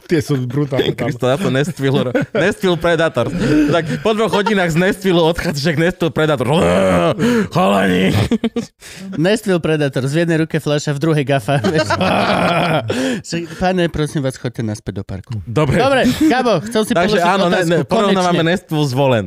Tie sú brutálne tam. Kristo, ja to Nestville. Nestville Predator. Tak po dvoch hodinách z Nestville odchádzaš k Nestville Predator. <laughs> Chalani. Nestville Predator, z jednej ruke fľaša, v druhej <laughs> gafa. Vieš? Že, Pane, prosím vás, choďte naspäť do parku. Dobre. Dobre, Gabo, chcel si Takže položiť áno, ne, otázku. ne, porovnávame konečne. Nestville zvolen.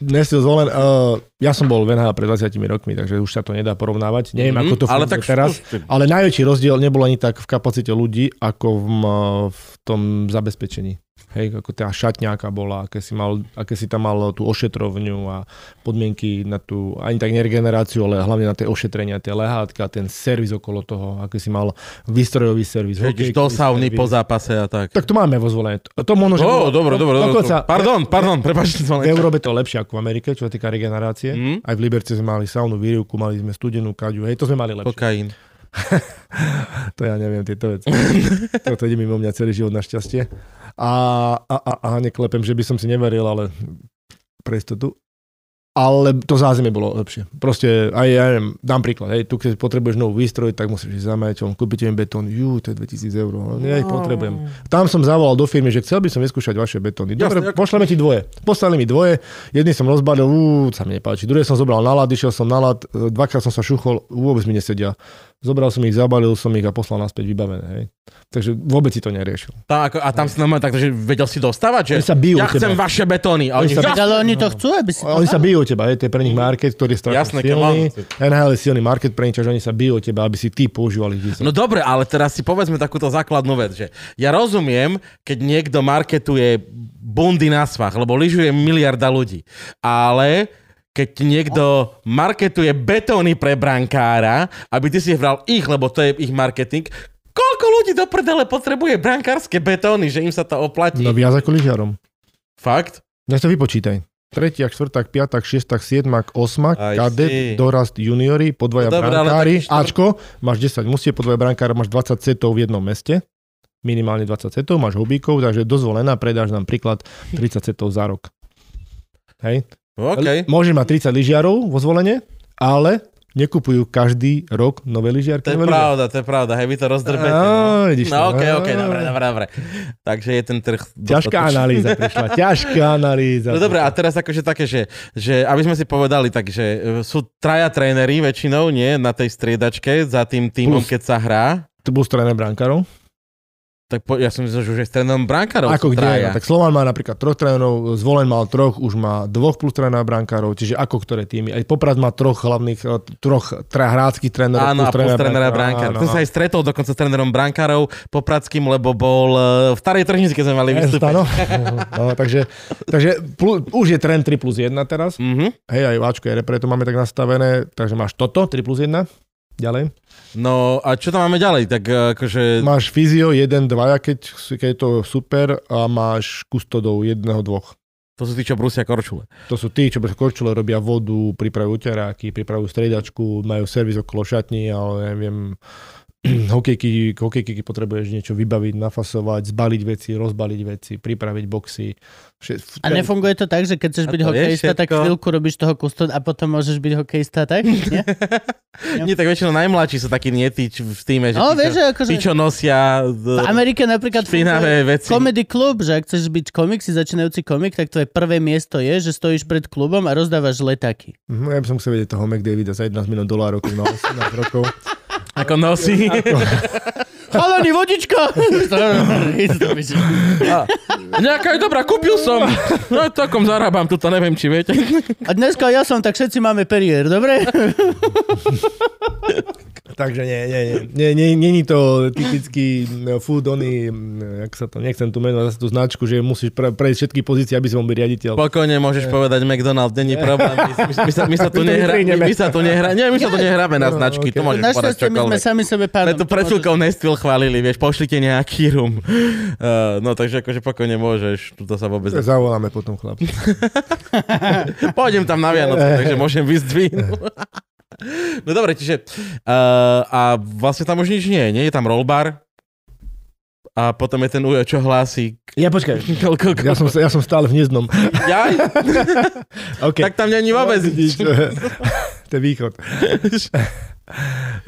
Dnes si zvolen, uh, ja som bol v NHL pred 20 rokmi, takže už sa to nedá porovnávať. Neviem, Mhm, ako to ale funguje tak teraz. skúste. Ale najväčší rozdiel nebol ani tak v kapacite ľudí, ako v, m, v tom zabezpečení. Hej, ako tá šatňáka bola, aké si, mal, aké si tam mal tú ošetrovňu a podmienky na tú, ani tak neregeneráciu, ale hlavne na tie ošetrenia, tie lehátka, ten servis okolo toho, aké si mal výstrojový servis. Že ideš hokejkový do sauny servis. po zápase a tak. Tak to máme vo zvolenie. To, to možno, že... Ó, bolo- dobre, dobre, dobre. dokonca- dobre. Pardon, pardon, prepáčte. v Európe to lepšie ako v Amerike, čo sa týka regenerácie. Mm. Mm. Aj v Liberce sme mali saunu, výrivku, mali sme studenú kaďu, hej, to sme mali lepšie. Kokain. To ja neviem, tieto veci. <laughs> Toto ide mimo mňa celý život našťastie. A, a, a, a neklepem, že by som si neveril, ale pre istotu. Ale to zázemie bolo lepšie. Proste, aj ja neviem, dám príklad, hej, tu keď potrebuješ novú výstroj, tak musíš ísť za majiteľom, kúpite im betón, jú, to je 2000 eur, no, ja ich potrebujem. Tam som zavolal do firmy, že chcel by som vyskúšať vaše betóny. Dobre, Jasne, ako- pošleme ti dvoje. Poslali mi dvoje, jedný som rozbalil, ú, sa mi nepáči, druhé som zobral na lad, išiel som na lad, e, dvakrát som sa šuchol, vôbec mi nesedia. Zobral som ich, zabalil som ich a poslal naspäť vybavené. Hej. Takže vôbec si to neriešil. Tá, ako, a tam si normálne takto, že vedel si dostávať, že Oni sa bijú ja u teba. chcem vaše betóny. A Oni oni, sa ja, Ale oni to chcú, aby si... A Oni sa bijú o teba, hej, to je pre nich market, ktorý je strašne Jasné, silný. NHL je silný market pre nich, že oni sa bijú o teba, aby si ty používal ich výzvu. No dobre, ale teraz si povedzme takúto základnú vec, že ja rozumiem, keď niekto marketuje bundy na svach, lebo lyžuje miliarda ľudí, ale keď ti niekto marketuje betóny pre brankára, aby ty si hral ich, lebo to je ich marketing, koľko ľudí do prdele potrebuje brankárske betóny, že im sa to oplatí? no viac ako lyžiarom. Fakt? Ja si to vypočítaj. Tretiak, štvrták, piatak, šiestak, siedmak, osmak, Aj si. kadet, dorast, juniori, podvoja no, No dobré, ale brankári, taký štvrť- Ačko, máš 10 musie, podvoja brankára, máš 20 setov v jednom meste, minimálne 20 setov, máš hobíkov, takže dozvolená, predáš nám príklad 30 setov za rok. Hej. OK. Môže mať 30 lyžiarov vo zvolenie, ale nekupujú každý rok nové lyžiarky. To je nové lyže. pravda, to je pravda, hej, vy to rozdrbete. No, Á, vidíš no to. OK, OK, Á. dobre, dobre, dobre. Takže je ten trh... Ťažká dostatočný. analýza prišla, <laughs> ťažká analýza. No dobre, a teraz akože také, že, že aby sme si povedali, tak, že e, sú traja tréneri väčšinou, nie, na tej striedačke za tým týmom, Plus. keď sa hrá. To bol strana brankárov. Tak po, ja som myslel, že už je s trénerom brankárov Ako sú kde? traja. No, tak Slovan má napríklad troch trénerov, Zvolen mal troch, už má dvoch plus trénera brankárov, čiže ako ktoré týmy. Aj Poprad má troch hlavných, eh, troch tra, hráckých trénerov. Áno, a plus trénera no. brankárov. Som sa aj stretol dokonca s trénerom brankárov popradským, lebo bol e, v starej tržnici, keď sme mali vystúpiť. no. <laughs> no, takže, takže plus, už je trend 3 plus 1 teraz. Mhm. Hej, aj Váčko je repre, to máme tak nastavené, takže máš toto, 3 plus 1. Ďalej. No a čo tam máme ďalej? Tak e, akože... Máš fyzio 1, 2, keď, keď je to super a máš kustodov 1, 2. To sú tí, čo brúsia korčule. To sú tí, čo bez korčule robia vodu, pripravujú teráky, pripravujú striedačku, majú servis okolo šatní, ale neviem, <clears throat> hokejky, hokejky potrebuješ niečo vybaviť, nafasovať, zbaliť veci, rozbaliť veci, pripraviť boxy. Všet, A nefunguje to tak, že keď chceš A byť to je hokejista, tak všetko. chvíľku robíš toho kuston a potom môžeš byť hokejista, tak? <laughs> Nie? Nie, tak väčšinou najmladší sú takí nie tí čo- v týme, že, No, tí, vieš, čo, že akože... tí, čo nosia... V e, Amerike napríklad špinavé veci. comedy klub, že ak chceš byť komik, si začínajúci komik, tak tvoje prvé miesto je, že stojíš pred klubom a rozdávaš letáky. no, ja by som chcel vedieť toho McDavida za 11 milión dolárov, keď mal 18 rokov. Ako nosí. <laughs> Chalani, vodička! <laughs> A, nejaká je dobrá, kúpil som. No takom zarábam, tuto neviem, či viete. a dneska ja som, tak všetci máme perier, dobre? Takže nie, nie, nie. Nie, nie, nie, nie to typický mm, food, oný, mm, jak sa to, nechcem tu menovať zase tú značku, že musíš pre, prejsť všetky pozície, aby si mohol byť riaditeľ. Pokojne môžeš povedať McDonald's, není problém. My, my, my, sa, my, sa, My to tu nehra, my, vystrihneme. my sa tu nehra, nie, my sa tu nehráme na No, značky, okay. to môžeš povedať Našťastie my sme čokoľvek. sami sebe pánom. Preto to pred môžeš- chvíľkou Nestville chválili, vieš, pošlite nejaký rum. <laughs> Uh, no takže akože pokojne môžeš, tuto sa vôbec... Zavoláme potom, chlap. Pôjdem tam na Vianoce, Eh. takže môžem vyzdvihnúť. No dobre, čiže... Uh, a vlastne tam už nič nie je, nie? Je tam rollbar a potom je ten ujo, čo hlási. Ja počkaj. Koľko, <laughs> Ja som, ja som stále v hniezdnom. Jaj, Okay. tak tam není vôbec nič. <laughs> to je východ. <laughs>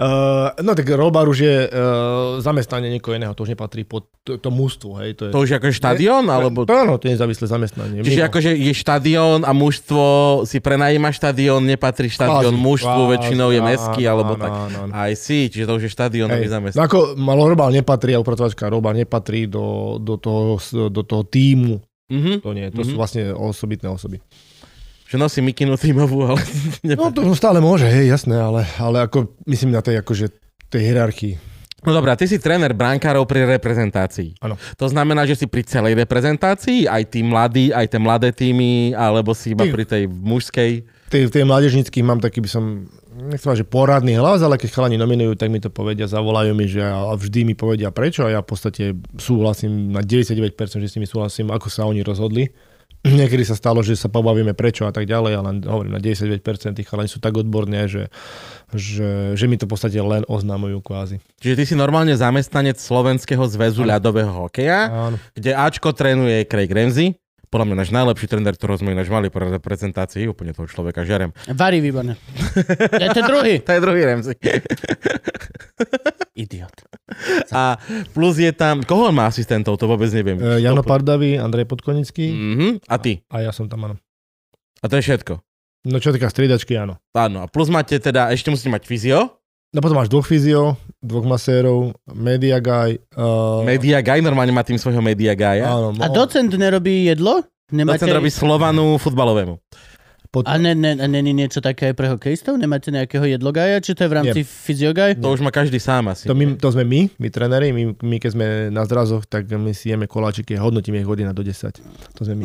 Uh, no tak rollbar už je uh, zamestnanie niekoho iného, to už nepatrí pod to, to mústvo, hej, to je... To už je ako štadión, alebo... To, áno, to je nezávislé zamestnanie. Čiže mimo. akože je štadión a mužstvo, si prenajíma štadión, nepatrí štadión Kvázi, mužstvu, kvázi, väčšinou je áno, mestský, alebo áno, tak. áno, áno. Aj si, čiže to už je Hej. štadiónový No zamestnanec. ako malo robál nepatrí, a upratovačka robál nepatrí do, do, toho, s- do toho týmu. Mhm. To nie, to mm-hmm. sú vlastne osobitné osoby. Že nosí mikinu tímovú, ale... <laughs> No No, to stále môže, hej, jasné, ale, ale ako, myslím na tej, akože, tej hierarchii. no dobrá, ty si tréner brankárov pri reprezentácii. Áno. To znamená, že si pri celej reprezentácii, aj tí mladí, aj tie mladé týmy, alebo si iba Ty- pri tej mužskej. tej, tej mládežnických mám taký by som, nechcem mať, že poradný hlas, ale keď chalani nominujú, tak mi to povedia, zavolajú mi, že a a vždy mi povedia prečo a ja v podstate súhlasím na 99%, že s nimi súhlasím, ako sa oni rozhodli. <clears throat> Niekedy sa stalo, že sa pobavíme prečo a tak ďalej, ale hovorím, na 99% tých chalani sú tak odborné, že, že, že mi to v podstate len oznamujú kvázi. Čiže ty si normálne zamestnanec Slovenského zväzu ľadového hokeja. Áno. kde Ačko trénuje Craig Ramsey, podľa mňa náš najlepší tréner, ktorého sme ináč mali po reprezentácii, úplne toho človeka žiarem. Vary <laughs> výborné. Ja to druhý. To je druhý Ramsey. Idiot. <laughs> A plus je tam, koho on má asistentov, to vôbec neviem. E, Jano To- Pardavi, Andrej Podkonický Mhm, a ty. a ja som tam, áno. A to je všetko. No čo sa týka striedačky, áno. Áno, a plus máte teda, ešte musíte mať fyzio, No potom máš dvoch fyzio, dvoch masérov, media guy. Uh, Media Guy, normálne má tým svojho Media Guya. Áno, A no, docent nerobí jedlo? Nemáte... Docent robí Slovanu futbalovému. pod... A ne, ne, a není niečo také aj pre hokejistov? Nemáte nejakého jedlogaja? Či to je v rámci fyziogaja? To už má každý sám asi. To, my, to sme my, my tréneri, my, my keď sme na zrazoch, tak my si jeme koláčiky a hodnotíme ich hodina do 10. To sme my.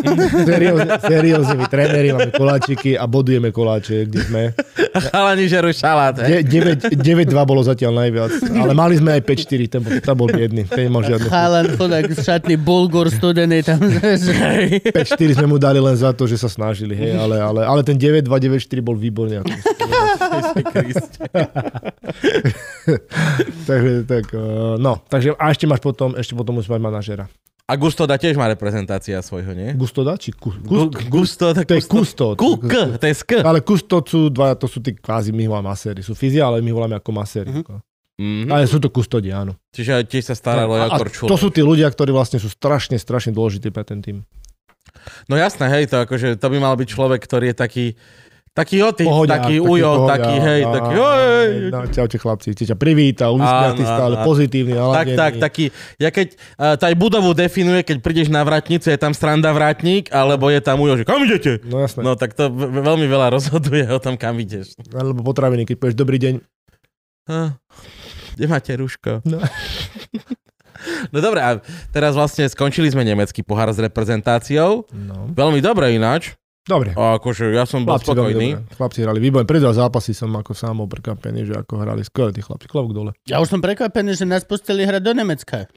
<laughs> seriózne, seriózne, my tréneri máme koláčiky a bodujeme koláče, kde sme. Chalani žerú šalát, <laughs> hej. De, 9, 9-2 bolo zatiaľ najviac, ale mali sme aj 5-4, ten bol, tam bol biedný, ten nemal žiadny. Chalan, chudák, šatný bulgur studený tam. <laughs> že- 5-4 sme mu dali len za to, že sa snažili, hej, ale, ale, ale ten 9-2, 9-4 bol výborný. ako si povedal. takže, tak, eh, no, takže, a ešte máš potom, ešte potom musíš mať manažera. A Gusto da tiež má reprezentácia svojho, nie? Gustoda, či kus, kus, Gu- Gusto, tak To je Gusto- kusto. Ku- K, to je sk. Ale kusto sú dva, to sú tí kvázi, my ich voláme maséri. Sú fyzia, ale my ich voláme ako maséri. Mm-hmm. Mhm. Ale sú to kustodi, áno. Čiže tiež sa staralo a, o a to korčulu. sú tí ľudia, ktorí vlastne sú strašne, strašne dôležití pre ten tým. No jasné, hej, to akože, to by mal byť človek, ktorý je taký, taký otic, Pohodiak, taký ujo, taký, hej, a- taký, oj, No, čaute chlapci, ti ťa privíta, Áno, usmiatý áno, stále, áno. pozitívny, Tak, naladený. tak, taký, ja keď, uh, aj budovu definuje, keď prídeš na vrátnicu, je tam stranda vrátnik, alebo je tam ujo, že kam idete? No jasné. No tak to v- veľmi veľa <laughs> rozhoduje o tom, kam ideš. Alebo potraviny, keď povieš dobrý deň. Ah, Kde máte rúško? No. <laughs> No dobre, a teraz vlastne skončili sme nemecký pohár s reprezentáciou. No. Veľmi dobre ináč. Dobre. A akože ja som bol Chlapci, veľmi spokojný. dobré. chlapci hrali výborne. Pre dva zápasy som ako sám bol prekvapený, že ako hrali skvelé tí chlapci. Klobúk dole. Ja už som prekvapený, že nás pustili hrať do Nemecka.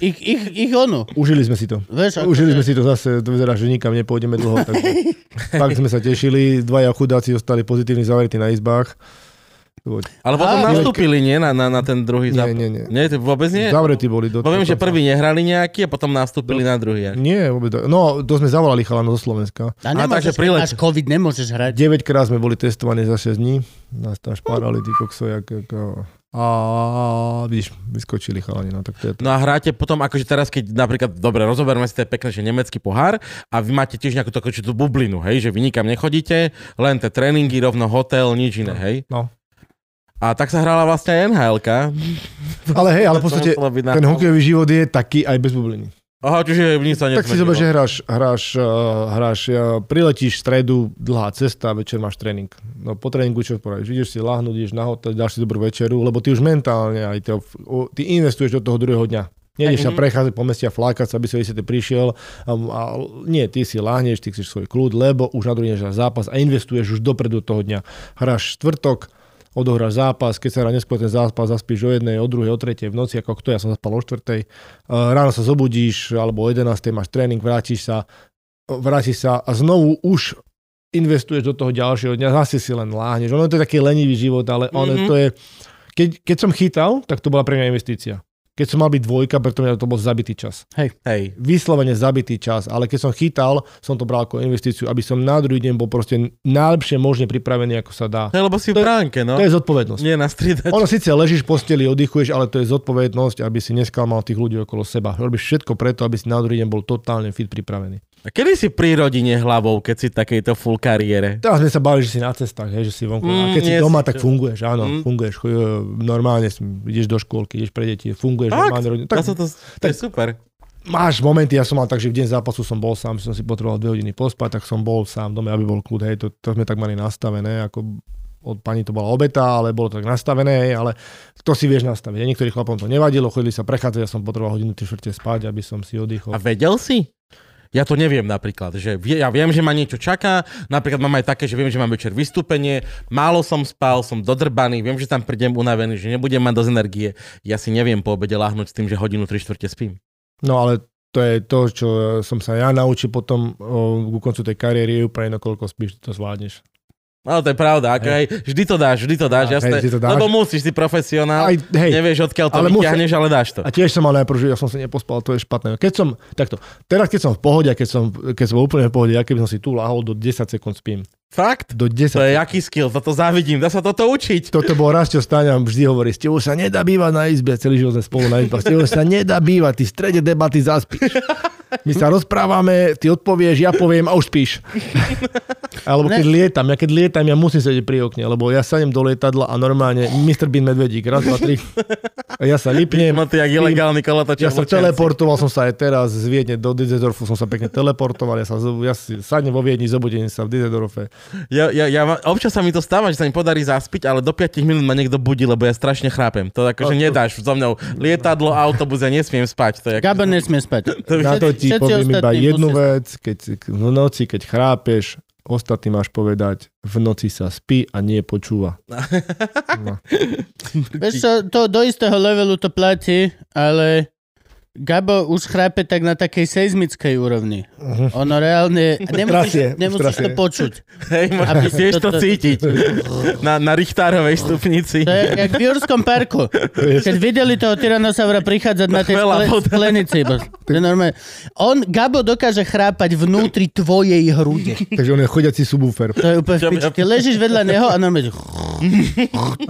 Ich, ich, ich onu. Užili sme si to. Vieš, ako- Užili sme si to zase, to vyzerá, že nikam nepôjdeme dlho. Takže, fakt sme sa tešili, dvaja chudáci ostali pozitívni zavretí na izbách. To bolo- Ale potom Á, nastúpili, nie? Na, na, na ten druhý Nie, zápas. nie, nie. Nie, to vôbec nie? Zavretí boli do... Bo viem, že dokonca. prvý nehrali nejaký a potom nastúpili No. na druhý. Nie, vôbec. do- No, to sme zavolali chalano zo Slovenska. A takže nemôžeš, prileť. máš COVID, nemôžeš hrať. 9 krát sme boli testovaní za 6 dní. Nás tam špárali tí kokso, jak, ako... A vidíš, vyskočili chalani, no tak to je to. No a hráte potom, akože teraz, keď napríklad, dobre, rozoberme si, to je pekné, že nemecký pohár a vy máte tiež nejakú takú tú bublinu, hej, že vy nikam nechodíte, len tie tréningy, rovno hotel, nič iné, hej. No. A tak sa hrala vlastne aj NHL-ka. Ale hej, ale v podstate To muselo byť na- ten hokejový život je taký aj bez bubliny. Aha, čiže nič sa Tak si nezmenilo. zober, že hráš, hráš, eh, hráš, eh, priletíš v stredu, dlhá cesta, večer máš tréning. No po tréningu čo poradíš? Ideš si lahnúť, ideš na hotel, dáš si dobrú večeru, lebo ty už mentálne aj to, o, ty investuješ do toho druhého dňa. Nejdeš sa prechádzať po meste a flákať sa, aby si vysete prišiel. A, a, nie, ty si láhneš, ty chceš svoj kľud, lebo už na druhý deň hráš zápas a investuješ už dopredu do toho dňa. Hráš štvrtok, odohráš zápas, keď sa hrá neskôr ten zápas, zaspíš o jednej, o druhej, o tretej v noci, ako kto, ja som zaspal o štvrtej. Eh, Ráno sa zobudíš, alebo o 11. máš tréning, vrátiš sa, vrátiš sa a znovu už investuješ do toho ďalšieho dňa, zase si len láhneš. Ono to je taký lenivý život, ale ono Mhm. mm-hmm. to je... Keď, keď som chytal, tak to bola pre mňa investícia. Keď som mal byť dvojka, preto mňa to bol zabitý čas Hej. vyslovene zabitý čas, ale keď som chytal, som to bral ako investíciu, aby som na druhý deň bol proste najlepšie možne pripravený, ako sa dá. To je, lebo si v bránke, no. To je zodpovednosť. Nie na striedač. Ono síce ležíš v posteli, oddychuješ, ale to je zodpovednosť, aby si nesklamal tých ľudí okolo seba. Robíš všetko preto, aby si na druhý deň bol totálne fit pripravený. A Kedy si pri rodine hlavou, keď si v takejto full kariére? Teraz sme sa báli, že si na cestách, hej, že si vonku. Mm, a keď si nie doma, si tak čo. funguješ, áno, Mm. funguješ. Chod, normálne si- ideš do škôlky, ideš pre deti, funguješ Fakt? normálne rodinu. Tak, to, to, to tak- je super. máš momenty, ja som mal tak, že v deň zápasu som bol sám, som si potreboval dve hodiny pospať, tak som bol sám doma, aby bol kľud, hej, to, to sme tak mali nastavené, ako od pani to bola obeta, ale bolo to tak nastavené, hej, ale to si vieš nastaviť. Ja niektorým chlapom to nevadilo, chodili sa prechádzať, ja som potreboval hodinu tri štvrte spať, aby som si A oddychol. vedel si? Ja to neviem napríklad, že vie, ja viem, že ma niečo čaká, napríklad mám aj také, že viem, že mám večer vystúpenie, málo som spal, som dodrbaný, viem, že tam prídem unavený, že nebudem mať dosť energie. Ja si neviem po obede láhnuť s tým, že hodinu 3 štvrte spím. No ale to je to, čo som sa ja naučil potom o, ku koncu tej kariéry, je úplne koľko spíš, ty to zvládneš. No to je pravda, ako hej, vždy to dáš, vždy to dáš, Hej, jasné, vždy to dáš. lebo musíš, si profesionál, Aj, hej, nevieš odkiaľ to ale musí- vyťahneš, ale dáš to. A tiež som mal najprv, že ja som sa nepospal, to je špatné. Keď som, takto, teraz keď som v pohode, a keď som, keď som úplne v pohode, ja keby som si tu lahol, do 10 sekúnd spím. Fakt? Do 10 To je jaký skill, za to závidím, dá sa toto učiť. toto bol raz, čo Stáňa vždy hovorí, s tebou sa nedá bývať na izbe, celý život sme spolu na izbe, s tebou sa nedá bývať, ty v strede debaty zaspíš. My sa rozprávame, ty odpovieš, ja poviem a už <laughs> spíš. Alebo keď lietam, ja keď lietam, ja musím sedieť pri okne, lebo ja sadem do lietadla a normálne Mr. Bean Medvedík, raz, dva, tri. A ja sa vypnem. No ty, jak ilegálny kolatač. Ja sa teleportoval som sa aj teraz z Viedne do Dizedorfu, som sa pekne teleportoval, ja, sa, zo- ja si sadnem vo Viedni, zobudím sa v Dizedorfe. Ja, ja, ja, ma- občas sa mi to stáva, že sa mi podarí zaspiť, ale do 5 minút ma niekto budí, lebo ja strašne chrápem. To akože nedáš so mnou. Lietadlo, autobus, ja nesmiem spať. To je ako... Gabo nesmie spať. <laughs> Na to ti Všetci poviem iba ostatní jednu musia- vec, keď v noci, keď chrápeš, ostatný máš povedať, v noci sa spí a nie počúva. Vieš čo, to do istého levelu to platí, ale Gabo už chrápe tak na takej seizmickej úrovni. Ono reálne... Nemusíš, trasie, už nemusíš to trasie. počuť. Hej, ma, Aby si vieš to toto- cítiť. Na, na Richtárovej stupnici. To je jak v Jurskom parku. Keď videli toho tyranosaura prichádzať na tej Chvela skle- Bohu. sklenici. bo- To je normálne. On, Gabo, dokáže chrápať vnútri tvojej hrude. Takže on je chodiaci subwoofer. To je úplne v piči. Ty ležíš vedľa neho a normálne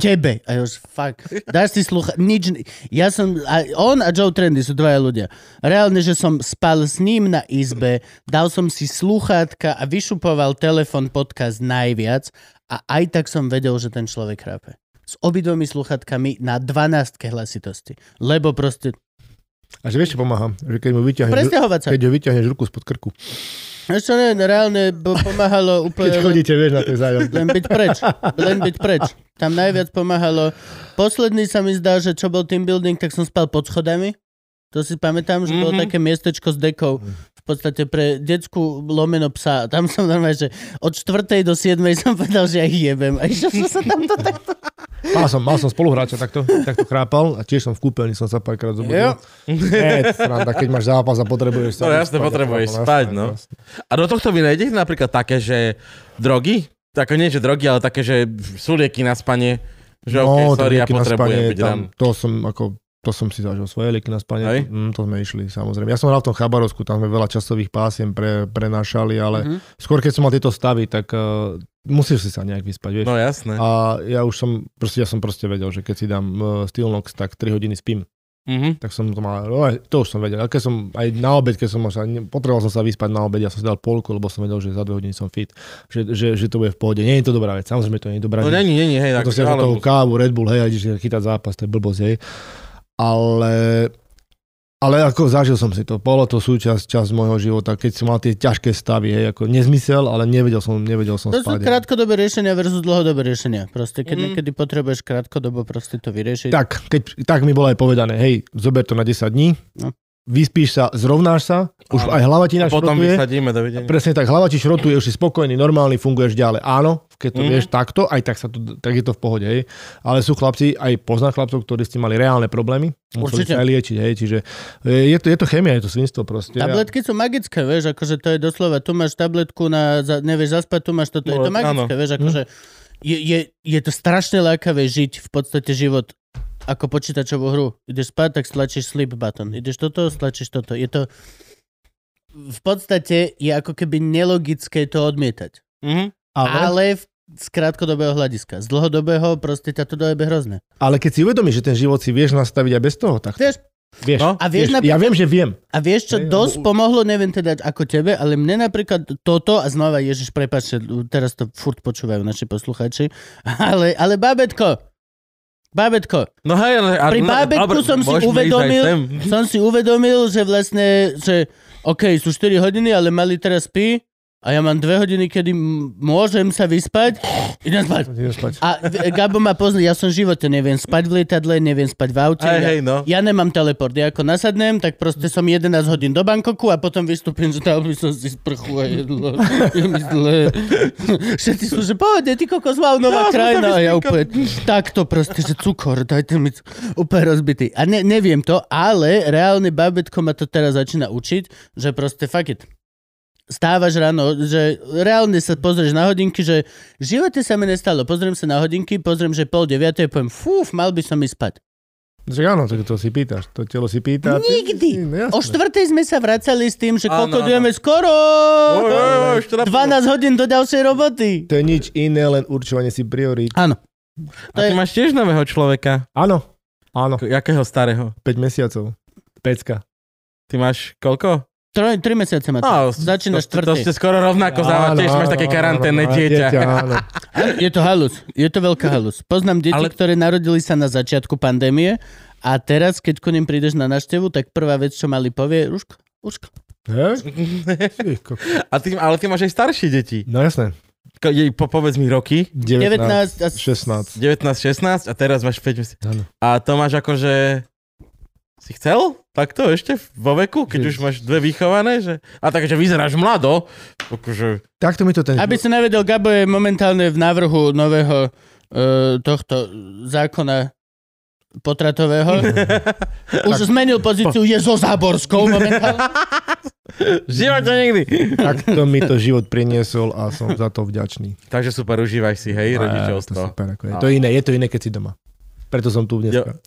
tebe. A ja už, fuck. Dáš si slucha. Nič. ne- Ja som, a on a Joe Trendy sú dvaja ľudia. Reálne, že som spal s ním na izbe, dal som si sluchátka a vyšupoval telefon podcast najviac a aj tak som vedel, že ten človek chrápe. S obidvomi sluchatkami na 12 hlasitosti. Lebo proste... A že vieš, čo pomáha? Že keď mu vyťahneš, Presťahovať sa. keď ho vyťahneš ruku spod krku. Ešte ne, reálne bo- pomáhalo úplne... Keď chodíte, vieš, na tej zájazde. Len byť preč. Len byť preč. Tam najviac pomáhalo. Posledný sa mi zdá, že čo bol team building, tak som spal pod schodami. To si pamätám, že mm-hmm. bolo Mhm. také miestečko s dekou v podstate pre detskú lomeno psa. A Tam som normálne, že od 4. do 7. som povedal, že ja ich jebem. A išiel som sa tam to tak... Mal som, mal som spoluhráča, takto, takto chrápal a tiež som v kúpeľni som sa párkrát Jo. zobudil. Nie, sranda, keď máš zápas a potrebuješ No jasne, potrebuješ spať, no. A do tohto vy nejdete napríklad také, že drogy? Ako nie, že drogy, ale také, že sú lieky na spanie. Že no, OK, sorry, ja potrebujem byť tam. To som ako to som si zažil svoje lieky na spanie, Hej. mm, to sme išli samozrejme. Ja som hral v tom Chabarovsku, tam sme veľa časových pásiem pre, prenášali, Mhm. ale mm-hmm. skôr keď som mal tieto stavy, tak uh, musíš si sa nejak vyspať, vieš. No jasné. A ja už som, proste, ja som proste vedel, že keď si dám uh, Steelnox, tak 3 hodiny spím. Mhm. Tak som to mal, no, aj- to už som vedel. A keď som aj na obed, keď som sa, ne- potreboval som sa vyspať na obed, ja som si dal polku, lebo som vedel, že za 2 hodiny som fit, že, že, že to bude v pohode. Nie je to dobrá vec, samozrejme to nie je dobrá No vec. není, není, hej. Potom tak- si dáš ale- toho kávu, Red Bull, hej, a ideš chytať zápas, to je blbosť, hej. Ale, ale ako zažil som si to, bolo to súčasť čas môjho života, keď som mal tie ťažké stavy, hej, ako nezmysel, ale nevedel som, nevedel som To sú spať. hej. krátkodobé riešenia versus dlhodobé riešenia. Proste keď Mhm. mm. niekedy potrebuješ krátkodobo proste to vyriešiť. Tak, keď, tak mi bolo aj povedané, hej, zober to na 10 dní, No. vyspíš sa, zrovnáš sa, už Áno. aj hlava ti A ináč potom rotuje. vysadíme, dovidenia. Presne tak, hlava ti šrotuje, už si spokojný, normálny, funguješ ďalej. Áno, keď to Mhm. vieš takto, aj tak, sa to, tak je to v pohode, hej. Ale sú chlapci, aj poznám chlapcov, ktorí ste mali reálne problémy, museli Určite. sa aj liečiť, hej. Čiže e, je to, je to chémia, je to svinstvo proste. Tabletky sú magické, vieš, akože to je doslova, tu máš tabletku na, za, nevieš zaspať, tu máš toto, je to No, magické, vieš, akože je, je, je to strašne lákavé žiť v podstate život ako počítačovú hru. Ideš spať, tak stlačíš sleep button. Ideš toto, stlačíš toto. Je to... V podstate je ako keby nelogické to odmietať. Mhm. Ale, ale... Ale v, z krátkodobého hľadiska. Z dlhodobého proste ťa to dojebe hrozné. ale keď si uvedomíš, že ten život si vieš nastaviť aj bez toho, tak Vieš, vieš. No? No. a vieš, napríklad- ja viem, že viem. A vieš čo, Hej, dosť lebo- pomohlo, neviem teda ako tebe, ale mne napríklad toto, a znova, Ježiš, prepáčte, teraz to furt počúvajú naši posluchači, <laughs> ale, ale babetko, babetko, No hej, ale... a- Pri no, bábetku dobre, som si môžeme ísť aj uvedomil- sem. som si uvedomil, že vlastne, že OK, sú 4 hodiny, ale mali teraz spí a ja mám 2 hodiny, kedy m- môžem sa vyspať, idem spať. Idem spať. A v- Gabo ma pozná, ja som v živote neviem spať v lietadle, neviem spať v aute. Hej, ja, hej, no. ja nemám teleport, ja ako nasadnem, tak proste som 11 hodín do Bangkoku a potom vystúpim, že dal by som si sprchu a jedlo. Je mi zle. Všetci sú, že pohode, ty kokos, wow, nová No, krajina. A ja sme sa úplne takto proste, že cukor, dajte mi cu- úplne rozbitý. A ne, neviem to, ale reálne babetko ma to teraz začína učiť, že proste fuck it. Stávaš ráno, že reálne sa pozrieš na hodinky, že v živote sa mi nestalo. Pozriem sa na hodinky, pozriem, že pol deviatej, poviem, fúf, mal by som ísť spať. Že áno, to, to si pýtaš, to telo si pýta. Nikdy. No, jasné. O štvrtej sme sa vracali s tým, že Áno, koľko áno. dujeme skoro. Oj, oj, oj, ešte napríklad. 12 hodín do ďalšej roboty. To je nič iné, len určovanie si priorít. Áno. A ty máš tiež nového človeka. Áno, áno, Jakého starého? 5 mesiacov. Pecka. Ty máš koľko? Tri, tri mesiace má to. No, Začína to, to, to štvrtý. ste skoro rovnako za tiež máš také karanténne dieťa. áno. Je to halus. Je to veľká halus. Poznám deti, ale... Ale- ktoré narodili sa na začiatku pandémie a teraz, keď ku nim prídeš na návštevu, tak prvá vec, čo mali povie, Ruško, Ruško. Hej? Ty kokos. <laughs> A ty, ale ty máš aj staršie deti. No jasné. Ko- jej, Po, povedz mi roky. 19, 19 a 16. 19, 16 a teraz máš 5 mesiacov. Áno. A to máš akože... Si chcel? Takto ešte vo veku, keď Ježiš. už máš dve vychované? Že... A takže vyzeráš mlado. Akože... Takto mi to ten... Aby si nevedel, Gabo je momentálne v návrhu nového e, tohto zákona <laughs> potratového. Už zmenil pozíciu, je so Záborskou <laughs> momentálne. Život to nikdy. Takto mi to život priniesol a som za to <laughs> vďačný. <laughs> takže super, užívaj si, hej, To, rodičovstvo. super, ako je. to je iné, je to iné, keď si doma. Preto som tu dneska.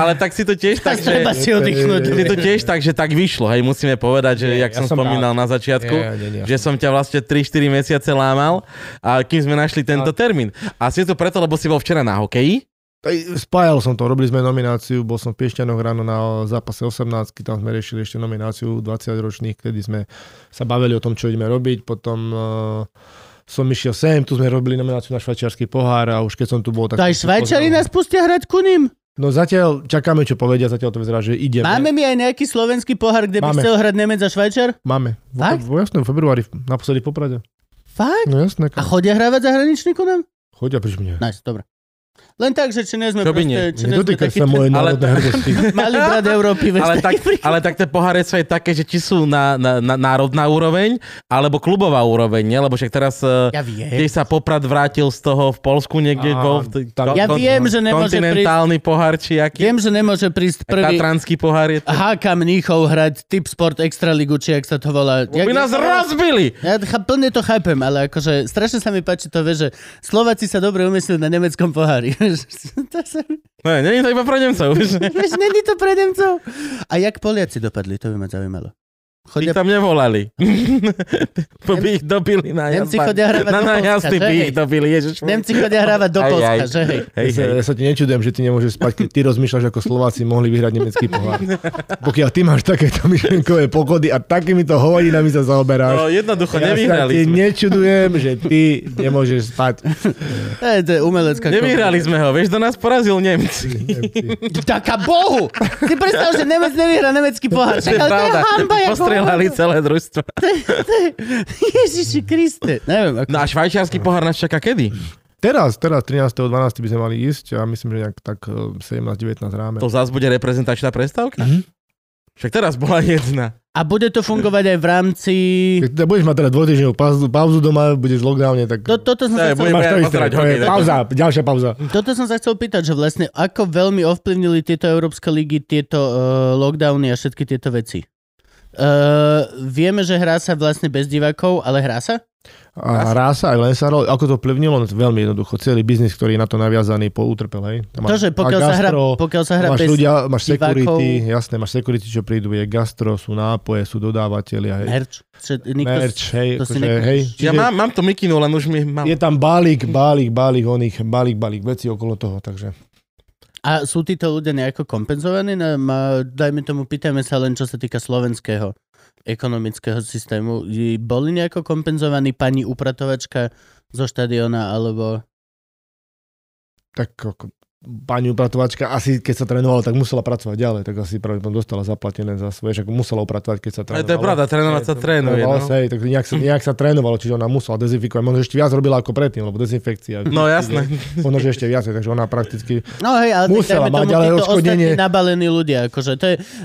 Ale tak si to <laughs> tiež tak, že... Treba si oddychnúť. Ty to tiež tak, že tak vyšlo, hej, musíme povedať, že Nie, jak ja som som spomínal na začiatku, Nie, nie, nie, ja že som ťa vlastne 3-4 mesiace lámal a kým sme našli tento termín. A si to preto, lebo si bol včera na hokeji, Ej, Spájal som to, robili sme nomináciu, bol som v Piešťanoch ráno na zápase 18, tam sme riešili ešte nomináciu 20-ročných, kedy sme sa bavili o tom, čo ideme robiť, potom eh, som išiel sem, tu sme robili nomináciu na švajčiarsky pohár a už keď som tu bol, tak... To aj som si Švajčari pozrel. nás pustia hrať ku ním. No zatiaľ čakáme, čo povedia, zatiaľ to vyzerá, že ideme. Máme mi aj nejaký slovenský pohár, kde by Máme. chcel hrať Nemec a Švajčar? Máme. Fakt? Vo, jasné, v februári, naposledy v Poprade. Fakt? No jasné, A ka... chodia hrávať zahraniční ku nám? chodia priš mne. Nice, dobre. Len tak, že či nie sme Čo by proste, nie? či nie sme Nedotýkaj taký sa moje Ale- národné hrdosti. <laughs> malý brat Európy. vieš, ale <laughs> tak, taký príklad. ale tak tie poháre sú aj také, že či sú na, na, na národná úroveň, alebo klubová úroveň, nie? lebo však teraz... eh, Ja viem. Keď sa Poprad vrátil z toho v Polsku niekde, Á, bol v t- tam- Ja viem, že nemôže prísť, kontinentálny pohár, či aký? viem, že nemôže prísť prvý Tatranský pohár je to. HK Mníchov hrať Tip Sport Extraligu, či jak sa to volá. Ja, By nás rozbili! ja ch- plne to chápem, ale akože strašne sa mi páči to, vieš, že Slováci sa dobre umiestnili na nemeckom pohári. <laughs> to sa mi... Ne, nie je to iba pre Nemcov. <laughs> že- Vieš, není to pre Nemcov. A jak Poliaci dopadli, to by ma zaujímalo. Ich Chodia... tam nevolali. <laughs> to by ich dobili na Nemci jazda- chodia hrávať Na do Polska, najazdy že by hej? ich dobili, ježiš. Nemci chodia hrávať do Aj, aj. Polska, že hej. <laughs> Hej, Ja sa, hej. ja sa ti nečudujem, že ty nemôžeš spať, keď ty rozmýšľaš, ako Slováci mohli vyhrať nemecký <laughs> pohár. Pokiaľ ty máš takéto myšlienkové pochody a takýmito hovorinami sa No, zaoberáš, jednoducho, ja sa ti nevyhrali sme. nečudujem, že ty nemôžeš spať. To je, to je umelecká Nevyhrali sme ho, vieš, do nás porazil Nemci. Ďaká Bohu! Ty predstav, že Nemec nevyhrá nemecký pohár. <laughs> To je Čakal, to je pravda. hamba, jak Postrelali celé družstvo. Ježiši Kriste. Neviem, ako... No a švajčiarsky pohár nás čaká kedy? Teraz, teraz 13.12. by sme mali ísť a myslím, že nejak tak eh, 17-19 ráme. To zás bude reprezentačná prestávka? Mhm. Však teraz bola jedna. A bude to fungovať aj v rámci... Keď teda budeš mať teda dvojtýždňovú pauzu, pauzu doma, budeš v lockdowne, tak... No To, toto som To sa je, chcel budeme Máš to isté. pozerať To je hokej. Pauza, ďalšia pauza. Toto som sa chcel pýtať, že vlastne ako veľmi ovplyvnili tieto Európske ligy, tieto uh, lockdowny a všetky tieto veci. Uh, vieme, že hrá sa vlastne bez divákov, ale hrá sa? A hrá sa aj len sa hralo. Ako to vplyvnilo? No to veľmi jednoducho. Celý biznis, ktorý je na to naviazaný, poutrpel, hej. Tam To, máš- že pokiaľ, a sa hrá, gastro, pokiaľ sa hrá máš bez... ľudia, máš divákov. security, jasné, máš security, čo prídu, je gastro, sú nápoje, sú dodávateľia, hej. Merch. Že nikto... Merch, hej, to si akože, nekúpiš. hej. Ja Čiže mám, mám to mikinu, len už mi mám. Je tam balík, balík, balík oných, balík, balík veci okolo toho, takže. A sú títo ľudia nejako kompenzovaní? Na, ma, dajme tomu, pýtajme sa len, čo sa týka slovenského ekonomického systému. I- Boli nejako kompenzovaní pani upratovačka zo štadiona, alebo... Tak ako, pani upratovačka asi keď sa trénovala, tak musela pracovať ďalej, tak asi pravdepodobne dostala zaplatené za svoje, však musela upratovať, keď sa Ale trénovala. to je pravda, trénovať sa trénuje. Trénovala No. vlastne- sa, hej, tak nejak <laughs> sa, nejak sa trénovalo, čiže ona musela dezinfikovať. Možno ešte viac robila ako predtým, lebo dezinfekcia. No jasné. Možno, že ešte viac, takže ona prakticky... No hej, ale Musela, Musela tak dajme mať, tomu, ale títo odškodnenie- ostatní nabalení ľudia. Akože, to je, uh,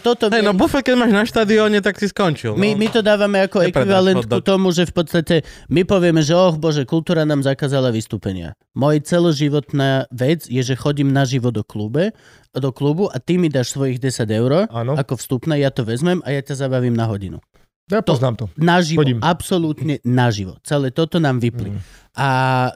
toto Hej, no bufet, keď máš na štadióne, tak si skončil. My, no. my to dávame ako Nepredáš ekvivalent hot ku dog. tomu, že v podstate my povieme, že oh bože, kultúra nám zakázala vystúpenia. Moje celoživotná vec je, že chodím na živo do, klube, do klubu a ty mi dáš svojich 10 eur Áno. ako vstupné, ja to vezmem a ja ťa zabavím na hodinu. Ja poznám to. Naživo, Chodím. Chodím. absolútne naživo. Celé toto nám vypli. Mm. A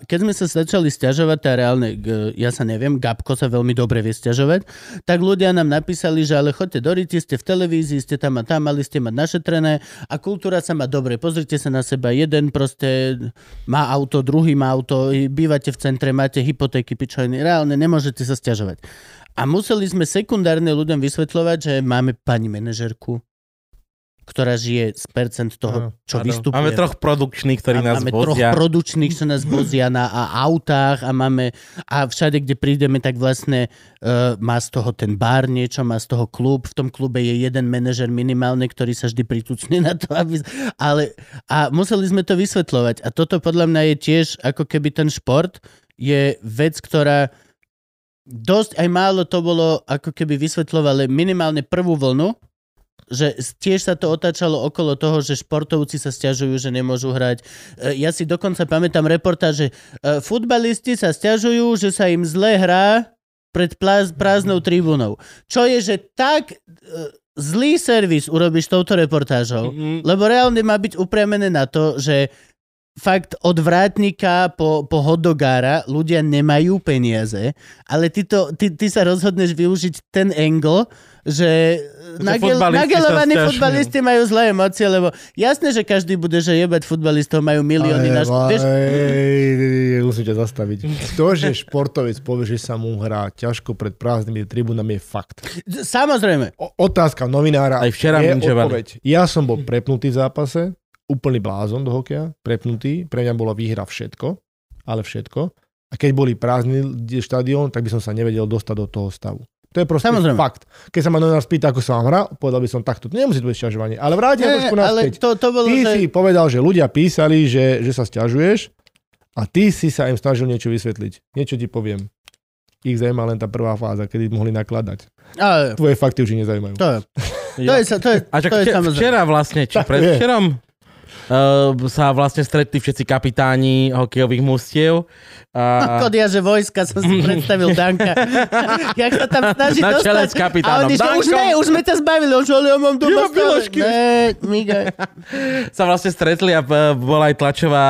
keď sme sa začali stiažovať, a reálne, g- ja sa neviem, Gabko sa veľmi dobre vie stiažovať, tak ľudia nám napísali, že ale chodte do Riti, ste v televízii, ste tam a tam, mali ste mať našetrené a kultúra sa má dobre. Pozrite sa na seba, jeden proste má auto, druhý má auto, bývate v centre, máte hypotéky, pičoviny, reálne nemôžete sa stiažovať. A museli sme sekundárne ľuďom vysvetľovať, že máme pani manažerku, ktorá žije z percent toho, čo vystupuje. Máme troch produkčných, ktorí a nás máme troch vozia. produčných, čo nás vozia na a autách a máme a všade, kde prídeme, tak vlastne uh, má z toho ten bar niečo, má z toho klub. V tom klube je jeden manažer minimálne, ktorý sa vždy pritucne na to, aby... Ale, a museli sme to vysvetľovať. A toto podľa mňa je tiež, ako keby ten šport je vec, ktorá dosť aj málo to bolo, ako keby vysvetľovali minimálne prvú vlnu, že s- tiež sa to otáčalo okolo toho, že športovci sa stiažujú, že nemôžu hrať. E, Ja si dokonca pamätám reportáž, že e, futbalisti sa stiažujú, že sa im zle hrá pred plá- prázdnou tribúnou. Čo je, že tak e, zlý servis urobíš touto reportážou, Mhm. lebo reálne má byť upriamené na to, že fakt od vrátnika po, po hodogára ľudia nemajú peniaze, ale ty, to, ty, ty sa rozhodneš využiť ten angle, že nagel, futbalisti sa nagelovaní stiažujú. futbalisti majú zlé emócie, lebo jasné, že každý bude, že jebať futbalistov majú milióny na šp- vieš, Ej, musím ťa <laughs> zastaviť. To, že športovec povie, že sa mu hrá ťažko pred prázdnymi tribunami, je fakt. Samozrejme. O, otázka novinára Aj včera je minčevali. odpoveď. Ja som bol prepnutý v zápase, úplný blázon do hokeja, prepnutý, pre mňa bola výhra všetko, ale všetko. A keď boli prázdny štadión, tak by som sa nevedel dostať do toho stavu. To je proste Samozrejme. fakt. Keď sa ma novinár spýta, ako sa vám hrá, povedal by som takto. Nemusí to byť sťažovanie, ale vrátim Nie, trošku ale naspäť. to, to bolo, Ty že... si povedal, že ľudia písali, že, že sa stiažuješ a ty si sa im snažil niečo vysvetliť. Niečo ti poviem. Ich zaujíma len tá prvá fáza, kedy mohli nakladať. Ale, Tvoje fakty už ich nezaujímajú. to je, to Ja- je, sa- to je, A čak, to je včera, samozrejme. včera vlastne, či Tak to predvčerom, uh, sa vlastne stretli všetci kapitáni hokejových mústiev. A, Kokot ja, že vojska som <laughs> si predstavil Danka. <laughs> Jak sa tam snaží Na dostať. čele s A kapitánom oni, že už Dankom. ne, už sme ťa zbavili. On, že ale ja mám doma Ja mám biložky. Ne, miga. sa vlastne stretli a eh, bola aj tlačová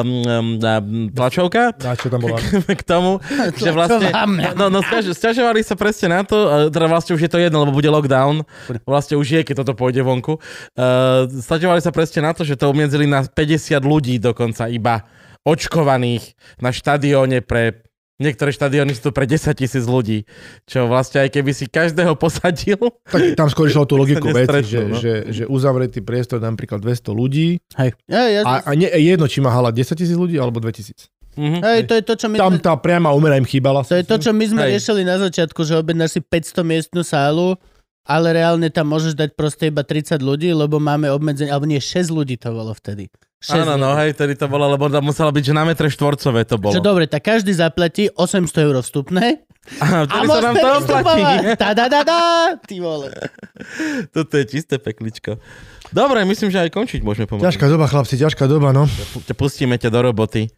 um, um, tlačovka Na čo tam bola? <laughs> <laughs> k tomu, že vlastne... Tlačová mňa. No, no stiaž, stiažovali sa presne na to, eh, teda vlastne už je to jedno, lebo bude lockdown, vlastne už je, keď toto pôjde vonku. Uh, stiažovali sa presne na to, že to obmedzili na 50 ľudí dokonca iba očkovaných na štadióne pre Niektoré štadióny sú tu pre 10 tisíc ľudí, čo vlastne aj keby si každého <laughs> posadil, Tak tam skôr išlo o tú logiku Sa veci, nestretnú, že, no. že, že uzavretý priestor napríklad 200 ľudí Hej. Ja, ja, a, a nie, jedno, či má hala 10 tisíc ľudí alebo 2000. mhm, hej, to je to, čo my Tam sme, tá priama úmera im chýbala. to je to, čo my sme Hej. riešili na začiatku, že objednáš si 500 miestnú sálu, ale reálne tam môžeš dať proste iba 30 ľudí, lebo máme obmedzenie, alebo nie, 6 ľudí to bolo vtedy. 6 Áno, no, hej, tedy to bolo, lebo tam muselo byť, že na metre štvorcové to bolo. Čo <laughs> dobre, tak každý zaplatí 800 eur vstupné a Aha, vtedy sa nám môžete to oplatí. vystupovať. Tá, tá, tá, tá, ty vole. Toto je čisté pekličko. Dobre, myslím, že aj končiť môžeme pomôcť. Ťažká doba, chlapci, ťažká doba, no. Pustíme ťa do roboty,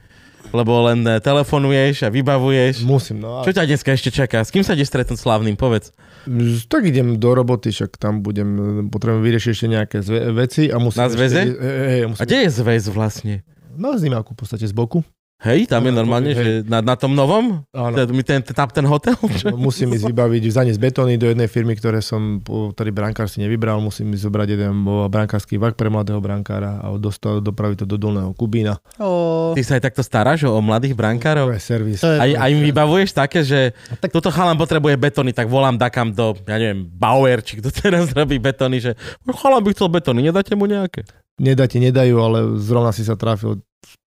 lebo len eh, telefonuješ a vybavuješ. Musím, no. Čo ťa dneska ešte čaká? S kým sa ideš stretnúť slavným? Povedz. Mm, Tak idem do roboty, však tam budem, potrebujem vyriešiť ešte nejaké zve- veci a musím... Na zväze? Ešte, e, e, e, A musím, kde je zväz vlastne? na znímavku v podstate z boku. Hej, tam je No, normálne, hej. že na, na tom novom? Áno. No, Ten, ten, tam ten hotel? Čo? Musím ísť vybaviť, zaniesť betóny do jednej firmy, ktoré som, po- ktorý brankár si nevybral, musím ísť zobrať jeden bo- brankársky vak pre mladého brankára a dostal, dopraviť to do Dolného Kubína. Oh. Ty sa aj takto staráš o, o mladých brankárov? To je To servis. je- A, a im no. vybavuješ také, že toto chalan potrebuje betony, tak volám dakam do, ja neviem, Bauer, či kto teraz robí betony, že "No, chalan by chcel betony, nedáte mu nejaké? Nedáte, nedajú, ale zrovna si sa trafil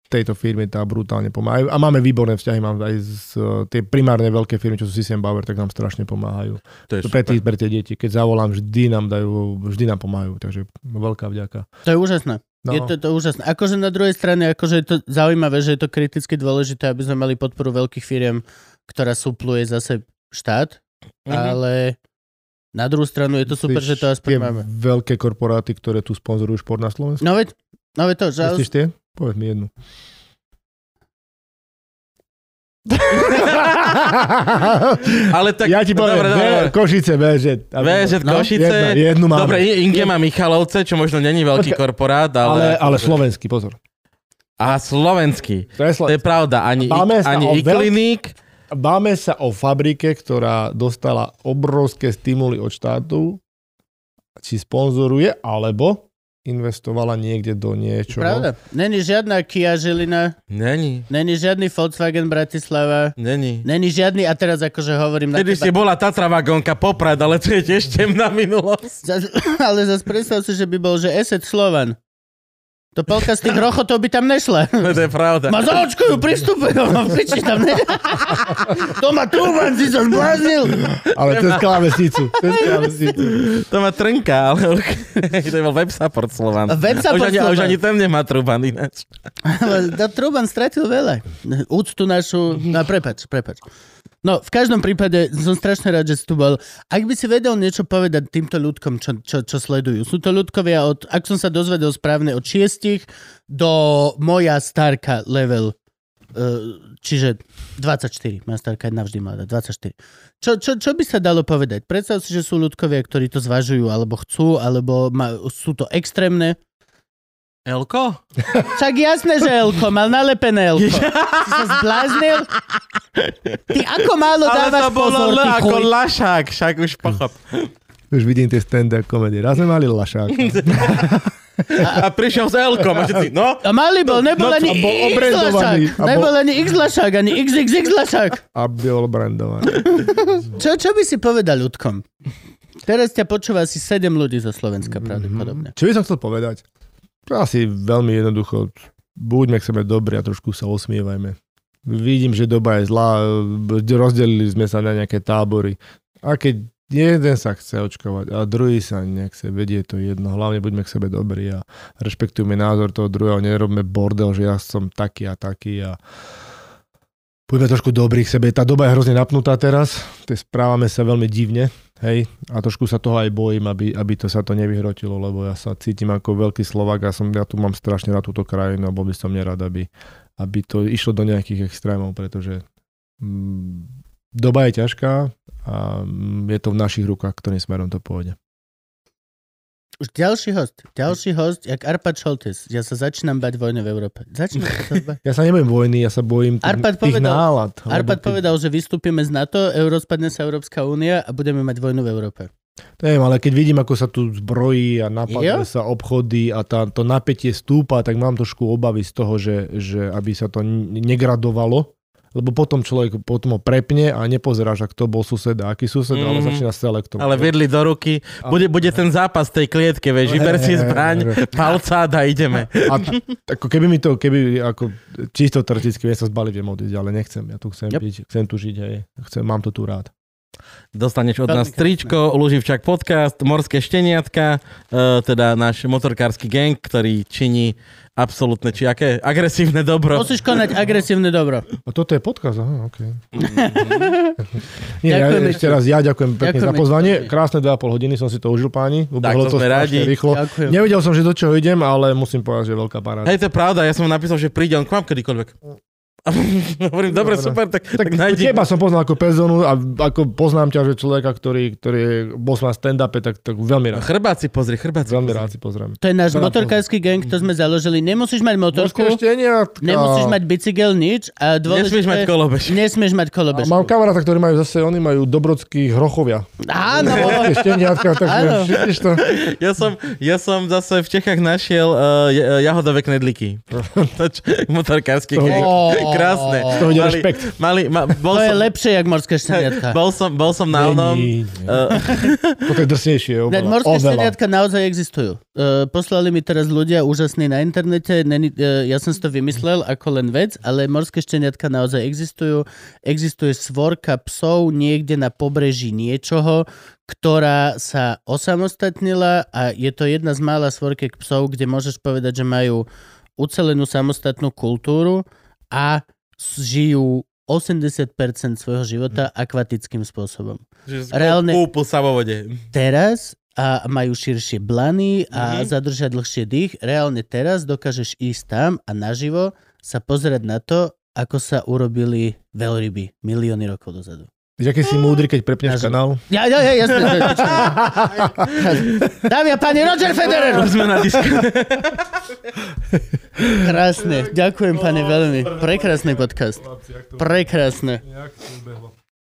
v tejto firme, tá brutálne pomáha. A máme výborné vzťahy, mám aj z e, tie primárne veľké firmy, čo sú Sisem Bauer, tak nám strašne pomáhajú. To je Pre, super. tí, pre tie deti, keď zavolám, vždy nám dajú, vždy nám pomáhajú, takže veľká vďaka. To je úžasné. No. Je to, to úžasné. Akože na druhej strane, akože je to zaujímavé, že je to kriticky dôležité, aby sme mali podporu veľkých firiem, ktorá supluje zase štát, Mhm. ale na druhú stranu je to super, že to aspoň tie máme. veľké korporáty, ktoré tu sponzorujú šport na Slovensku? No veď, no veď to, že... Myslíš tie? Povedz mi jednu. <laughs> Ale tak, no, ja ti poviem, dobre, dobre, dobre. Košice, BŽ. VŽ No, Košice, jedna- jednu máme. dobre, I- Inge má Michalovce, čo možno není veľký Počkaj, korporát, Ale, ale... ale slovenský, pozor. A slovenský. To je To je Slovenský. pravda, ani, Máme ik, sa ani o veľk- Ikliník, Báme sa o fabrike, ktorá dostala obrovské stimuly od štátu, či sponzoruje, alebo investovala niekde do niečoho. Pravda. Není žiadna Kia Žilina, Není. není žiadny Volkswagen Bratislava, Není. není žiadny, a teraz akože hovorím na Vtedy teba, ste bola Tatra vagónka poprad, ale to je tiež temná minulosť. Zas, <laughs> ale zase predstav si, že by bol, že Eset Slovan. To polka <laughs> z tých rochotov by tam nešla. No, To je pravda. Ma zaočkujú, <laughs> pristupujú, ma piči tam <laughs> ne... To ma tu, man, si sa zbláznil. <laughs> Ale cez klávesnicu. <laughs> Cez klávesnicu. To má trnka, ale okay. <laughs> to je bol web support Slovan. Web už, support ani, Slovan. už ani tam nemá truban ináč. Ale tá Truban stratil veľa. Úctu našu... No, prepač, prepač. No, v každom prípade som strašne rád, že si tu bol. Ak by si vedel niečo povedať týmto ľudkom, čo, čo, čo sledujú. Sú to ľudkovia od, ak som sa dozvedel správne, od šiestich do moja starka level. eh, Čiže 24. Moja starka je navždy mladá. 24. Čo, čo, čo by sa dalo povedať? Predstav si, že sú ľudkovia, ktorí to zvažujú, alebo chcú, alebo ma, sú to extrémne. Elko? Však jasné, že Elko, mal nalepené <laughs> Elko. Si sa zbláznil? Ty ako málo Ale dávaš to pozor, bolo L ty ako chuj. lašák, však už pochop. Už vidím tie stand-up komedie. Raz sme mali Lašáka. A prišiel s Elkom a všetci, no, A malý bol, nebol No, ani a bol X lašák. obrendovaný. A bol- Nebol ani X lašák, ani XXX lašák. A bol brandovaný. Čo, čo by si povedal ľudkom? Teraz ťa počúva asi 7 ľudí zo Slovenska Mhm. pravdepodobne. Čo by som chcel povedať? To asi veľmi jednoducho. Buďme k sebe dobrí a trošku sa osmievajme. Vidím, že doba je zlá, e, rozdelili sme sa na nejaké tábory. A keď jeden sa chce očkovať a druhý sa nechce, vedie to jedno. Hlavne buďme k sebe dobrí a rešpektujme názor toho druhého, nerobme bordel, že ja som taký a taký a buďme trošku dobrí k sebe. Tá doba je hrozne napnutá teraz, Te správame sa veľmi divne. Hej, a trošku sa toho aj bojím, aby, aby to sa to nevyhrotilo, lebo ja sa cítim ako veľký Slovak a som, ja tu mám strašne rád túto krajinu a bol by som nerad, aby, aby to išlo do nejakých extrémov, pretože mm, doba je ťažká a mm, je to v našich rukách, ktorým smerom to pôjde. Už ďalší host, ďalší host, jak Arpad Šoltes. Ja sa začínam bať vojny v Európe. Začínam sa bať. Ja sa nebojím vojny, ja sa bojím tých, Arpad tých povedal- nálad. lebo Arpad tých- povedal, že vystúpime z NATO, euro spadne sa Európska únia a budeme mať vojnu v Európe. Neviem, ale keď vidím, ako sa tu zbrojí a Jo. napadne sa obchody a tá, to napätie stúpa, tak mám trošku obavy z toho, že, že aby sa to n- negradovalo, lebo potom človek potom ho prepne a nepozerá, že kto bol sused a aký sused, mm. ale Mhm. začína selektovať. ale vedli do ruky. Bude, bude ten zápas tej klietke, <laughs> vieš, vyber si zbraň, palcát a ideme. A t- ako keby mi to, keby ako čisto teoreticky, ja sa zbalím, viem odísť, ale nechcem, ja tu chcem Yep. yep. byť, chcem tu žiť, hej. Chcem, mám to tu rád. Dostaneš od Veľmi nás tričko, Luživčak podcast, Morské šteniatka, e, teda náš motorkársky gang, ktorý činí absolútne, či aké agresívne dobro. Musíš konať agresívne dobro. A toto je podkaz, aha, OK. Mhm. Nie, ja Ďakujeme ešte raz ja ďakujem pekne Ďakujeme za pozvanie. ti. Krásne 2,5 hodiny som si to užil, páni. Ubehlo to sme strašne radi. rýchlo. Ďakujem. Nevedel som, že do čoho idem, ale musím povedať, že je veľká paráda. Hej, to je pravda, ja som mu napísal, že príde on k vám kedykoľvek. <laughs> Hovorím, Mm. Dobre. dobre, super, tak, tak, tak nájdi. teba som poznal ako personu a ako poznám ťa, že človeka, ktorý, ktorý je, bol som na stand-upe, tak, tak veľmi rád. Chrbát si pozri, chrbát si Veľmi pozri. rád si pozriem. To je náš Veľa motorkársky gang, to sme založili. Nemusíš mať motorku, Morské šteniatka. nemusíš mať bicykel, nič. A dôležité, Nesmieš mať kolobež. Nesmieš mať A kolobež. Mám kamaráta, ktorí majú zase, oni majú dobrodských hrochovia. Áno, <laughs> Morské šteniatka, takže Áno. vidíš to. Ja som, ja som zase v Čechách našiel uh, jahodové knedlíky. <laughs> To č- Motorkársky To- kek. Ó. Krásne. To ide Mali- rešpekt. Mali, ma, bol, to je som, lepšie, jak morské šteniatka. bol, som, bol som na onom. Není. Uh, Toto je drsnejšie, Nad oveľa. morské oveľa. šteniatka naozaj existujú. E, poslali mi teraz ľudia úžasní na internete, neni, e, ja som si to vymyslel ako len vec, ale morské šteniatka naozaj existujú. Existuje svorka psov niekde na pobreží niečoho, ktorá sa osamostatnila a je to jedna z mála svorkiek psov, kde môžeš povedať, že majú ucelenú samostatnú kultúru a s- žijú 80% svojho života akvatickým spôsobom že z Reálne- Kúpu sa vo vode. teraz a majú širšie blany a Mhm. zadržia dlhšie dých. Reálne teraz dokážeš ísť tam a naživo sa pozerať na to, ako sa urobili veľryby milióny rokov dozadu. Vieš, aký si múdry, keď prepneš Naživo. kanál? Ja, ja, ja, jasne. <laughs> Dámy a páni, Roger Federer! Už sme na disk- Krásne, ďakujem pane veľmi. Prekrásny podcast. Prekrásne.